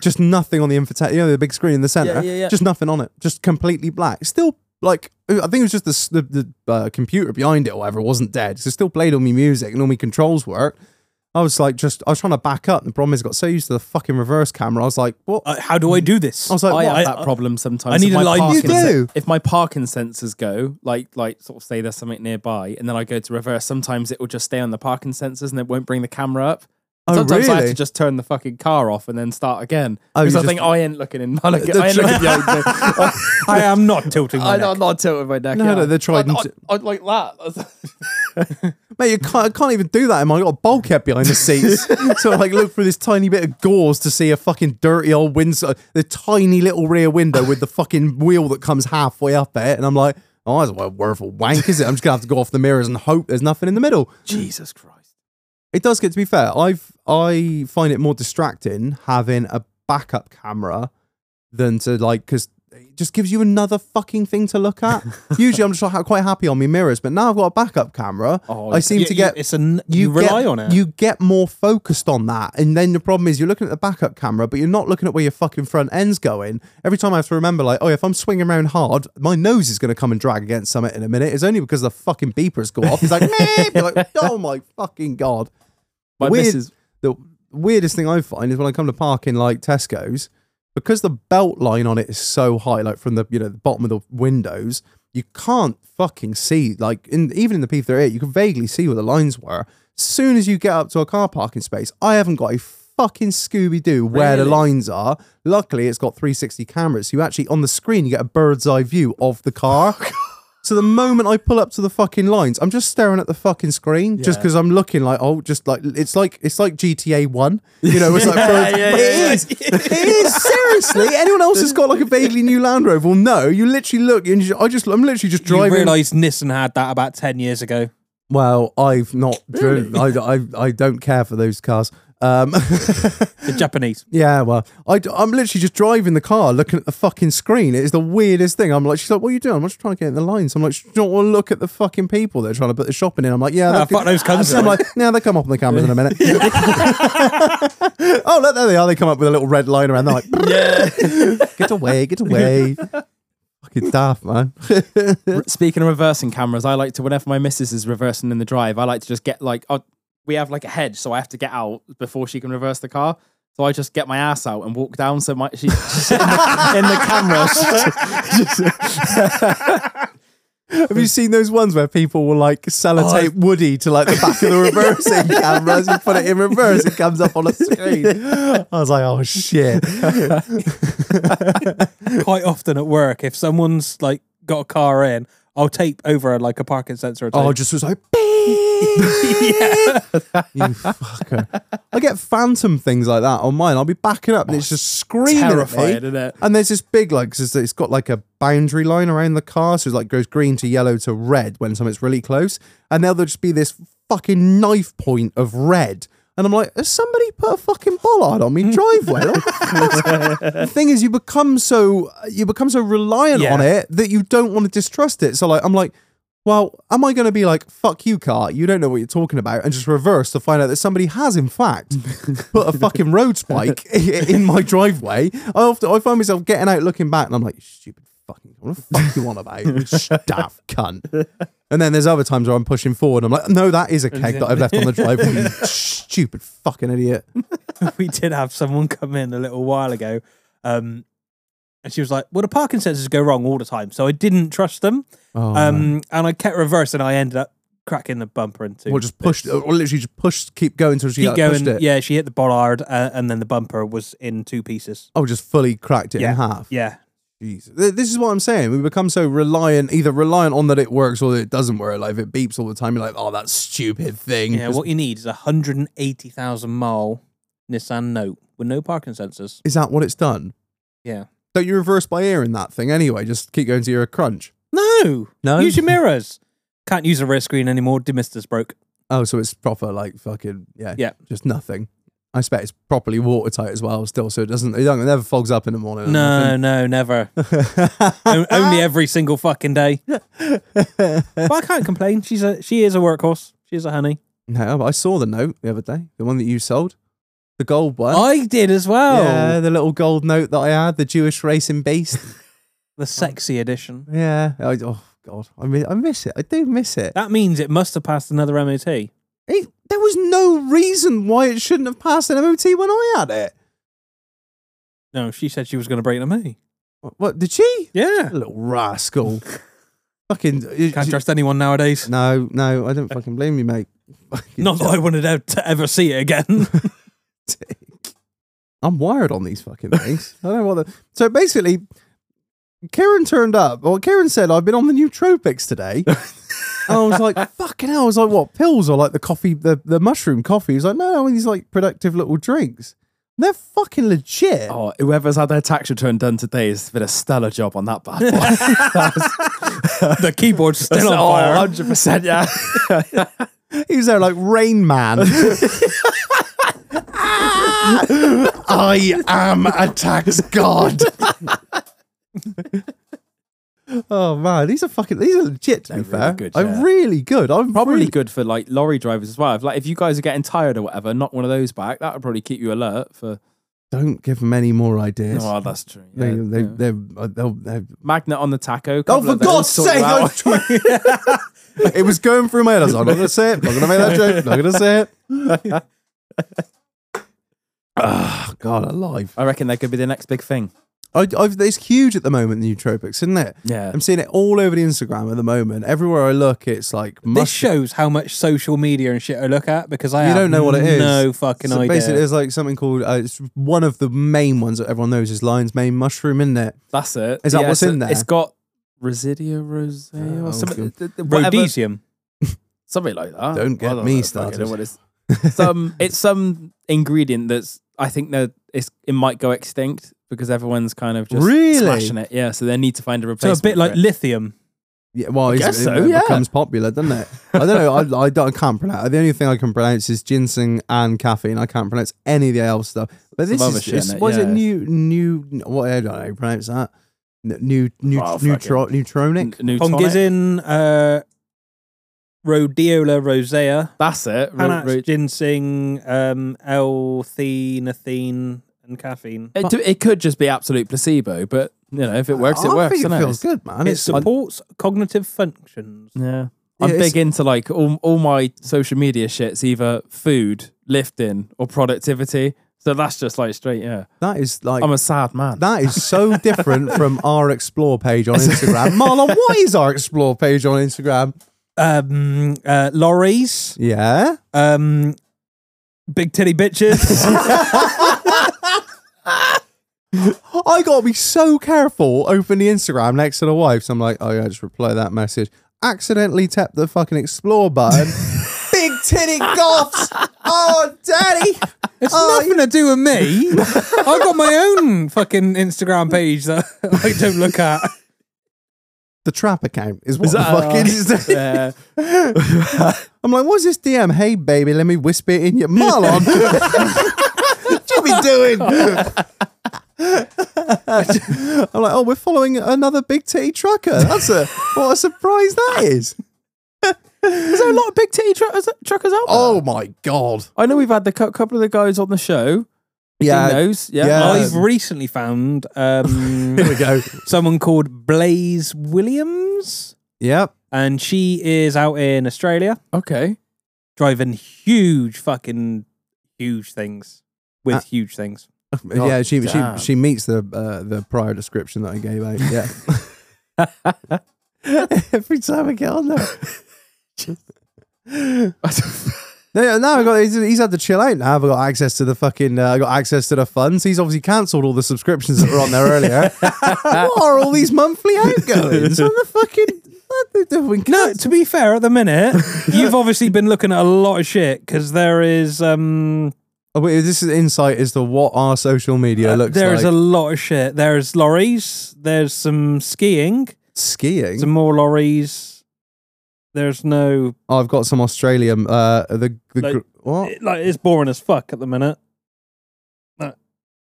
[SPEAKER 2] just nothing on the infotainment. You know, the big screen in the center.
[SPEAKER 3] Yeah, yeah, yeah.
[SPEAKER 2] Just nothing on it. Just completely black. Still, like, I think it was just the s- the, the uh, computer behind it or whatever wasn't dead. So it still played all my music and all my controls worked. I was like, just, I was trying to back up. And the problem is, I got so used to the fucking reverse camera. I was like, what? I
[SPEAKER 1] Uh, how do I do this?
[SPEAKER 2] was like,
[SPEAKER 3] I
[SPEAKER 2] what?
[SPEAKER 3] have
[SPEAKER 1] I-
[SPEAKER 3] that
[SPEAKER 1] I-
[SPEAKER 3] problem sometimes.
[SPEAKER 1] I need
[SPEAKER 3] If
[SPEAKER 1] a
[SPEAKER 3] my
[SPEAKER 1] line-
[SPEAKER 2] You
[SPEAKER 3] parking sen-
[SPEAKER 2] do?
[SPEAKER 3] If my parking sensors go, like like sort of say there's something nearby, and then I go to reverse, sometimes it will just stay on the parking sensors and it won't bring the camera up.
[SPEAKER 2] Oh,
[SPEAKER 3] Sometimes I have
[SPEAKER 2] really?
[SPEAKER 3] to just turn the fucking car off and then start again.
[SPEAKER 2] Oh,
[SPEAKER 3] Because
[SPEAKER 2] you
[SPEAKER 3] I think
[SPEAKER 2] just-
[SPEAKER 3] I ain't looking in. I, look,
[SPEAKER 2] The
[SPEAKER 3] I ain't looking
[SPEAKER 2] trick-
[SPEAKER 3] behind me.
[SPEAKER 1] I am not tilting my
[SPEAKER 3] I,
[SPEAKER 1] neck.
[SPEAKER 3] I'm not tilting my neck.
[SPEAKER 2] No,
[SPEAKER 3] yeah.
[SPEAKER 2] no, they're tried
[SPEAKER 3] I,
[SPEAKER 2] and
[SPEAKER 3] I,
[SPEAKER 2] t-
[SPEAKER 3] I'd like that.
[SPEAKER 2] Mate, you can't, I can't even do that. in my- I've got a bulkhead behind the seats. so I like look through this tiny bit of gauze to see a fucking dirty old windsor, the tiny little rear window with the fucking wheel that comes halfway up it. And I'm like, oh, that's well worth a wank, is it? I'm just going to have to go off the mirrors and hope there's nothing in the middle.
[SPEAKER 3] Jesus Christ.
[SPEAKER 2] It does get to be fair. I've I find it more distracting having a backup camera than to like because it just gives you another fucking thing to look at. Usually I'm just ha- quite happy on my mirrors, but now I've got a backup camera.
[SPEAKER 3] Oh,
[SPEAKER 2] I seem
[SPEAKER 1] You-
[SPEAKER 2] to
[SPEAKER 1] you-
[SPEAKER 2] get
[SPEAKER 1] it's an you, rely
[SPEAKER 2] get,
[SPEAKER 1] on it.
[SPEAKER 2] You get more focused on that, and then the problem is you're looking at the backup camera, but you're not looking at where your fucking front end's going. Every time I have to remember, like, oh, if I'm swinging around hard, my nose is going to come and drag against something in a minute. It's only because the fucking beepers go off. It's like, "Meep." You're like, oh my fucking god.
[SPEAKER 3] My
[SPEAKER 2] Weird-
[SPEAKER 3] missus-
[SPEAKER 2] The weirdest thing I find is when I come to park in like Tesco's, because the belt line on it is so high, like from the you know the bottom of the windows, you can't fucking see. Like in even in the P38, you can vaguely see where the lines were. Soon as you get up to a car parking space, I haven't got a fucking Scooby Doo where the
[SPEAKER 3] Really?
[SPEAKER 2] lines are. Luckily, it's got 360 cameras, so you actually on the screen you get a bird's eye view of the car. So the moment I pull up to the fucking lines, I'm just staring at the fucking screen just
[SPEAKER 3] Yeah.
[SPEAKER 2] because I'm looking like oh, just like it's like it's like GTA One, you know? It's like birds-
[SPEAKER 3] yeah,
[SPEAKER 2] but it
[SPEAKER 3] yeah,
[SPEAKER 2] is, it is seriously. Anyone else who's got like a vaguely new Land Rover will know. You literally look and you, I just I'm literally just
[SPEAKER 1] You
[SPEAKER 2] driving.
[SPEAKER 1] realised Nissan had that about 10 years ago.
[SPEAKER 2] well, I've not driven. I, I I don't care for those cars. Um,
[SPEAKER 1] The Japanese.
[SPEAKER 2] Yeah, well, I, am literally just driving the car, looking at the fucking screen. It is the weirdest thing. I'm like, she's like, what are you doing? I'm just trying to get in the lines. I'm like, "Do you not want to look at the fucking people that are trying to put the shopping in. I'm like, yeah,
[SPEAKER 1] Ah,
[SPEAKER 2] they-
[SPEAKER 1] fuck those cunts.
[SPEAKER 2] I'm like, no, they come up on the cameras in a minute. oh, look, there they are. They come up with a little red line around. They're like,
[SPEAKER 3] yeah.
[SPEAKER 2] get away, get away. fucking daft, man.
[SPEAKER 3] Speaking of reversing cameras, I like to whenever my missus is reversing in the drive, I like to just get like i we have like a hedge, so I have to get out before she can reverse the car. So I just get my ass out and walk down. So my she's just in, the, in the camera.
[SPEAKER 2] Have you seen those ones where people will like sellotape Woody to like the back of the reversing camera? As you put it in reverse, it comes up on a screen. I was like, oh shit.
[SPEAKER 1] Quite often at work, if someone's like got a car in, I'll tape over like a parking sensor. Or two.
[SPEAKER 2] Oh, just was like, beep. you fucker. I get phantom things like that on mine. I'll be backing up and it's just screaming
[SPEAKER 3] Oh, terrifying,
[SPEAKER 2] at me.
[SPEAKER 3] isn't it?
[SPEAKER 2] And there's this big, like, 'cause it's got like a boundary line around the car. So it's like goes green to yellow to red when something's really close. And now there'll just be this fucking knife point of red. And I'm like, has somebody put a fucking bollard on me driveway? Like, the thing is, you become so you become so reliant
[SPEAKER 1] Yeah.
[SPEAKER 2] on it that you don't want to distrust it. So like, I'm like, well, am I going to be like, fuck you, car, you don't know what you're talking about, and just reverse to find out that somebody has, in fact, put a fucking road spike i- in my driveway? I often I find myself getting out, looking back, and I'm like, stupid fucking, what the fuck you on about, you daft cunt? And then there's other times where I'm pushing forward, and I'm like, no, that is a keg that I've left on the driveway, you stupid fucking idiot.
[SPEAKER 1] we did have someone come in a little while ago, um, and she was like, "Well, the parking sensors go wrong all the time, so I didn't trust them."
[SPEAKER 2] Oh,
[SPEAKER 1] um, and I kept reversing. I ended up cracking the bumper into.
[SPEAKER 2] Or just pushed, or literally just pushed, keep going until she
[SPEAKER 1] keep
[SPEAKER 2] like,
[SPEAKER 1] going.
[SPEAKER 2] pushed it.
[SPEAKER 1] Yeah, she hit the bollard, uh, and then the bumper was in two pieces.
[SPEAKER 2] Oh, just fully cracked it in half.
[SPEAKER 1] Yeah,
[SPEAKER 2] Jesus. Th- This is what I'm saying. We become so reliant, either reliant on that it works or that it doesn't work. Like if it beeps all the time, you're like, oh, that stupid thing.
[SPEAKER 1] yeah.
[SPEAKER 2] Just-
[SPEAKER 1] What you need is a hundred and eighty thousand mile Nissan Note with no parking sensors.
[SPEAKER 2] is that what it's done?
[SPEAKER 1] Yeah.
[SPEAKER 2] Don't you reverse by ear in that thing anyway? Just keep going to your crunch.
[SPEAKER 1] No,
[SPEAKER 2] No?
[SPEAKER 1] Use your mirrors. Can't use a rear screen anymore. Demister's broke.
[SPEAKER 2] Oh, so it's proper like fucking yeah,
[SPEAKER 1] Yeah.
[SPEAKER 2] just nothing. I expect it's properly watertight as well, still, so it doesn't. It, don't, it never fogs up in the morning. or
[SPEAKER 1] No, no, never.
[SPEAKER 2] nothing.
[SPEAKER 1] O- only every single fucking day. but I can't complain. She's a she is a workhorse. She's a honey.
[SPEAKER 2] no, but I saw the note the other day, the one that you sold, the gold one.
[SPEAKER 1] I did as well.
[SPEAKER 2] Yeah, the little gold note that I had, the Jewish racing beast.
[SPEAKER 1] The sexy edition.
[SPEAKER 2] Yeah. I, oh God, I mean, I miss it. I do miss it.
[SPEAKER 1] That means it must have passed another MOT.
[SPEAKER 2] It- There was no reason why it shouldn't have passed an MOT when I had it.
[SPEAKER 1] No, she said she was going to break it to me.
[SPEAKER 2] What, what, did she?
[SPEAKER 1] Yeah.
[SPEAKER 2] Little rascal. fucking. uh,
[SPEAKER 1] Can't trust anyone nowadays.
[SPEAKER 2] no, no, I don't fucking blame you, mate. Fucking
[SPEAKER 1] Not that I wanted to ever see it again.
[SPEAKER 2] dick. I'm wired on these fucking things. I don't know what the. So basically, Karen turned up. Well, Karen said, I've been on the nootropics today. and I was like, fucking hell. I was like, what? Pills or like the coffee, the, the mushroom coffee? He's like, no, no, these like productive little drinks. They're fucking legit.
[SPEAKER 3] Oh, whoever's had their tax return done today has been a stellar job on that bad boy.
[SPEAKER 1] the keyboard's still on fire.
[SPEAKER 3] 100%, yeah.
[SPEAKER 2] He was there like Rain Man. I am a tax god. oh man, these are fucking these are legit. To be
[SPEAKER 3] really
[SPEAKER 2] fair,
[SPEAKER 3] good,
[SPEAKER 2] I'm
[SPEAKER 3] yeah.
[SPEAKER 2] really good. I'm
[SPEAKER 3] Probably
[SPEAKER 2] really,
[SPEAKER 3] good for like lorry drivers as well. If, like if you guys are getting tired or whatever, knock one of those back. That would probably keep you alert for.
[SPEAKER 2] Don't give them any more ideas.
[SPEAKER 3] Oh, that's true.
[SPEAKER 2] they,
[SPEAKER 3] Yeah,
[SPEAKER 2] they,
[SPEAKER 3] yeah.
[SPEAKER 2] They're, uh, they'll, they're,
[SPEAKER 3] Magnet on the taco.
[SPEAKER 2] oh,
[SPEAKER 3] couple
[SPEAKER 2] for
[SPEAKER 3] of those,
[SPEAKER 2] God's
[SPEAKER 3] sort
[SPEAKER 2] sake!
[SPEAKER 3] them
[SPEAKER 2] I
[SPEAKER 3] out.
[SPEAKER 2] was trying- it was going through my head. I was like, I'm not going to say it. Not going to make that joke. Not going to say it. oh, God, alive.
[SPEAKER 3] I reckon that could be the next big thing.
[SPEAKER 2] I, I've, it's huge at the moment, the nootropics, isn't it?
[SPEAKER 3] Yeah.
[SPEAKER 2] I'm seeing it all over the Instagram at the moment. Everywhere I look, it's like
[SPEAKER 1] This
[SPEAKER 2] mushroom.
[SPEAKER 1] shows how much social media and shit I look at because I
[SPEAKER 2] You
[SPEAKER 1] have
[SPEAKER 2] don't know what it is.
[SPEAKER 1] No fucking
[SPEAKER 2] so
[SPEAKER 1] idea.
[SPEAKER 2] basically, there's like something called uh, it's one of the main ones that everyone knows is lion's mane mushroom, isn't it?
[SPEAKER 3] That's it.
[SPEAKER 2] Is that what's
[SPEAKER 3] so
[SPEAKER 2] in there?
[SPEAKER 3] It's got Residia rosea
[SPEAKER 2] Oh,
[SPEAKER 3] or something, th- th- whatever-
[SPEAKER 1] Rhodesium.
[SPEAKER 3] something like that.
[SPEAKER 2] Don't get
[SPEAKER 3] I don't
[SPEAKER 2] me
[SPEAKER 3] know,
[SPEAKER 2] started.
[SPEAKER 3] I don't know what it's, some, it's some ingredient that's, I think that it's, it might go extinct because everyone's kind of just
[SPEAKER 2] Really?
[SPEAKER 3] smashing it. Yeah, so they need to find a
[SPEAKER 1] So
[SPEAKER 3] replacement.
[SPEAKER 1] a bit like
[SPEAKER 3] for it.
[SPEAKER 1] lithium.
[SPEAKER 2] Yeah, well, it's-
[SPEAKER 3] guess
[SPEAKER 2] it,
[SPEAKER 3] so,
[SPEAKER 2] it
[SPEAKER 3] yeah.
[SPEAKER 2] becomes popular, doesn't it? I don't know. I, I, don't, I can't pronounce. The only thing I can pronounce is ginseng and caffeine. I can't pronounce any of the else stuff. But this
[SPEAKER 3] Some
[SPEAKER 2] is
[SPEAKER 3] other shit,
[SPEAKER 2] it's-
[SPEAKER 3] innit?
[SPEAKER 2] what is it?
[SPEAKER 3] Yeah.
[SPEAKER 2] New new what? I don't know. How you pronounce that. N- New new
[SPEAKER 3] Oh, fuck
[SPEAKER 2] neutro, neutronic.
[SPEAKER 3] N- new tonic.
[SPEAKER 1] Ongizin, uh, Rhodiola rosea,
[SPEAKER 3] That's it. Ro-
[SPEAKER 1] Panax,
[SPEAKER 3] ro-
[SPEAKER 1] ginseng, um, L-theanethine, and caffeine.
[SPEAKER 3] it, do- it could just be absolute placebo, but you know, if it works,
[SPEAKER 2] I
[SPEAKER 3] it works.
[SPEAKER 2] think it
[SPEAKER 3] innit?
[SPEAKER 2] feels good, man.
[SPEAKER 1] It
[SPEAKER 2] It's,
[SPEAKER 1] supports cognitive functions.
[SPEAKER 3] Yeah.
[SPEAKER 2] Yeah,
[SPEAKER 3] I'm
[SPEAKER 2] it's-
[SPEAKER 3] big into like all, all my social media shit's either food, lifting, or productivity. So that's just like straight, yeah.
[SPEAKER 2] that is like
[SPEAKER 3] I'm a sad man.
[SPEAKER 2] That is so different from our explore page on Instagram. Marlon, what is our explore page on Instagram?
[SPEAKER 1] Um, uh, lorries,
[SPEAKER 2] Yeah.
[SPEAKER 1] um, big titty bitches.
[SPEAKER 2] I got to be so careful open the Instagram next to the wife. So I'm like, oh, yeah, just reply that message. Accidentally tap the fucking explore button. Big titty goths. Oh, daddy.
[SPEAKER 1] It's
[SPEAKER 2] Oh,
[SPEAKER 1] nothing to do with me. I've got my own fucking Instagram page that I don't look at.
[SPEAKER 2] The trap account is what the
[SPEAKER 3] that-
[SPEAKER 2] fucking is.
[SPEAKER 3] yeah.
[SPEAKER 2] I'm like, what's this DM? Hey, baby, let me whisper it in your Marlon. what you be doing? I'm like, oh, we're following another big T trucker. That's a what a surprise that is.
[SPEAKER 3] Is there a lot of big titty truckers, truckers out there?
[SPEAKER 2] Oh my god.
[SPEAKER 3] I know we've had the cou- couple of the guys on the show. Yeah. knows? Yeah.
[SPEAKER 2] Yeah.
[SPEAKER 3] Like,
[SPEAKER 1] I've recently found um,
[SPEAKER 2] Here we go.
[SPEAKER 1] someone called Blaze Williams,
[SPEAKER 2] Yep.
[SPEAKER 1] and she is out in Australia
[SPEAKER 3] okay.
[SPEAKER 1] driving huge fucking huge things with
[SPEAKER 2] Uh,
[SPEAKER 1] huge things.
[SPEAKER 2] yeah. She she
[SPEAKER 3] damn.
[SPEAKER 2] she meets the uh, the prior description that I gave out. Yeah. Every time I get on there. No, no, I got, he's, he's had to chill out now. I've got access to the fucking, uh, I got access to the funds. He's obviously cancelled all the subscriptions that were on there earlier. what are all these monthly outgoings? What the fucking, what the, the, we
[SPEAKER 1] No, to be fair, at the minute you've obviously been looking at a lot of shit because there is um,
[SPEAKER 2] Oh, wait, this is insight as to what our social media looks
[SPEAKER 1] Uh, there is
[SPEAKER 2] like.
[SPEAKER 1] a lot of shit. There's lorries. There's some skiing.
[SPEAKER 2] Skiing.
[SPEAKER 1] Some more lorries. There's no
[SPEAKER 2] I've got some Australian, uh, the, the
[SPEAKER 1] Like-
[SPEAKER 2] gr- what?
[SPEAKER 1] it- like it's boring as fuck at the minute.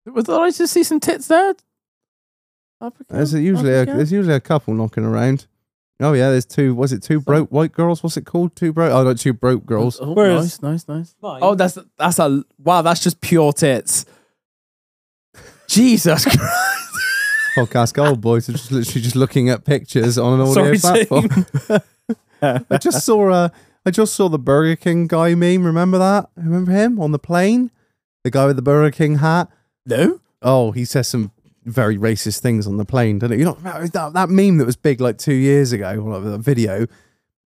[SPEAKER 3] Was I just see some tits there?
[SPEAKER 2] There's
[SPEAKER 1] oh,
[SPEAKER 2] usually a, there's usually a couple knocking around. Oh yeah, there's two. Was it two broke white girls? What's it called? Two broke? Oh no, two broke girls.
[SPEAKER 3] Oh,
[SPEAKER 1] Whereas-
[SPEAKER 3] nice, nice, nice. Oh, that's that's a wow. That's just pure tits. Jesus Christ!
[SPEAKER 2] Podcast Gold Boys are just literally just looking at pictures on an audio
[SPEAKER 1] Sorry,
[SPEAKER 2] platform.
[SPEAKER 1] Tim.
[SPEAKER 2] I just saw uh, I just saw the Burger King guy meme. Remember that? Remember him on the plane? The guy with the Burger King hat.
[SPEAKER 3] No,
[SPEAKER 2] Oh, he says some very racist things on the plane, doesn't he? You know that, that meme that was big like two years ago, or whatever, that video.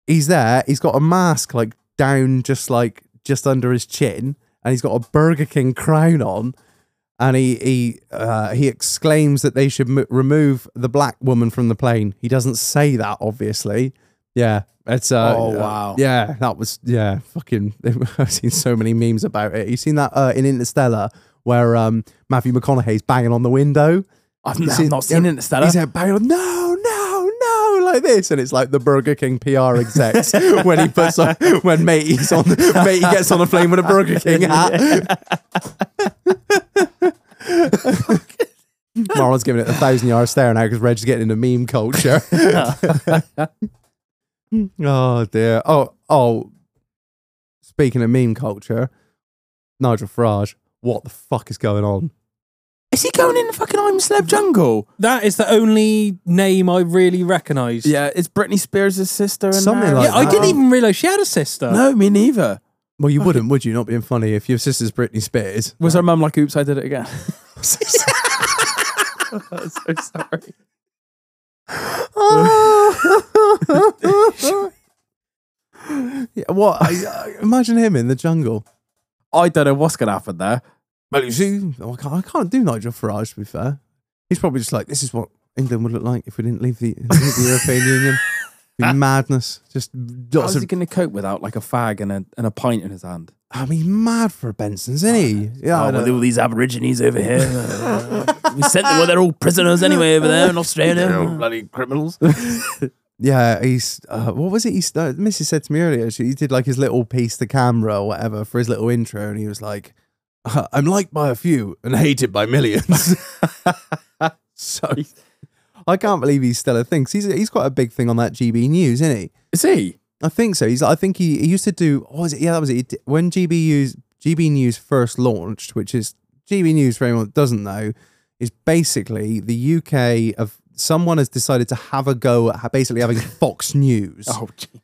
[SPEAKER 2] He's there. He's got a mask like down, just like just under his chin, and he's got a Burger King crown on, and he he uh, he exclaims that they should m- remove the black woman from the plane. He doesn't say that, obviously. Yeah, it's uh,
[SPEAKER 3] Oh,
[SPEAKER 2] uh,
[SPEAKER 3] wow.
[SPEAKER 2] yeah, that was yeah, fucking. I've seen so many memes about it. You seen that uh, in Interstellar where um Matthew McConaughey's banging on the window.
[SPEAKER 3] I've
[SPEAKER 2] You
[SPEAKER 3] n-
[SPEAKER 2] see-
[SPEAKER 3] I've not seen Interstellar.
[SPEAKER 2] He's out banging on no, no, no, like this, and it's like the Burger King PR execs when he puts on when matey's on matey gets on a plane with a Burger King hat. Marlon's giving it a thousand yard stare now because Reg's getting into meme culture. oh dear. Oh oh. Speaking of meme culture, Nigel Farage, what the fuck is going on?
[SPEAKER 3] Is he going in the fucking I'm Celeb Jungle?
[SPEAKER 1] That is the only name I really recognise.
[SPEAKER 3] Yeah, it's Britney Spears' sister. And
[SPEAKER 2] Something like
[SPEAKER 1] yeah. I
[SPEAKER 2] that.
[SPEAKER 1] didn't even realise she had a sister.
[SPEAKER 3] No, me neither.
[SPEAKER 2] Well, you wouldn't, would you? Not being funny if your sister's Britney Spears.
[SPEAKER 3] Was her mum like, oops, I did it again? I'm so sorry.
[SPEAKER 2] yeah, what? I, I- imagine him in the jungle.
[SPEAKER 3] I don't know what's going to happen there.
[SPEAKER 2] Well, you see, I can't, I can't do Nigel Farage. To be fair, he's probably just like, this is what England would look like if we didn't leave the, leave the European Union. Be madness, just lots
[SPEAKER 3] How's
[SPEAKER 2] of.
[SPEAKER 3] he going to cope without like a fag and a, and a pint in his hand?
[SPEAKER 2] I mean, he's mad for Benson's, isn't he? Yeah, I
[SPEAKER 5] Oh,
[SPEAKER 2] know.
[SPEAKER 5] with all these Aborigines over here. Uh, we sent them, well, they're all prisoners anyway over there in Australia. bloody criminals.
[SPEAKER 2] Yeah, he's uh, what was it? He uh, Mrs. said to me earlier. She he did like his little piece to camera or whatever for his little intro, and he was like, uh, "I'm liked by a few and hated by millions. so I can't believe he's still a thing. 'cause He's he's quite a big thing on that GB News, isn't he?
[SPEAKER 3] Is he?
[SPEAKER 2] I think so. He's I think he, he used to do. What was it? Yeah, that was it. He did- When GB News GB News first launched, which is GB News for anyone that doesn't know, is basically the UK of someone has decided to have a go at ha- basically having Fox News.
[SPEAKER 3] Oh, gee.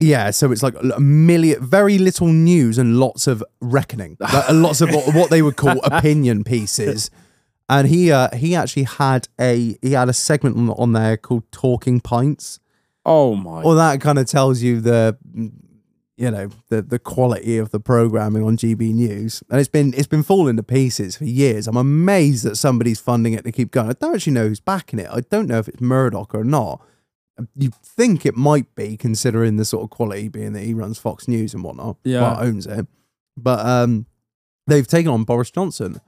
[SPEAKER 2] Yeah, so it's like a million, very little news and lots of reckoning, like lots of what, what they would call opinion pieces. And he uh, he actually had a he had a segment on, on there called Talking Pints.
[SPEAKER 3] Oh, my.
[SPEAKER 2] Well, that kind of tells you the you know the the quality of the programming on GB News, and it's been it's been falling to pieces for years. I'm amazed that somebody's funding it to keep going. I don't actually know who's backing it. I don't know if it's Murdoch or not. You think it might be, considering the sort of quality being that he runs Fox News and whatnot.
[SPEAKER 3] Yeah.
[SPEAKER 2] well, owns it, but um, they've taken on Boris Johnson.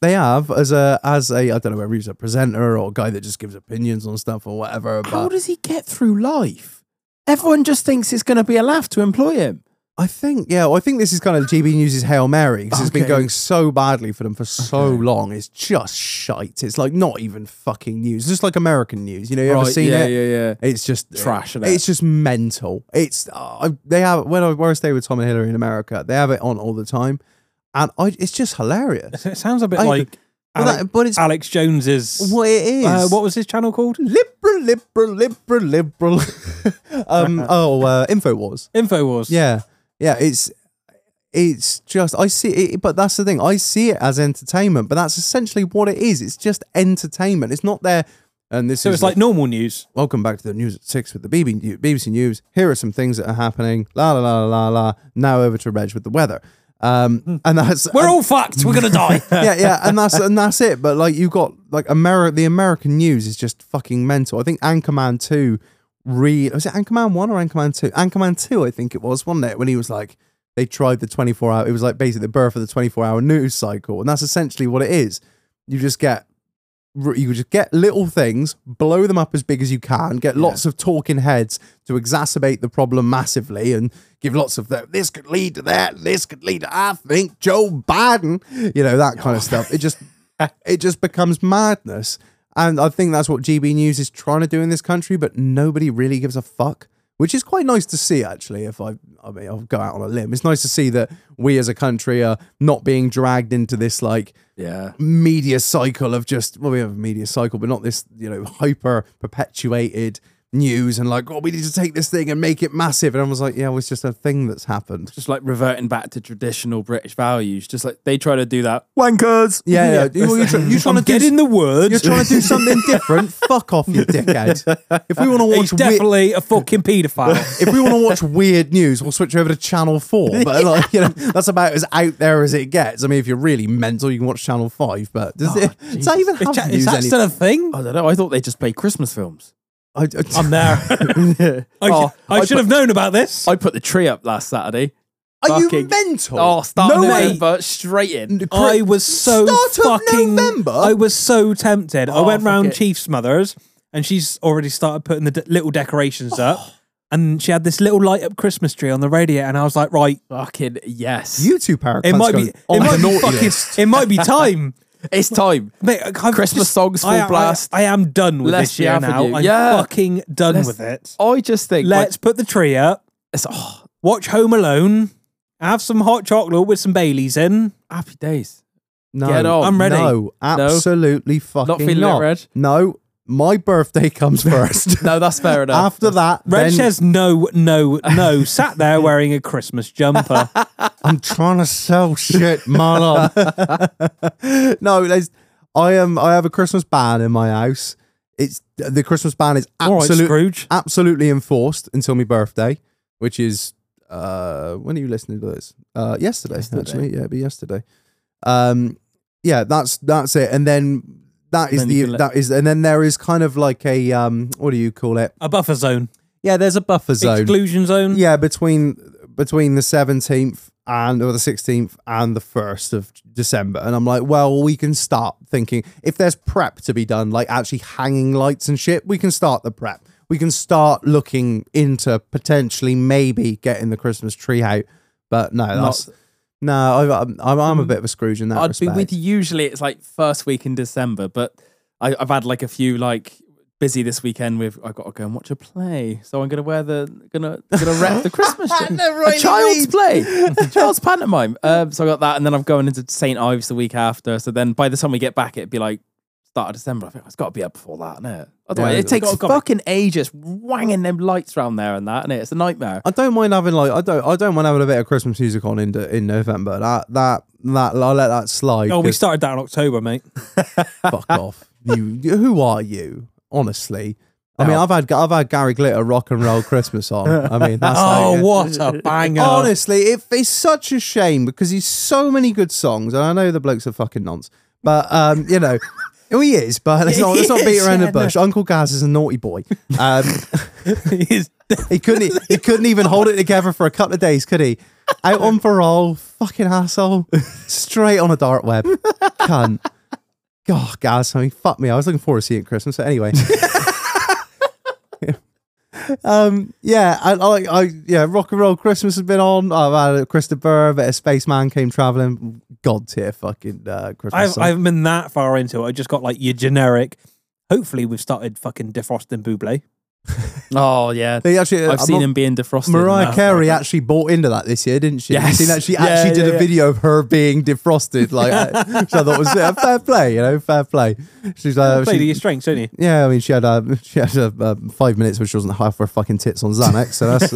[SPEAKER 2] They have as a as a I don't know whether he's a presenter or a guy that just gives opinions on stuff or whatever. But
[SPEAKER 3] How does he get through life? Everyone just thinks it's going to be a laugh to employ him.
[SPEAKER 2] I think, yeah, well, I think this is kind of GB News' Hail Mary because it's been
[SPEAKER 3] Okay.
[SPEAKER 2] going so badly for them for so long. It's just shite. It's like not even fucking news. It's just like American news. You know, you ever seen
[SPEAKER 3] yeah,
[SPEAKER 2] it?
[SPEAKER 3] yeah, yeah.
[SPEAKER 2] It's just
[SPEAKER 3] Trash, innit?
[SPEAKER 2] It's just mental. It's uh, I- they have when I where I stay with Tom and Hillary in America, they have it on all the time, and I, it's just hilarious.
[SPEAKER 1] It sounds a bit
[SPEAKER 2] I-
[SPEAKER 1] like
[SPEAKER 2] Well,
[SPEAKER 1] Alec,
[SPEAKER 2] that- but it's
[SPEAKER 1] Alex Jones's.
[SPEAKER 2] what it is.
[SPEAKER 1] uh, what was his channel called?
[SPEAKER 2] liberal, liberal, liberal, liberal. um, oh, uh, Infowars.
[SPEAKER 1] Infowars.
[SPEAKER 2] Yeah, yeah. It's it's just I see it, but that's the thing. I see it as entertainment, but that's essentially what it is. It's just entertainment. It's not there. And this
[SPEAKER 1] So
[SPEAKER 2] is
[SPEAKER 1] it's like normal news.
[SPEAKER 2] welcome back to the news at six with the BB, New- BBC News. Here are some things that are happening. La la la la la. Now over to Reg with the weather.
[SPEAKER 1] Hmm.
[SPEAKER 2] Um, and that's
[SPEAKER 1] We're all fucked. We're gonna die.
[SPEAKER 2] yeah, yeah, and that's and that's it. But like you got like America, the American news is just fucking mental. I think Anchorman two, re was it Anchorman one or Anchorman two? Anchorman two, I think it was, wasn't it? When he was like, they tried the twenty four hour. It was like basically the birth of the twenty four hour news cycle, and that's essentially what it is. You just get you just get little things, blow them up as big as you can, get lots of talking heads to exacerbate the problem massively, and give lots of that. This could lead to that. This could lead to I think Joe Biden. You know that kind of stuff. It just it just becomes madness, and I think that's what GB News is trying to do in this country, but nobody really gives a fuck. Which is quite nice to see, actually. If I, I mean, I'll go out on a limb. It's nice to see that we as a country are not being dragged into this like
[SPEAKER 3] Yeah.
[SPEAKER 2] media cycle of just well, we have a media cycle, but not this you know hyper perpetuated news and like, oh, we need to take this thing and make it massive. And I was like, yeah, well, it's just a thing that's happened.
[SPEAKER 3] Just like reverting back to traditional British values. Just like they try to do that. Wankers.
[SPEAKER 2] Yeah, yeah. You, are trying to
[SPEAKER 1] Get
[SPEAKER 2] do,
[SPEAKER 1] in the word.
[SPEAKER 2] you're trying to do something different. Fuck off, you dickhead. If we want to watch
[SPEAKER 1] He's
[SPEAKER 2] weird,
[SPEAKER 1] definitely a fucking paedophile.
[SPEAKER 2] if we want to watch weird news, we'll switch over to Channel Four. But like, you know, that's about as out there as it gets. I mean, if you're really mental, you can watch Channel Five. But does it? Does that even have
[SPEAKER 1] Is that-
[SPEAKER 2] news?
[SPEAKER 1] is that
[SPEAKER 2] any-
[SPEAKER 1] still a thing?
[SPEAKER 3] I don't know. I thought they just play Christmas films.
[SPEAKER 2] I, I-
[SPEAKER 1] I'm there. I,
[SPEAKER 3] Oh,
[SPEAKER 1] I
[SPEAKER 3] I
[SPEAKER 1] should have known about this.
[SPEAKER 3] I put the tree up last Saturday.
[SPEAKER 2] are you
[SPEAKER 3] fucking-
[SPEAKER 2] mental?
[SPEAKER 3] Oh, start
[SPEAKER 2] no
[SPEAKER 3] of
[SPEAKER 2] way.
[SPEAKER 3] November, straight in.
[SPEAKER 1] I was so
[SPEAKER 2] Start of
[SPEAKER 1] fucking.
[SPEAKER 2] November?
[SPEAKER 1] I was so tempted. I
[SPEAKER 3] Oh,
[SPEAKER 1] went
[SPEAKER 3] fuck
[SPEAKER 1] round
[SPEAKER 3] it.
[SPEAKER 1] Chief's mother's, and she's already started putting the d- little decorations
[SPEAKER 2] Oh.
[SPEAKER 1] up. And she had this little light up Christmas tree on the radio, and I was like, right,
[SPEAKER 3] Fucking yes.
[SPEAKER 2] You two paraclets.
[SPEAKER 1] it might be,
[SPEAKER 2] going
[SPEAKER 1] it
[SPEAKER 2] on
[SPEAKER 1] might
[SPEAKER 2] the
[SPEAKER 1] be
[SPEAKER 2] naughty
[SPEAKER 1] fucking,
[SPEAKER 2] list.
[SPEAKER 1] it might be time.
[SPEAKER 3] it's time.
[SPEAKER 1] Mate, I've
[SPEAKER 3] Christmas
[SPEAKER 1] just-
[SPEAKER 3] songs full
[SPEAKER 1] I, I-
[SPEAKER 3] blast.
[SPEAKER 1] I, am done with
[SPEAKER 3] Let's
[SPEAKER 1] this
[SPEAKER 3] be
[SPEAKER 1] year
[SPEAKER 3] having
[SPEAKER 1] now.
[SPEAKER 3] you.
[SPEAKER 1] I'm
[SPEAKER 3] Yeah.
[SPEAKER 1] fucking done
[SPEAKER 3] Let's-
[SPEAKER 1] with it.
[SPEAKER 3] I just think like,
[SPEAKER 1] Let's put the tree up.
[SPEAKER 3] it's oh,
[SPEAKER 1] Watch Home Alone. Have some hot chocolate with some Baileys in.
[SPEAKER 3] happy days.
[SPEAKER 2] No,
[SPEAKER 3] Get on.
[SPEAKER 1] I'm ready.
[SPEAKER 2] No, absolutely fucking not.
[SPEAKER 3] feeling it, Reg?
[SPEAKER 2] No, my birthday comes first.
[SPEAKER 3] No, that's fair enough.
[SPEAKER 2] After that,
[SPEAKER 1] Red
[SPEAKER 2] then
[SPEAKER 1] says no, no, no. Sat there wearing a Christmas jumper.
[SPEAKER 2] I'm trying to sell shit, man. up. no, there's, I am. I have a Christmas ban in my house. It's the Christmas ban is
[SPEAKER 1] All right,
[SPEAKER 2] absolutely
[SPEAKER 1] Scrooge.
[SPEAKER 2] absolutely enforced until my birthday, which is uh when are you listening to this? Uh yesterday, actually. Yeah, it'd be yesterday. Um yeah, that's that's it. And then that is
[SPEAKER 3] Then you
[SPEAKER 2] the
[SPEAKER 3] can let-
[SPEAKER 2] that is and then there is kind of like a um what do you call it?
[SPEAKER 1] A buffer zone.
[SPEAKER 2] Yeah, there's a buffer zone.
[SPEAKER 1] Exclusion zone.
[SPEAKER 2] yeah, between between the seventeenth and or the sixteenth and the first of December, and I'm like, well, we can start thinking if there's prep to be done, like actually hanging lights and shit. We can start the prep. We can start looking into potentially maybe getting the Christmas tree out. But no, that's no, I, I'm I'm I'm a bit of a Scrooge in that
[SPEAKER 3] Mm. I'd
[SPEAKER 2] respect.
[SPEAKER 3] be with you. Usually it's like first week in December, but I, I've had like a few like busy this weekend with I've got to go and watch a play. So I'm gonna wear the gonna gonna rep the Christmas tree. a child's play. a child's pantomime. Um, so I got that and then I'm going into St. Ives the week after. So then by the time we get back it'd be like start of December. I think it's gotta be up before that, isn't it? Otherwise,
[SPEAKER 2] Yeah,
[SPEAKER 3] it takes
[SPEAKER 2] gotta- gotta-
[SPEAKER 3] fucking ages wanging them lights round there and that, and it's a nightmare.
[SPEAKER 2] I don't mind having like I don't I don't mind having a bit of Christmas music on in de- in November. That that that I'll let that slide.
[SPEAKER 1] Oh, we
[SPEAKER 2] 'cause-
[SPEAKER 1] started that in October, mate.
[SPEAKER 2] fuck off. You, who are you? Honestly, I mean,
[SPEAKER 3] No.
[SPEAKER 2] I've had I've had Gary Glitter rock and roll Christmas on. I mean, that's
[SPEAKER 1] Oh,
[SPEAKER 2] like-
[SPEAKER 1] what a banger!
[SPEAKER 2] Honestly, it, it's such a shame because he's so many good songs, and I know the blokes are fucking nonce, but um, you know, oh, he is. But let's not let's not beat around the bush. Uncle Gaz is a naughty boy. Um,
[SPEAKER 1] He's-
[SPEAKER 2] he couldn't e-, he couldn't even hold it together for a couple of days, could he? Out on parole, fucking asshole, straight on a dark web, cunt. God, guys, I mean, fuck me. I was looking forward to seeing it at Christmas. So anyway, um, yeah, I, I, I, yeah, rock and roll Christmas has been on. I've had a Krista Burr, a bit of Spaceman came traveling. God tier fucking uh, Christmas.
[SPEAKER 1] I've,
[SPEAKER 2] song.
[SPEAKER 1] I haven't been that far into it. I just got like your generic. Hopefully, we've started fucking defrosting Buble.
[SPEAKER 3] Oh yeah.
[SPEAKER 2] they actually,
[SPEAKER 3] I've seen
[SPEAKER 2] uh, not-
[SPEAKER 3] him being defrosted.
[SPEAKER 2] Mariah
[SPEAKER 3] and that.
[SPEAKER 2] Carey actually bought into that this year, didn't she? You
[SPEAKER 3] Yes.
[SPEAKER 2] seen that she
[SPEAKER 3] Yeah,
[SPEAKER 2] actually did
[SPEAKER 3] yeah,
[SPEAKER 2] a
[SPEAKER 3] yeah.
[SPEAKER 2] video of her being defrosted, like uh, which I thought was uh, fair play, you know, fair play. She's like,
[SPEAKER 1] Play to
[SPEAKER 2] she-
[SPEAKER 1] your strengths, don't you?
[SPEAKER 2] yeah, I mean, she had uh, she had uh, uh, five minutes, which wasn't half her fucking tits on Xanax, so that's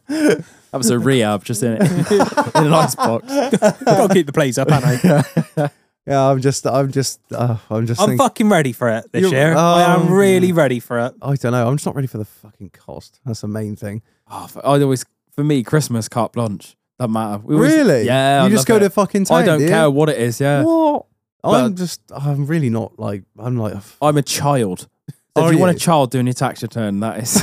[SPEAKER 3] That was a rehab just in it. in an icebox.
[SPEAKER 1] Gotta keep the plays up, haven't I?
[SPEAKER 2] yeah. I'm just, I'm just, uh, I'm just.
[SPEAKER 1] I'm
[SPEAKER 2] thinking,
[SPEAKER 1] fucking ready for it this
[SPEAKER 2] You're-
[SPEAKER 1] year. I am
[SPEAKER 2] Oh.
[SPEAKER 1] really ready for it.
[SPEAKER 2] I don't know. I'm just not ready for the fucking cost. That's the main thing.
[SPEAKER 3] Oh, for, I always, for me, Christmas carte blanche doesn't matter. We always-
[SPEAKER 2] Really?
[SPEAKER 3] Yeah.
[SPEAKER 2] You
[SPEAKER 3] I
[SPEAKER 2] just go
[SPEAKER 3] love
[SPEAKER 2] to
[SPEAKER 3] it.
[SPEAKER 2] fucking. Town,
[SPEAKER 3] I don't
[SPEAKER 2] do you?
[SPEAKER 3] care what it is. Yeah.
[SPEAKER 2] What? I'm
[SPEAKER 3] But-
[SPEAKER 2] just. I'm really not like. I'm like.
[SPEAKER 3] I'm a child. So
[SPEAKER 2] Are
[SPEAKER 3] if you, want
[SPEAKER 2] you?
[SPEAKER 3] a child doing your tax return, that is.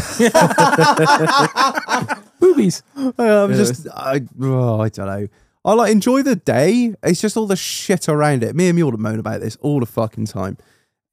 [SPEAKER 3] Boobies.
[SPEAKER 2] I'm
[SPEAKER 3] Yeah.
[SPEAKER 2] just, I, oh, I don't know. I like enjoy the day. It's just all the shit around it. Me and Mulder moan about this all the fucking time.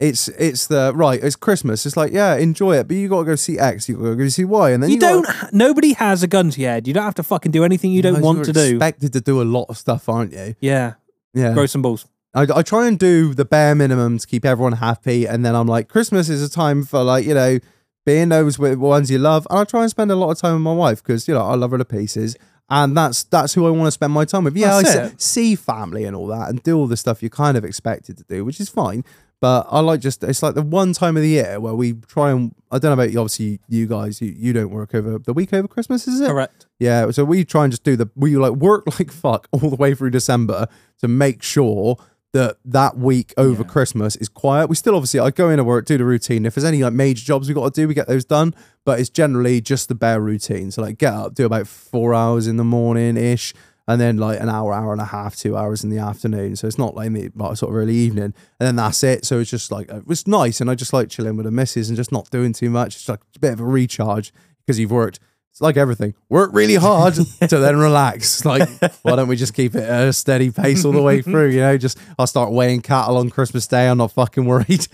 [SPEAKER 2] It's it's the right. It's Christmas. It's like yeah, enjoy it. But you got to go see X. You got to go see Y. And then you,
[SPEAKER 1] You don't. Nobody has a gun to your head. You don't have to fucking do anything you don't want to do.
[SPEAKER 2] Expected to do a lot of stuff, aren't you?
[SPEAKER 1] Yeah,
[SPEAKER 2] Yeah.
[SPEAKER 1] grow some balls.
[SPEAKER 2] I, I try and do the bare minimum to keep everyone happy, and then I'm like, Christmas is a time for like you know being those with ones you love, and I try and spend a lot of time with my wife because you know I love her to pieces, and that's that's who I want to spend my time with. Yeah,
[SPEAKER 1] That's
[SPEAKER 2] I se-
[SPEAKER 1] it.
[SPEAKER 2] see family and all that, and do all the stuff you're kind of expected to do, which is fine. But I like just it's like the one time of the year where we try and I don't know about you, obviously you guys you, you don't work over the week over Christmas, is it?
[SPEAKER 1] Correct.
[SPEAKER 2] Yeah, so we try and just do the we like work like fuck all the way through December to make sure that that week over Christmas is quiet. We still obviously I go into work, do the routine. If there's any like major jobs we got to do, we get those done. But it's generally just the bare routine. So like get up, do about four hours in the morning ish, and then like an hour, hour and a half, two hours in the afternoon. So it's not like me like sort of early evening, and then that's it. So it's just like it was nice, and I just like chilling with the missus and just not doing too much. It's like a bit of a recharge because you've worked it's like everything. Work really hard to then relax. Like, why don't we just keep it at a steady pace all the way through? You know, just I'll start weighing cattle on Christmas Day. I'm not fucking worried.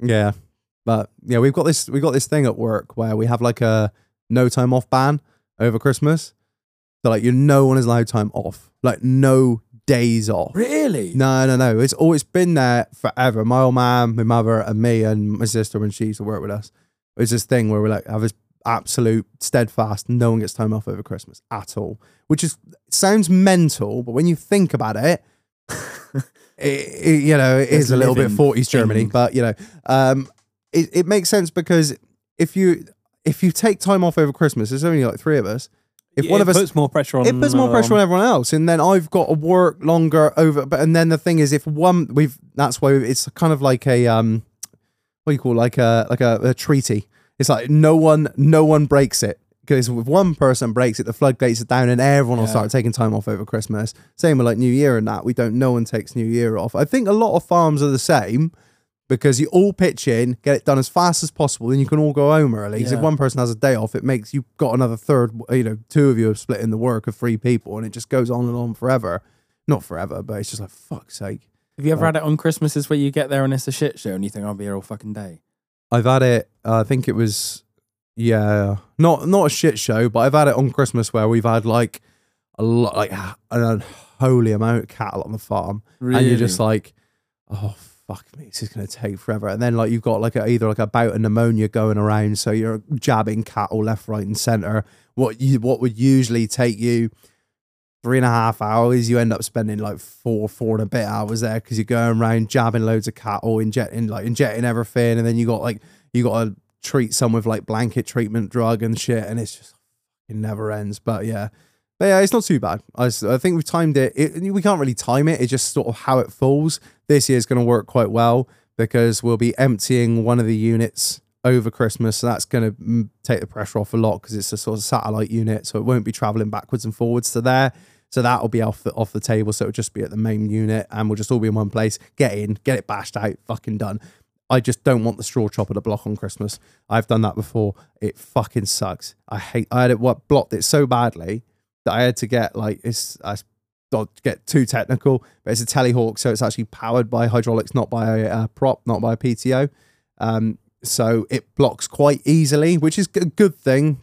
[SPEAKER 2] yeah. But yeah, we've got this we got this thing at work where we have like a no time off ban over Christmas. So like you no one is allowed time off. Like no days off.
[SPEAKER 5] Really?
[SPEAKER 2] No, no, no. It's always been there forever. My old man, my mother, and me, and my sister when she used to work with us. It's this thing where we're like, have this absolute steadfast, no one gets time off over Christmas at all, which is sounds mental, but when you think about it, it, it you know, it is a little bit
[SPEAKER 3] living
[SPEAKER 2] 40s
[SPEAKER 1] Mm.
[SPEAKER 2] Germany, but you know, um, it, it makes sense because if you if you take time off over Christmas, there's only like three of us. If one
[SPEAKER 1] it
[SPEAKER 2] of us
[SPEAKER 1] puts Mm. more pressure on. um,
[SPEAKER 2] it puts more
[SPEAKER 1] another
[SPEAKER 2] pressure on
[SPEAKER 1] one.
[SPEAKER 2] everyone else, and then I've got to work longer over. But and then the thing is, if one we've that's why it's kind of like a um, what do you call like a like a, a treaty. It's like no one no one breaks it because if one person breaks it, the floodgates are down, and everyone will start taking time off over Christmas. Same with like New Year and that. We don't. No one takes New Year off. I think a lot of farms are the same. Because you all pitch in, get it done as fast as possible, then you can all go home early. Because if
[SPEAKER 5] Yeah.
[SPEAKER 2] one person has a day off, it makes you've got another third, you know, two of you are splitting the work of three people, and it just goes on and on forever. Not forever, but it's just like fuck's sake.
[SPEAKER 3] Have you ever had it on Christmases where you get there and it's a shit show and you think I'll be here all fucking day?
[SPEAKER 2] I've had it. Uh, I think it was, yeah, not not a shit show, but I've had it on Christmas where we've had like a lot, like an unholy amount of cattle on the farm, and you're just like, oh fuck me, this is gonna take forever. And then like you've got like a, either like a bout of pneumonia going around, so you're jabbing cattle left, right, and center. What you what would usually take you three and a half hours, you end up spending like four, four and a bit hours there because you're going around jabbing loads of cattle, injecting like injecting everything, and then you got like you got to treat some with like blanket treatment drug and shit, and it's just it never ends. But yeah. But yeah, it's not too bad. I, s- I think we've timed it. it. We can't really time it. It's just sort of how it falls. This year's going to work quite well because we'll be emptying one of the units over Christmas. So that's going to take the pressure off a lot because it's a sort of satellite unit. So it won't be traveling backwards and forwards to there. So that'll be off the, off the table. So it'll just be at the main unit and we'll just all be in one place. Get in, get it bashed out, fucking done. I just don't want the straw chopper to block on Christmas. I've done that before. It fucking sucks. I hate. I had it what blocked it so badly that I had to get like it's I don't get too technical, but it's a telehawk, so it's actually powered by hydraulics, not by a uh, prop, not by a PTO. Um, so it blocks quite easily, which is a good thing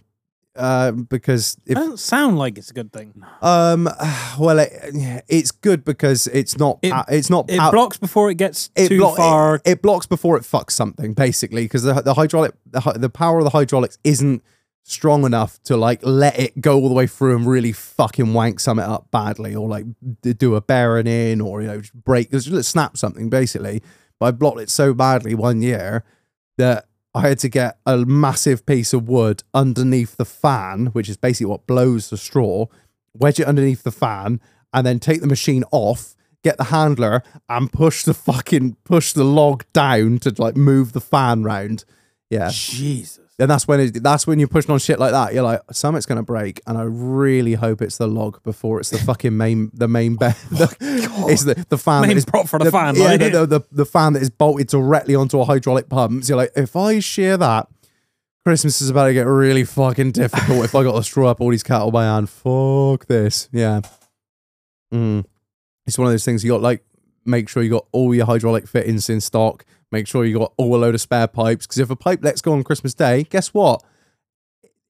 [SPEAKER 2] uh, because if
[SPEAKER 1] Doesn't sound like it's a good thing.
[SPEAKER 2] um, well, it, it's good because it's not
[SPEAKER 1] It-
[SPEAKER 2] pa- it's not
[SPEAKER 1] It
[SPEAKER 2] pa-
[SPEAKER 1] blocks before it gets
[SPEAKER 2] it
[SPEAKER 1] too
[SPEAKER 2] block- it-
[SPEAKER 1] far.
[SPEAKER 2] It, blocks before it fucks something, basically, because the, the hydraulic, the, hy- the power of the hydraulics isn't strong enough to like let it go all the way through and really fucking wank something up badly, or like d- do a bearing in, or you know just break, just snap something basically. But I blocked it so badly one year that I had to get a massive piece of wood underneath the fan, which is basically what blows the straw, wedge it underneath the fan, and then take the machine off, get the handler, and push the fucking push the log down to like move the fan round. Yeah.
[SPEAKER 5] Jesus.
[SPEAKER 2] Then that's when it, that's when you're pushing on shit like that. You're like, something's gonna break, and I really hope it's the log before it's the fucking main the main bed. it's the, the fan that
[SPEAKER 1] Main
[SPEAKER 2] is-
[SPEAKER 1] prop for the fan,
[SPEAKER 2] Yeah,
[SPEAKER 1] like.
[SPEAKER 2] the, the, the, the fan that is bolted directly onto a hydraulic pump. So you're like, if I shear that, Christmas is about to get really fucking difficult. if I got to straw up all these cattle by hand, fuck this. Yeah. Mm. It's one of those things you got like make sure you got all your hydraulic fittings in stock. Make sure you got all a load of spare pipes. Because if a pipe lets go on Christmas Day, guess what?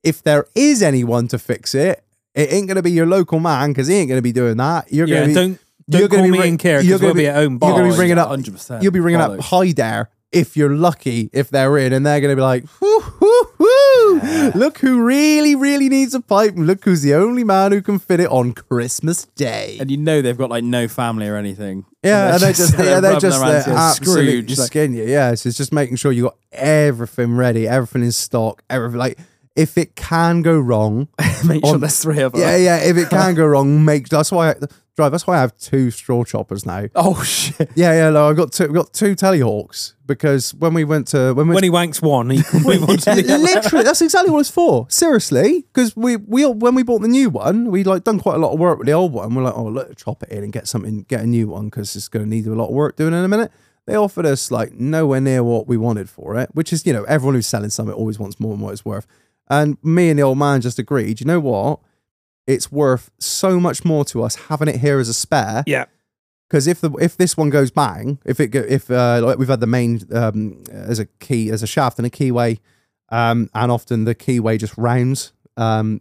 [SPEAKER 2] If there is anyone to fix it, it ain't gonna be your local man because he ain't gonna be doing that. You're
[SPEAKER 1] yeah,
[SPEAKER 2] gonna be
[SPEAKER 1] don't
[SPEAKER 2] you're
[SPEAKER 1] don't
[SPEAKER 2] gonna
[SPEAKER 1] call
[SPEAKER 2] be
[SPEAKER 1] me
[SPEAKER 2] ring-
[SPEAKER 1] in care
[SPEAKER 2] you're
[SPEAKER 1] because
[SPEAKER 2] gonna
[SPEAKER 1] we'll
[SPEAKER 2] be-
[SPEAKER 1] be at home.
[SPEAKER 2] you're gonna be
[SPEAKER 1] bars.
[SPEAKER 2] ringing up-
[SPEAKER 3] 100%.
[SPEAKER 2] you'll be ringing up
[SPEAKER 3] Bollocks.
[SPEAKER 2] hi there if you're lucky if they're in and they're going to be like whoo, whoo, whoo, Look who really, really needs a pipe. and Look who's the only man who can fit it on Christmas Day.
[SPEAKER 3] And you know they've got like no family or anything.
[SPEAKER 2] yeah, and they just, yeah, they're
[SPEAKER 3] rubbing
[SPEAKER 2] just
[SPEAKER 3] their hands
[SPEAKER 2] they're
[SPEAKER 3] together,
[SPEAKER 2] absolutely
[SPEAKER 3] Scrooge. Like,
[SPEAKER 2] skin you. Yeah, so it's just making sure you got everything ready, everything in stock, everything like. If it can go wrong,
[SPEAKER 3] make sure
[SPEAKER 2] on-
[SPEAKER 3] there's three of us.
[SPEAKER 2] yeah, yeah. If it can go wrong, make that's why I, drive. That's why I have two straw choppers now.
[SPEAKER 3] Oh shit.
[SPEAKER 2] Yeah, yeah. No, I got two. Got two Telehawks because when we went to when we
[SPEAKER 1] When he wanks one, he can move on to the other.
[SPEAKER 2] literally that's exactly what it's for seriously because we we all- when we bought the new one we like done quite a lot of work with the old one we're like oh look chop it in and get something get a new one because it's going to need a lot of work doing in a minute they offered us like nowhere near what we wanted for it which is you know everyone who's selling something always wants more than what it's worth and me and the old man just agreed you know what it's worth so much more to us having it here as a spare
[SPEAKER 1] Yeah.
[SPEAKER 2] because if the if this one goes bang, if it go, if uh, like we've had the main um, as a key as a shaft and a keyway, um, and often the keyway just rounds, um,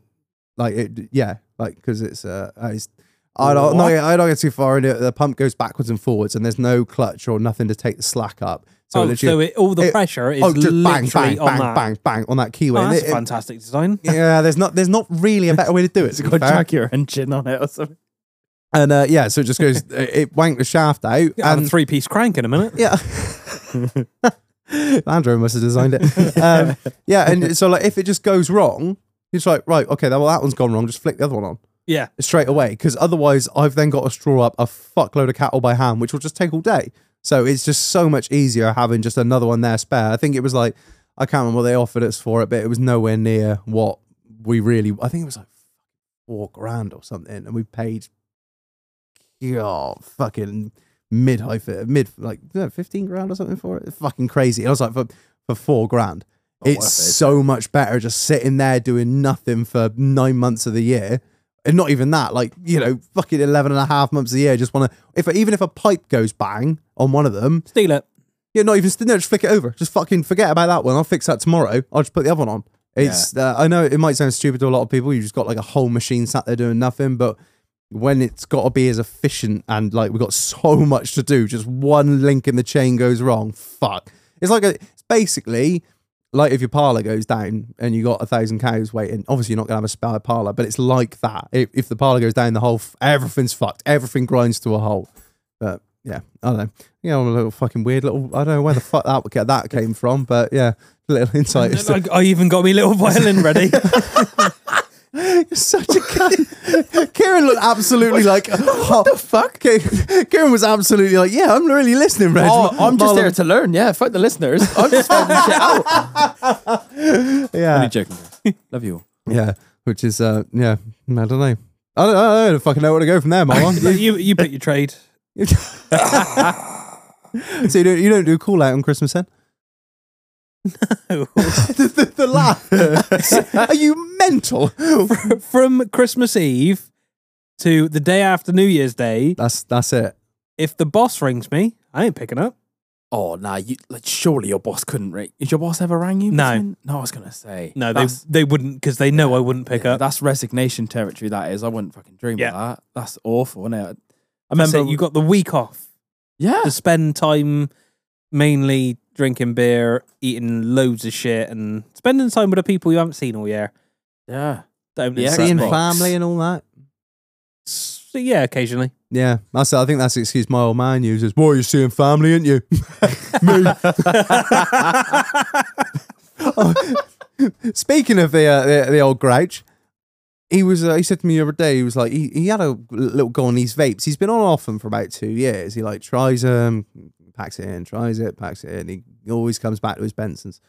[SPEAKER 2] like it yeah, like because it's uh, uh, it's, I don't no, I don't get too far into it. The pump goes backwards and forwards, and there's no clutch or nothing to take the slack up. So,
[SPEAKER 1] So, oh,
[SPEAKER 2] literally,
[SPEAKER 1] so it, all the
[SPEAKER 2] it-
[SPEAKER 1] pressure is
[SPEAKER 2] oh, just
[SPEAKER 1] literally
[SPEAKER 2] bang bang
[SPEAKER 1] on
[SPEAKER 2] bang
[SPEAKER 1] that.
[SPEAKER 2] bang bang on that keyway.
[SPEAKER 1] Oh,
[SPEAKER 2] And
[SPEAKER 1] that's a
[SPEAKER 2] it- it-
[SPEAKER 1] fantastic design.
[SPEAKER 2] yeah, there's not there's not really a better way to do it. to be
[SPEAKER 3] Got
[SPEAKER 2] fair.
[SPEAKER 3] drag your engine on it or something.
[SPEAKER 2] And uh, yeah, so it just goes it, it wanked the shaft out
[SPEAKER 1] I'll have
[SPEAKER 2] and
[SPEAKER 1] a three piece crank in a minute.
[SPEAKER 2] Yeah. Andrew must have designed it. Um, yeah, and so like if it just goes wrong, it's like right, okay, that, well that one's gone wrong. Just flick the other one on
[SPEAKER 1] Yeah.
[SPEAKER 2] straight away because otherwise I've then got to straw up a fuckload of cattle by hand, which will just take all day. So it's just so much easier having just another one there spare. I think it was like I can't remember what they offered us for it, but it was nowhere near what we really. I think it was like four grand or something, and we paid yeah, fucking mid high mid like no, fifteen grand or something for it. Fucking crazy. And I was like for for four grand. it's
[SPEAKER 5] worth it.
[SPEAKER 2] so much better just sitting there doing nothing for nine months of the year. And not even that, like, you know, fucking 11 and a half months a year. Just want to, if even if a pipe goes bang on one of them,
[SPEAKER 1] Steal it.
[SPEAKER 2] yeah, not even no, just flick it over. Just fucking forget about that one. I'll fix that tomorrow. I'll just put the other one on. It's uh, I know it might sound stupid to a lot of people. You just got like a whole machine sat there doing nothing, but when it's got to be as efficient and like we've got so much to do, just one link in the chain goes wrong. Fuck. It's like a, it's basically like if your parlor goes down and you got a thousand cows waiting, obviously you're not gonna have a spare parlor, but it's like that. If, if the parlor goes down, the whole f- everything's fucked. Everything grinds to a halt. But yeah, I don't know. You know, I'm a little fucking weird little. I don't know where the fuck that would- that came from, but yeah, little insight. It's
[SPEAKER 1] I, I even got me little violin ready.
[SPEAKER 2] such a cunt. Kieran looked absolutely like what the fuck. Kieran was absolutely like, yeah, I'm really listening, Reg.
[SPEAKER 3] Oh, I'm just
[SPEAKER 2] Marlon-
[SPEAKER 3] there to learn. Yeah, fuck the listeners. I'm just finding shit out.
[SPEAKER 2] yeah,
[SPEAKER 3] joking. guys. Love you all.
[SPEAKER 2] yeah. Which is uh, yeah, I don't know. I don't, I don't fucking know where to go from there, Marlon.
[SPEAKER 1] you, you pick your trade.
[SPEAKER 2] You- so you don't, you don't do call out on Christmas then? the, the, the laugh. Are you mental?
[SPEAKER 1] From Christmas Eve to the day after New Year's Day,
[SPEAKER 2] That's that's it.
[SPEAKER 1] if the boss rings me, I ain't picking up.
[SPEAKER 3] Oh nah, you like surely your boss couldn't ring. Did your boss ever rang you?
[SPEAKER 1] No.
[SPEAKER 3] between- No, I was gonna say.
[SPEAKER 1] No, they,
[SPEAKER 3] that's,
[SPEAKER 1] they wouldn't because they know I wouldn't pick up.
[SPEAKER 3] that's resignation territory. That is. I wouldn't fucking dream
[SPEAKER 1] Yeah.
[SPEAKER 3] of that. That's awful, isn't it? I
[SPEAKER 1] That's
[SPEAKER 3] remember
[SPEAKER 1] it, you got the week off
[SPEAKER 3] yeah.
[SPEAKER 1] to spend time mainly drinking beer, eating loads of shit, and spending time with the people you haven't seen all year.
[SPEAKER 3] Yeah.
[SPEAKER 1] Don't
[SPEAKER 3] Yeah,
[SPEAKER 1] insult
[SPEAKER 2] Seeing
[SPEAKER 1] me.
[SPEAKER 2] family and all that.
[SPEAKER 1] So, yeah, occasionally.
[SPEAKER 2] Yeah, that's. I think that's the excuse my old man uses. Boy, you're seeing family, ain't you? Me. Speaking of the, uh, the the old grouch, he was. Uh, he said to me the other day, he was like, he, he had a little go on these vapes. He's been on and off them for about two years. He like tries them, packs it in, tries it, packs it in. He always comes back to his Bensons.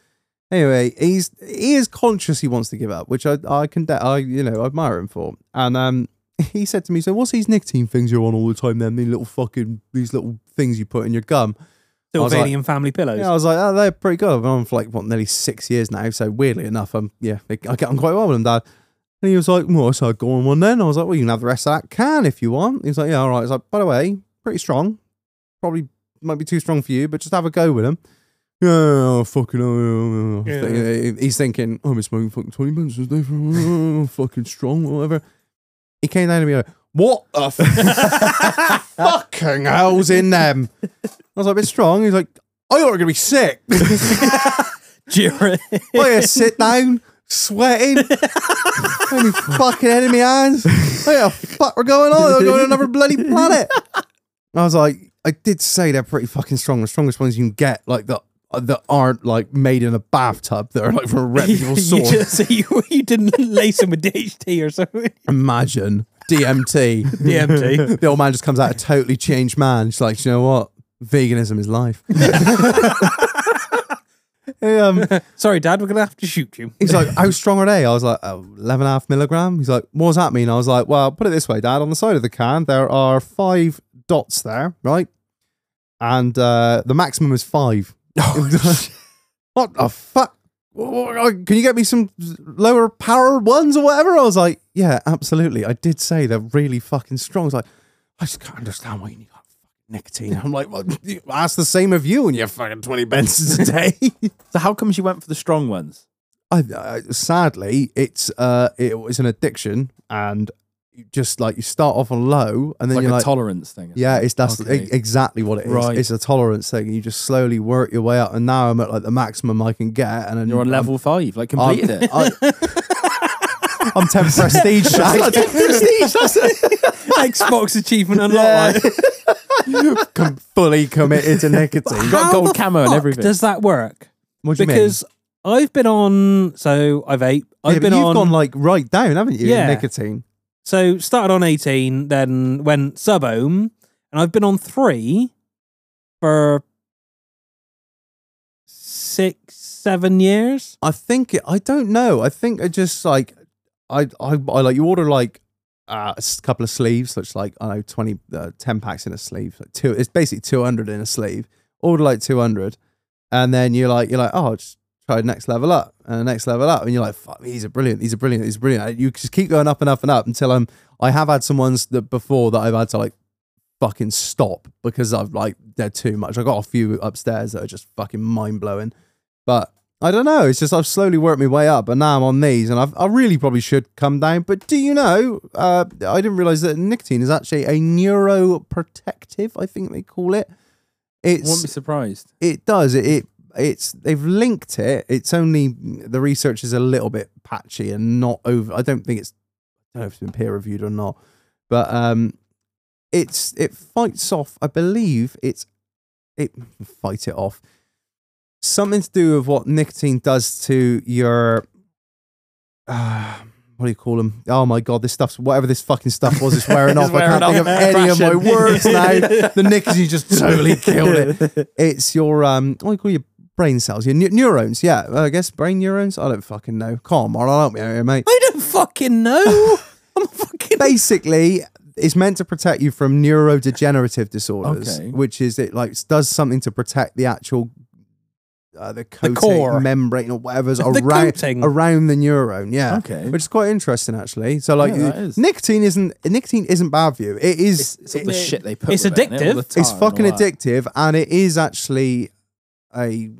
[SPEAKER 2] Anyway, he's he is conscious he wants to give up, which I I can I you know admire him for. And um, he said to me, "So what's these nicotine things you're on all the time? Then these little fucking these little things you put in your gum." was like-
[SPEAKER 1] Sylvanian family pillows.
[SPEAKER 2] Yeah, I was like, oh, they're pretty good. I've been on for like what nearly six years now. So weirdly enough, um, yeah, I get on quite well with them, Dad. And he was like, well, so I go on one then. I was like, well, you can have the rest of that can if you want. He was like, yeah, all right. I was like, by the way, pretty strong. Probably might be too strong for you, but just have a go with them. Yeah, oh, fucking. Oh, yeah, yeah. He's thinking, oh, I've been smoking fucking 20 minutes a day. for- oh, fucking strong, whatever. He came down to me like, what the f- fucking hell's in them? I was like, "Oh, a bit strong. He's like, I thought you were going to be sick.
[SPEAKER 1] During-
[SPEAKER 2] Well, yeah, sit down. sweating. Any fucking enemy hands. What the fuck were going on? They're going to another bloody planet. And I was like, I did say they're pretty fucking strong. The strongest ones you can get, like the that aren't like made in a bathtub, that are like from a reputable
[SPEAKER 1] you,
[SPEAKER 2] source.
[SPEAKER 1] just, you, you didn't lace him with DHT or something.
[SPEAKER 2] Imagine DMT.
[SPEAKER 1] DMT.
[SPEAKER 2] the old man just comes out a totally changed man. He's like, "Do you know what? Veganism is life. Hey, um,
[SPEAKER 1] Sorry, Dad, we're going to have to shoot you.
[SPEAKER 2] he's like, how strong are they? I was like, oh, 11 and a half milligram. He's like, what does that mean? I was like, well, put it this way, Dad. On the side of the can, there are five dots there, right? And uh, the maximum is five. what the fuck? Can you get me some lower power ones or whatever? I was like, yeah, absolutely. I did say they're really fucking strong. He's like, I just can't understand why you need that fucking nicotine. I'm like, well, that's the same of you and your fucking 20 benzes a day.
[SPEAKER 3] So how come you went for the strong ones?
[SPEAKER 2] I, I sadly, it's uh, it was an addiction, and you just like you start off on low, and then
[SPEAKER 3] Like
[SPEAKER 2] you're
[SPEAKER 3] a
[SPEAKER 2] like,
[SPEAKER 3] tolerance thing.
[SPEAKER 2] yeah, it's that's
[SPEAKER 3] Okay.
[SPEAKER 2] e- exactly what it is.
[SPEAKER 3] Right.
[SPEAKER 2] It's a tolerance thing. You just slowly work your way up, and now I'm at like the maximum I can get, and then
[SPEAKER 3] You're on level five, like
[SPEAKER 2] I'm,
[SPEAKER 3] completed it.
[SPEAKER 2] I, I'm ten prestige. Shaq.
[SPEAKER 3] prestige, that's it.
[SPEAKER 1] Xbox achievement
[SPEAKER 2] Yeah.
[SPEAKER 1] unlocked.
[SPEAKER 2] Com- fully committed to nicotine.
[SPEAKER 3] Got
[SPEAKER 1] How
[SPEAKER 3] gold
[SPEAKER 1] the
[SPEAKER 3] camo and
[SPEAKER 1] fuck
[SPEAKER 3] everything.
[SPEAKER 1] Does that work?
[SPEAKER 2] What do you mean?
[SPEAKER 1] Because I've been on, so I've eight.
[SPEAKER 2] Yeah,
[SPEAKER 1] I've
[SPEAKER 2] but
[SPEAKER 1] been
[SPEAKER 2] you've
[SPEAKER 1] on.
[SPEAKER 2] gone like right down, haven't you? in
[SPEAKER 1] Yeah.
[SPEAKER 2] nicotine.
[SPEAKER 1] so started on eighteen, then went sub ohm, and I've been on three for six, seven years.
[SPEAKER 2] I think it, I don't know. I think I just like I I, I like you order like uh, a s- couple of sleeves, which like I know 20 uh, 10 packs in a sleeve. Like two it's basically 200 in a sleeve. Order like 200 and then you're like you're like oh I'll just try next level up and the next level up and you're like fuck these are brilliant these are brilliant these are brilliant and you just keep going up and up and up until I'm I have had some ones that before that I've had to like fucking stop because I've like they're too much. I got a few upstairs that are just fucking mind blowing, but I don't know. It's just I've slowly worked my way up, and now I'm on these, and I've, I really probably should come down. But do you know? Uh, I didn't realize that nicotine is actually a neuroprotective. I think they call it. It's
[SPEAKER 3] Won't be surprised.
[SPEAKER 2] it does. It, it it's they've linked it. It's only the research is a little bit patchy and not over. I don't think it's. I don't know if it's been peer reviewed or not, but um, it's it fights off. I believe it's it fight it off. Something to do with what nicotine does to your. Uh, what do you call them? Oh my god, this stuff's whatever this fucking stuff was, it's wearing off. I
[SPEAKER 3] wearing
[SPEAKER 2] can't think
[SPEAKER 3] off.
[SPEAKER 2] of any of my
[SPEAKER 3] Crashing.
[SPEAKER 2] words now. The nicotine just totally killed it it's your um what do you call your brain cells your neu- neurons yeah i guess brain neurons i don't fucking know come on i don't know here, mate
[SPEAKER 1] I don't fucking know. I'm a fucking.
[SPEAKER 2] basically it's meant to protect you from neurodegenerative disorders
[SPEAKER 3] Okay.
[SPEAKER 2] which is it like does something to protect the actual uh, the coating
[SPEAKER 1] core.
[SPEAKER 2] membrane or whatever's
[SPEAKER 1] The
[SPEAKER 2] around
[SPEAKER 1] coating.
[SPEAKER 2] around the neuron yeah
[SPEAKER 3] Okay.
[SPEAKER 2] which is quite interesting actually so like
[SPEAKER 3] Yeah, that is.
[SPEAKER 2] nicotine isn't nicotine isn't bad for you it is
[SPEAKER 3] It's all the shit they put.
[SPEAKER 1] it's
[SPEAKER 3] with it, and all
[SPEAKER 1] addictive.
[SPEAKER 3] the
[SPEAKER 1] It's
[SPEAKER 3] tar
[SPEAKER 2] it's
[SPEAKER 3] and all
[SPEAKER 2] fucking
[SPEAKER 3] that.
[SPEAKER 2] addictive and it is actually a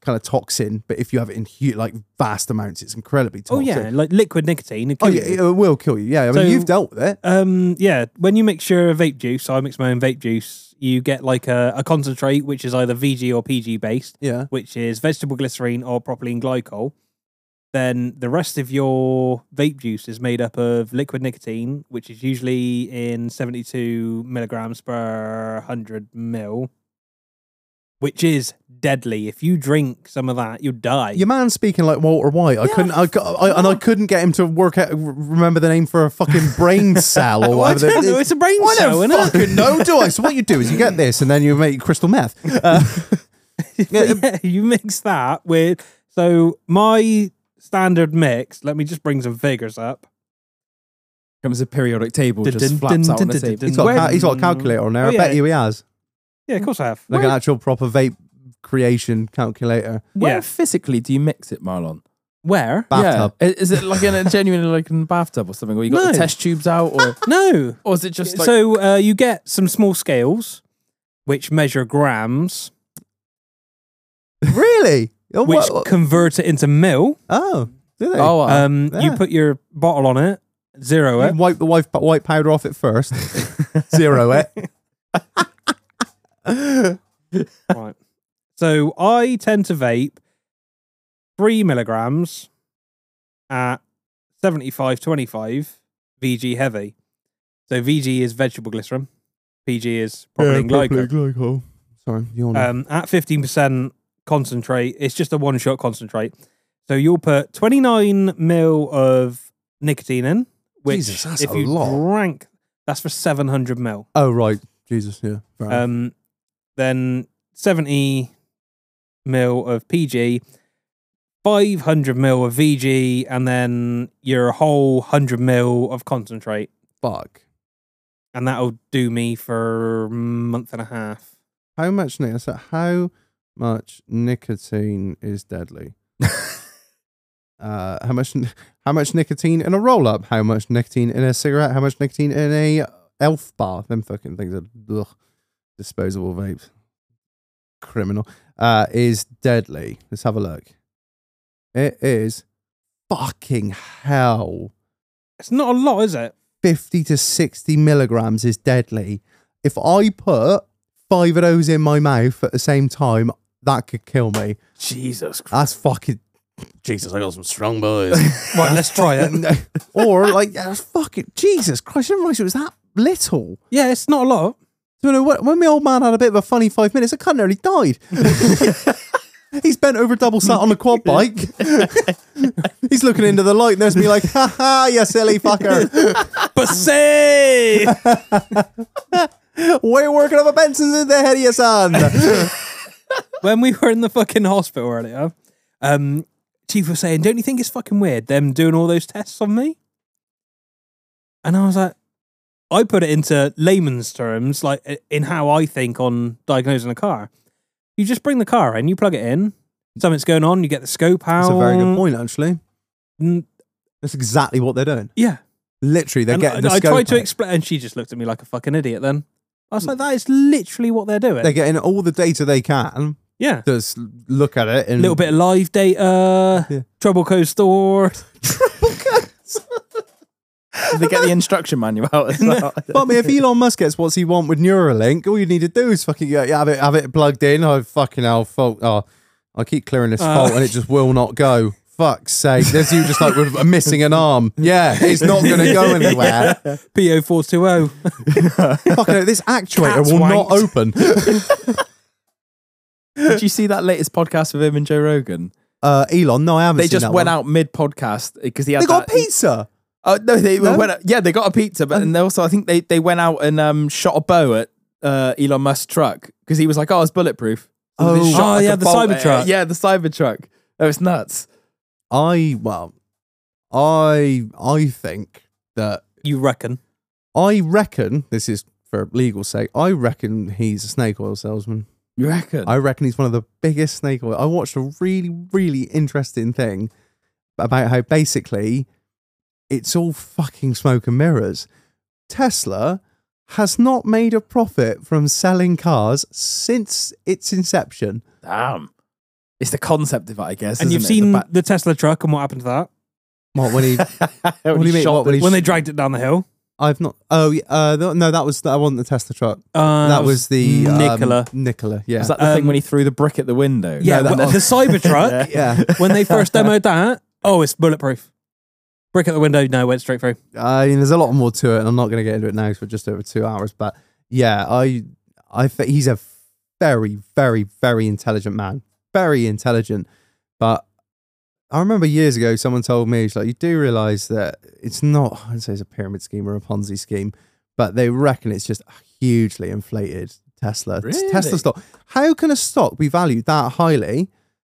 [SPEAKER 2] kind of toxin but if you have it in huge, like vast amounts it's incredibly
[SPEAKER 1] Oh
[SPEAKER 2] toxic
[SPEAKER 1] yeah, like liquid nicotine. it
[SPEAKER 2] oh
[SPEAKER 1] kills
[SPEAKER 2] yeah
[SPEAKER 1] you.
[SPEAKER 2] it will kill you yeah i mean
[SPEAKER 1] So-
[SPEAKER 2] you've dealt with it
[SPEAKER 1] Um, yeah, when you mix your vape juice, so I mix my own vape juice. You get like a, a concentrate which is either VG or PG based,
[SPEAKER 2] yeah
[SPEAKER 1] which is vegetable glycerine or propylene glycol. Then the rest of your vape juice is made up of liquid nicotine, which is usually in 72 milligrams per 100 mil, which is deadly. If you drink some of that, you'll die.
[SPEAKER 2] your man's speaking like Walter White. I couldn't, I, got- I, and I couldn't get him to work out, r- remember the name for a fucking brain cell or
[SPEAKER 1] Oh, I
[SPEAKER 2] whatever.
[SPEAKER 1] don't know, it's a brain cell,
[SPEAKER 2] I
[SPEAKER 1] isn't
[SPEAKER 2] don't
[SPEAKER 1] it?
[SPEAKER 2] fucking know, do I? So what you do is you get this, and then you make crystal meth. Uh,
[SPEAKER 1] yeah, you mix that with so my standard mix. Let me just bring some figures up.
[SPEAKER 3] Comes a periodic table,
[SPEAKER 1] Dun,
[SPEAKER 3] just flaps
[SPEAKER 1] dun,
[SPEAKER 3] out on the
[SPEAKER 1] dun, dun,
[SPEAKER 3] table.
[SPEAKER 2] he's, got a
[SPEAKER 1] When-
[SPEAKER 2] cal- he's got a calculator on there.
[SPEAKER 1] Oh,
[SPEAKER 2] I bet
[SPEAKER 1] yeah.
[SPEAKER 2] you he has
[SPEAKER 1] Yeah, of course I have.
[SPEAKER 2] like an actual proper vape creation calculator.
[SPEAKER 3] Where
[SPEAKER 1] Yeah.
[SPEAKER 3] physically do you mix it, Marlon?
[SPEAKER 1] Where?
[SPEAKER 2] Bathtub.
[SPEAKER 3] Yeah. I- Is it like in a genuine like in a bathtub or something where you got
[SPEAKER 1] No.
[SPEAKER 3] the test tubes out or
[SPEAKER 1] No.
[SPEAKER 3] or is it just like
[SPEAKER 1] so uh, you get some small scales, which measure grams,
[SPEAKER 2] Really? Oh,
[SPEAKER 1] which
[SPEAKER 2] what- what-
[SPEAKER 1] convert it into mil.
[SPEAKER 2] oh do they?
[SPEAKER 3] oh uh,
[SPEAKER 1] um, you
[SPEAKER 2] yeah.
[SPEAKER 1] put your bottle on it, zero
[SPEAKER 2] You
[SPEAKER 1] it.
[SPEAKER 2] wipe the white, white powder off it first. Zero it.
[SPEAKER 1] right. So I tend to vape three milligrams at 75.25 VG heavy. So VG is vegetable glycerin, PG is propylene glycol.
[SPEAKER 2] glycol. Sorry, you on
[SPEAKER 1] Um, at 15% concentrate, it's just a one shot concentrate. So you'll put 29 mil of nicotine in, which
[SPEAKER 2] Jesus, that's
[SPEAKER 1] if
[SPEAKER 2] a
[SPEAKER 1] you
[SPEAKER 2] lot.
[SPEAKER 1] drank, that's for 700 mil.
[SPEAKER 2] Oh right, Jesus, yeah. fair enough.
[SPEAKER 1] Um, then 70 mil of PG, 500 mil of VG, and then your whole 100 mil of concentrate.
[SPEAKER 2] Fuck.
[SPEAKER 1] And that'll do me for a month and a half.
[SPEAKER 2] How much nicotine? So how much nicotine is deadly? uh, how much? How much nicotine in a roll up? How much nicotine in a cigarette? How much nicotine in a elf bar? Them fucking things are ugh, disposable vapes. Criminal. Uh, is deadly. Let's have a look. It is fucking hell.
[SPEAKER 1] It's not a lot, is it?
[SPEAKER 2] 50 to 60 milligrams is deadly. If I put five of those in my mouth at the same time, that could kill me.
[SPEAKER 5] Jesus, Christ.
[SPEAKER 2] That's fucking.
[SPEAKER 5] Jesus, I got some strong boys.
[SPEAKER 1] Right, let's try it.
[SPEAKER 2] or, like, that's fucking. Jesus Christ, I didn't realize it was that little.
[SPEAKER 1] Yeah, it's not a lot.
[SPEAKER 2] You know, when when my old man had a bit of a funny five minutes, I kind of nearly died. He's bent over double sat on a quad bike. He's looking into the light and there's me like, ha ha, you silly fucker.
[SPEAKER 1] But say,
[SPEAKER 2] We're working up a Benson's in the head of your son.
[SPEAKER 1] when we were in the fucking hospital earlier, um, Chief was saying, "Don't you think it's fucking weird them doing all those tests on me?" And I was like, I put it into layman's terms, like i- in how I think on diagnosing a car. You just bring the car in, you plug it in, something's going on, you get the scope out.
[SPEAKER 2] That's a very good point, actually.
[SPEAKER 1] point.
[SPEAKER 2] That's exactly what they're doing.
[SPEAKER 1] Yeah,
[SPEAKER 2] Literally, they're
[SPEAKER 1] and
[SPEAKER 2] getting
[SPEAKER 1] I,
[SPEAKER 2] the
[SPEAKER 1] I
[SPEAKER 2] scope
[SPEAKER 1] tried to
[SPEAKER 2] out. Hmm.
[SPEAKER 1] explain, and she just looked at me like a fucking idiot. Then I was like, "That is literally what they're doing."
[SPEAKER 2] They're getting all the data they can.
[SPEAKER 1] yeah,
[SPEAKER 2] Just look at it and
[SPEAKER 1] A little bit of live data,
[SPEAKER 2] Yeah.
[SPEAKER 1] Trouble Code Store.
[SPEAKER 3] They get the instruction manual out as well.
[SPEAKER 2] But I mean, if Elon Musk gets what he want with Neuralink, all you need to do is fucking go, yeah, have it, have it plugged in. Oh fucking hell, fault. Oh, I keep clearing this
[SPEAKER 1] Uh.
[SPEAKER 2] fault and it just will not go. Fuck's sake! There's you just like with missing an arm. Yeah, it's not going to go anywhere.
[SPEAKER 1] PO four two oh. zero.
[SPEAKER 2] Fucking hell, this actuator
[SPEAKER 1] Cat's
[SPEAKER 2] will not
[SPEAKER 1] wanked.
[SPEAKER 2] open.
[SPEAKER 3] Did you see that latest podcast with him and Joe Rogan?
[SPEAKER 2] Uh, Elon, no, I haven't.
[SPEAKER 3] They
[SPEAKER 2] seen
[SPEAKER 3] just
[SPEAKER 2] that
[SPEAKER 3] went
[SPEAKER 2] one.
[SPEAKER 3] out mid podcast because he had
[SPEAKER 2] They got
[SPEAKER 3] that-
[SPEAKER 2] a pizza.
[SPEAKER 3] Oh no, they
[SPEAKER 2] No?
[SPEAKER 3] went. Out, yeah, they got a pizza, but and they also I think they they went out and um, shot a bow at uh, Elon Musk's truck because he was like, "Oh, it's bulletproof." So they
[SPEAKER 2] Oh.
[SPEAKER 3] shot,
[SPEAKER 1] Oh,
[SPEAKER 3] like,
[SPEAKER 1] yeah,
[SPEAKER 3] a
[SPEAKER 1] the
[SPEAKER 3] bolt
[SPEAKER 1] Cybertruck.
[SPEAKER 3] at it. Yeah, the Cybertruck. Oh, it's nuts.
[SPEAKER 2] I well, I I think that
[SPEAKER 1] You reckon?
[SPEAKER 2] I reckon this is for legal sake. I reckon he's a snake oil salesman.
[SPEAKER 3] You reckon?
[SPEAKER 2] I reckon he's one of the biggest snake oil. I watched a really really interesting thing about how basically it's all fucking smoke and mirrors. Tesla has not made a profit from selling cars since its inception.
[SPEAKER 3] Damn. It's the concept of it, I guess.
[SPEAKER 1] and
[SPEAKER 3] isn't
[SPEAKER 1] you've
[SPEAKER 3] it?
[SPEAKER 1] seen
[SPEAKER 3] The
[SPEAKER 1] the, Tesla truck and what happened to that
[SPEAKER 2] What when he?
[SPEAKER 3] back-
[SPEAKER 2] what do you mean?
[SPEAKER 3] shot
[SPEAKER 2] What,
[SPEAKER 3] the-
[SPEAKER 2] when he
[SPEAKER 1] when they dragged it down the hill.
[SPEAKER 2] I've not. Oh, yeah, uh, th- no, that was that wasn't the Tesla truck.
[SPEAKER 1] Uh,
[SPEAKER 2] that was the um,
[SPEAKER 1] Nicola.
[SPEAKER 2] Nicola, yeah.
[SPEAKER 3] Was that the thing
[SPEAKER 1] Um,
[SPEAKER 3] when he threw the brick at the window?
[SPEAKER 1] yeah,
[SPEAKER 2] that
[SPEAKER 1] when- the Cybertruck.
[SPEAKER 2] yeah,
[SPEAKER 1] when they first demoed that, oh, it's bulletproof. Brick at the window. No, went straight through.
[SPEAKER 2] I mean, there's a lot more to it, and I'm not going to get into it now for just over two hours. But yeah, I, I think he's a very, very, very intelligent man. Very intelligent, but I remember years ago someone told me, it's like, you do realize that it's not, I'd say it's a pyramid scheme or a Ponzi scheme, but they reckon it's just hugely inflated Tesla. It's Tesla
[SPEAKER 3] Really?
[SPEAKER 2] stock. How can a stock be valued that highly?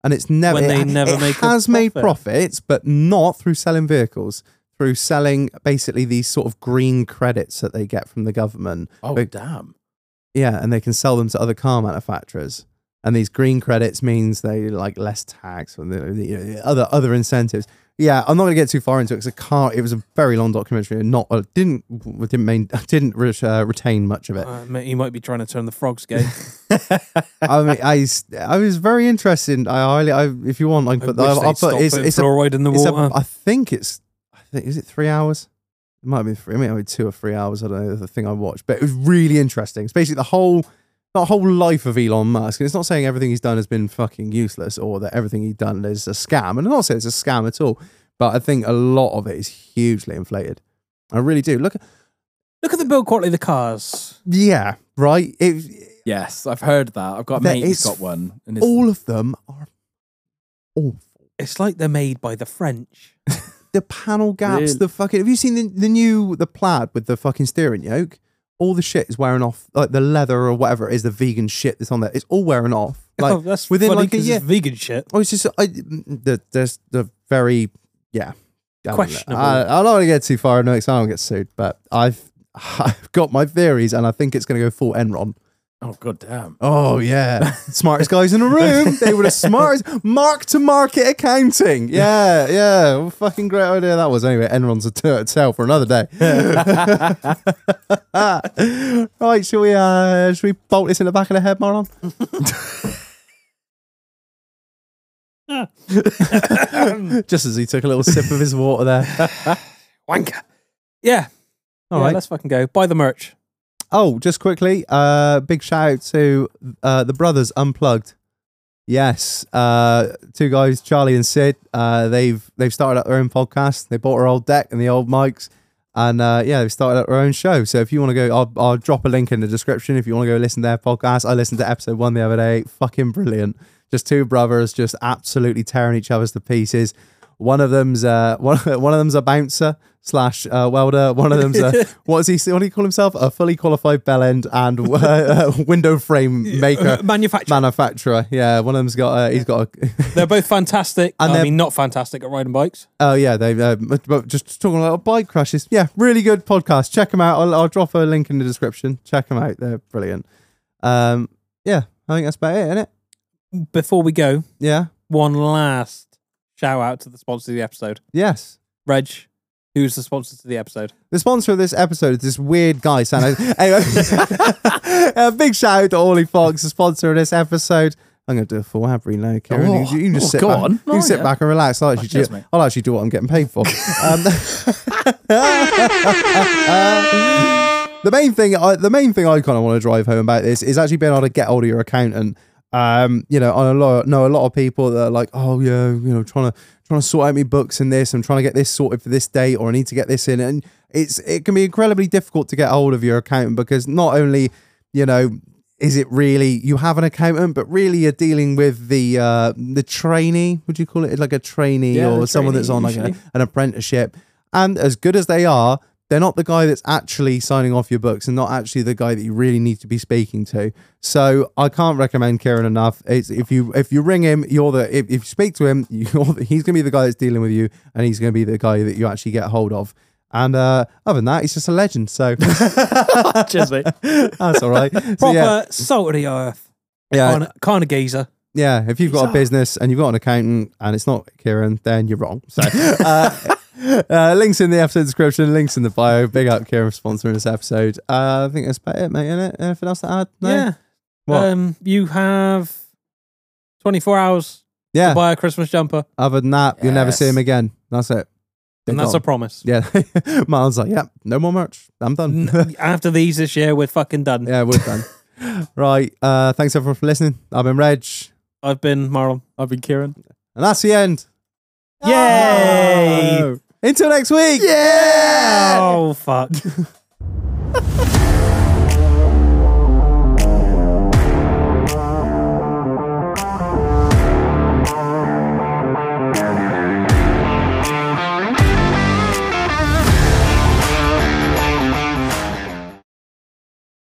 [SPEAKER 2] And it's never,
[SPEAKER 1] When they
[SPEAKER 2] it,
[SPEAKER 1] never
[SPEAKER 2] it
[SPEAKER 1] make a
[SPEAKER 2] has made
[SPEAKER 1] profit.
[SPEAKER 2] profits, but not through selling vehicles, through selling basically these sort of green credits that they get from the government.
[SPEAKER 3] Oh,
[SPEAKER 2] But-
[SPEAKER 3] damn.
[SPEAKER 2] yeah, and they can sell them to other car manufacturers. And these green credits means they like less tax and the, the, you know, the other other incentives. Yeah, I'm not going to get too far into it because a car. It was a very long documentary and not uh, didn't didn't main, didn't re- uh, retain much of it.
[SPEAKER 1] Uh, mate, you might be trying to turn the frogs gay.
[SPEAKER 2] I mean, I, s- I was very interested. I highly, I, if you want, I can
[SPEAKER 1] I
[SPEAKER 2] put
[SPEAKER 1] wish
[SPEAKER 2] I'll,
[SPEAKER 1] they'd
[SPEAKER 2] I'll
[SPEAKER 1] stop
[SPEAKER 2] put it's
[SPEAKER 1] putting
[SPEAKER 2] it's a,
[SPEAKER 1] fluoride in the
[SPEAKER 2] it's a-
[SPEAKER 1] water.
[SPEAKER 2] I think it's I think is it three hours. It might be three, maybe two or three hours. I don't know the thing I watched, but it was really interesting. It's basically the whole the whole life of Elon Musk. And it's not saying everything he's done has been fucking useless or that everything he's done is a scam. And I'm not saying it's a scam at all. But I think a lot of it is hugely inflated. I really do. Look,
[SPEAKER 1] Look at the build quality of the cars.
[SPEAKER 2] yeah, right. It,
[SPEAKER 3] Yes, I've heard that. I've got a
[SPEAKER 2] There
[SPEAKER 3] mate who's
[SPEAKER 2] is
[SPEAKER 3] got one. And it's,
[SPEAKER 2] all of them are awful.
[SPEAKER 1] It's like they're made by the French.
[SPEAKER 2] The panel gaps,
[SPEAKER 3] Really?
[SPEAKER 2] the fucking. Have you seen the, the new the plaid with the fucking steering yoke? All the shit is wearing off, like the leather or whatever it is, the vegan shit that's on there. It's all wearing off. Like
[SPEAKER 1] oh, that's
[SPEAKER 2] within
[SPEAKER 1] funny
[SPEAKER 2] like a
[SPEAKER 1] 'cause
[SPEAKER 2] year.
[SPEAKER 1] it's vegan shit.
[SPEAKER 2] Oh, it's just I, the there's the very yeah I don't know.
[SPEAKER 1] Questionable.
[SPEAKER 2] I, I don't want to get too far into it, 'cause I don't get sued. But I've I've got my theories, and I think it's going to go full Enron.
[SPEAKER 3] oh god damn.
[SPEAKER 2] Oh yeah, smartest guys in the room. They were the smartest. Mark to market accounting. Yeah, yeah. Well, fucking great idea that was. Anyway, Enron's a t- tale for another day. right, shall we? Uh, shall we bolt this in the back of the head, Marlon? Just as he took a little sip of his water there.
[SPEAKER 1] Wanker. Yeah. All
[SPEAKER 2] Yeah,
[SPEAKER 1] let's fucking go. Buy the merch.
[SPEAKER 2] Oh, just quickly, uh, big shout out to uh, the brothers Unplugged. Yes, uh, two guys, Charlie and Sid. Uh, they've they've started up their own podcast. They bought their old deck and the old mics, and uh, yeah, they've started up their own show. So if you want to go, I'll, I'll drop a link in the description. If you want to go listen to their podcast, I listened to episode one the other day. Fucking brilliant! Just two brothers, just absolutely tearing each other's to pieces. One of them's uh, one one of them's a bouncer slash uh, welder. One of them's a what is he? What do he call himself? A fully qualified bell end and uh, uh, window frame maker
[SPEAKER 1] Manufacturer.
[SPEAKER 2] manufacturer. Yeah, one of them's got. Uh, he's got. A,
[SPEAKER 1] They're both fantastic.
[SPEAKER 2] And
[SPEAKER 1] I
[SPEAKER 2] they're-
[SPEAKER 1] mean, not fantastic at riding bikes.
[SPEAKER 2] oh yeah, they. Uh, but- but just talking about bike crashes. Yeah, really good podcast. Check them out. I'll, I'll drop a link in the description. Check them out. They're brilliant. Um, yeah, I think that's about it, isn't it?
[SPEAKER 1] Before we go,
[SPEAKER 2] Yeah.
[SPEAKER 1] one last shout out to the sponsor of the episode,
[SPEAKER 2] Yes.
[SPEAKER 1] Reg, who's the sponsor to the episode.
[SPEAKER 2] The sponsor of this episode is this weird guy, Santa. anyway, a big shout out to Ollie Fox, the sponsor of this episode. I'm going to do a full ab reload, Karen. You-
[SPEAKER 3] Oh,
[SPEAKER 2] you can just
[SPEAKER 3] oh,
[SPEAKER 2] sit,
[SPEAKER 3] go
[SPEAKER 2] back.
[SPEAKER 3] on.
[SPEAKER 2] You can
[SPEAKER 3] Oh,
[SPEAKER 2] sit
[SPEAKER 3] yeah.
[SPEAKER 2] back and relax. I'll actually,
[SPEAKER 3] cheers,
[SPEAKER 2] do,
[SPEAKER 3] mate.
[SPEAKER 2] I'll actually do what I'm getting paid for. um, the main thing, I, the main thing I kind of want to drive home about this is actually being able to get hold of your accountant. Um, you know, I know, know a lot of people that are like, oh yeah, you know, trying to trying to sort out my books and this. I'm trying to get this sorted for this date, or I need to get this in. And it's it can be incredibly difficult to get hold of your accountant because not only you know is it really you have an accountant, but really you're dealing with the uh, the trainee. Would you call it like a trainee
[SPEAKER 3] Yeah,
[SPEAKER 2] or
[SPEAKER 3] the
[SPEAKER 2] someone that's
[SPEAKER 3] trainee,
[SPEAKER 2] on like a,
[SPEAKER 3] usually.
[SPEAKER 2] an apprenticeship? And as good as they are, they're not the guy that's actually signing off your books and not actually the guy that you really need to be speaking to. So I can't recommend Kieran enough. It's, if you if you ring him, you're the if, if you speak to him, you're the, he's gonna be the guy that's dealing with you, and he's gonna be the guy that you actually get hold of. And uh, other than that, he's just a legend. So
[SPEAKER 3] Cheers, mate.
[SPEAKER 2] that's all right. So,
[SPEAKER 1] Proper
[SPEAKER 2] yeah, Uh,
[SPEAKER 1] salt of the earth.
[SPEAKER 2] yeah,
[SPEAKER 1] Kind of- kind of geezer.
[SPEAKER 2] yeah. If you've got a business and you've got an accountant and it's not Kieran, then you're wrong. So. Uh, Uh, links in the episode description, links in the bio. Big up Kieran for sponsoring this episode. Uh, I think that's about it, mate. Isn't it? Anything else to add? No?
[SPEAKER 1] Yeah.
[SPEAKER 2] What?
[SPEAKER 1] Um, you have 24 hours
[SPEAKER 2] Yeah.
[SPEAKER 1] to buy a Christmas jumper,
[SPEAKER 2] Other than that, you'll never see
[SPEAKER 3] Yes.
[SPEAKER 2] him again. That's it. They're
[SPEAKER 1] and that's a
[SPEAKER 2] gone.
[SPEAKER 1] promise.
[SPEAKER 2] yeah. Miles like, yeah, no more merch. I'm done.
[SPEAKER 1] N- After these this year, we're fucking done.
[SPEAKER 2] yeah, we're done. right. Uh, thanks everyone for listening. I've been Reg,
[SPEAKER 1] I've been Marlon.
[SPEAKER 3] I've been Kieran.
[SPEAKER 2] and that's the end. Oh.
[SPEAKER 1] Yay!
[SPEAKER 2] Until next week.
[SPEAKER 1] Oh fuck.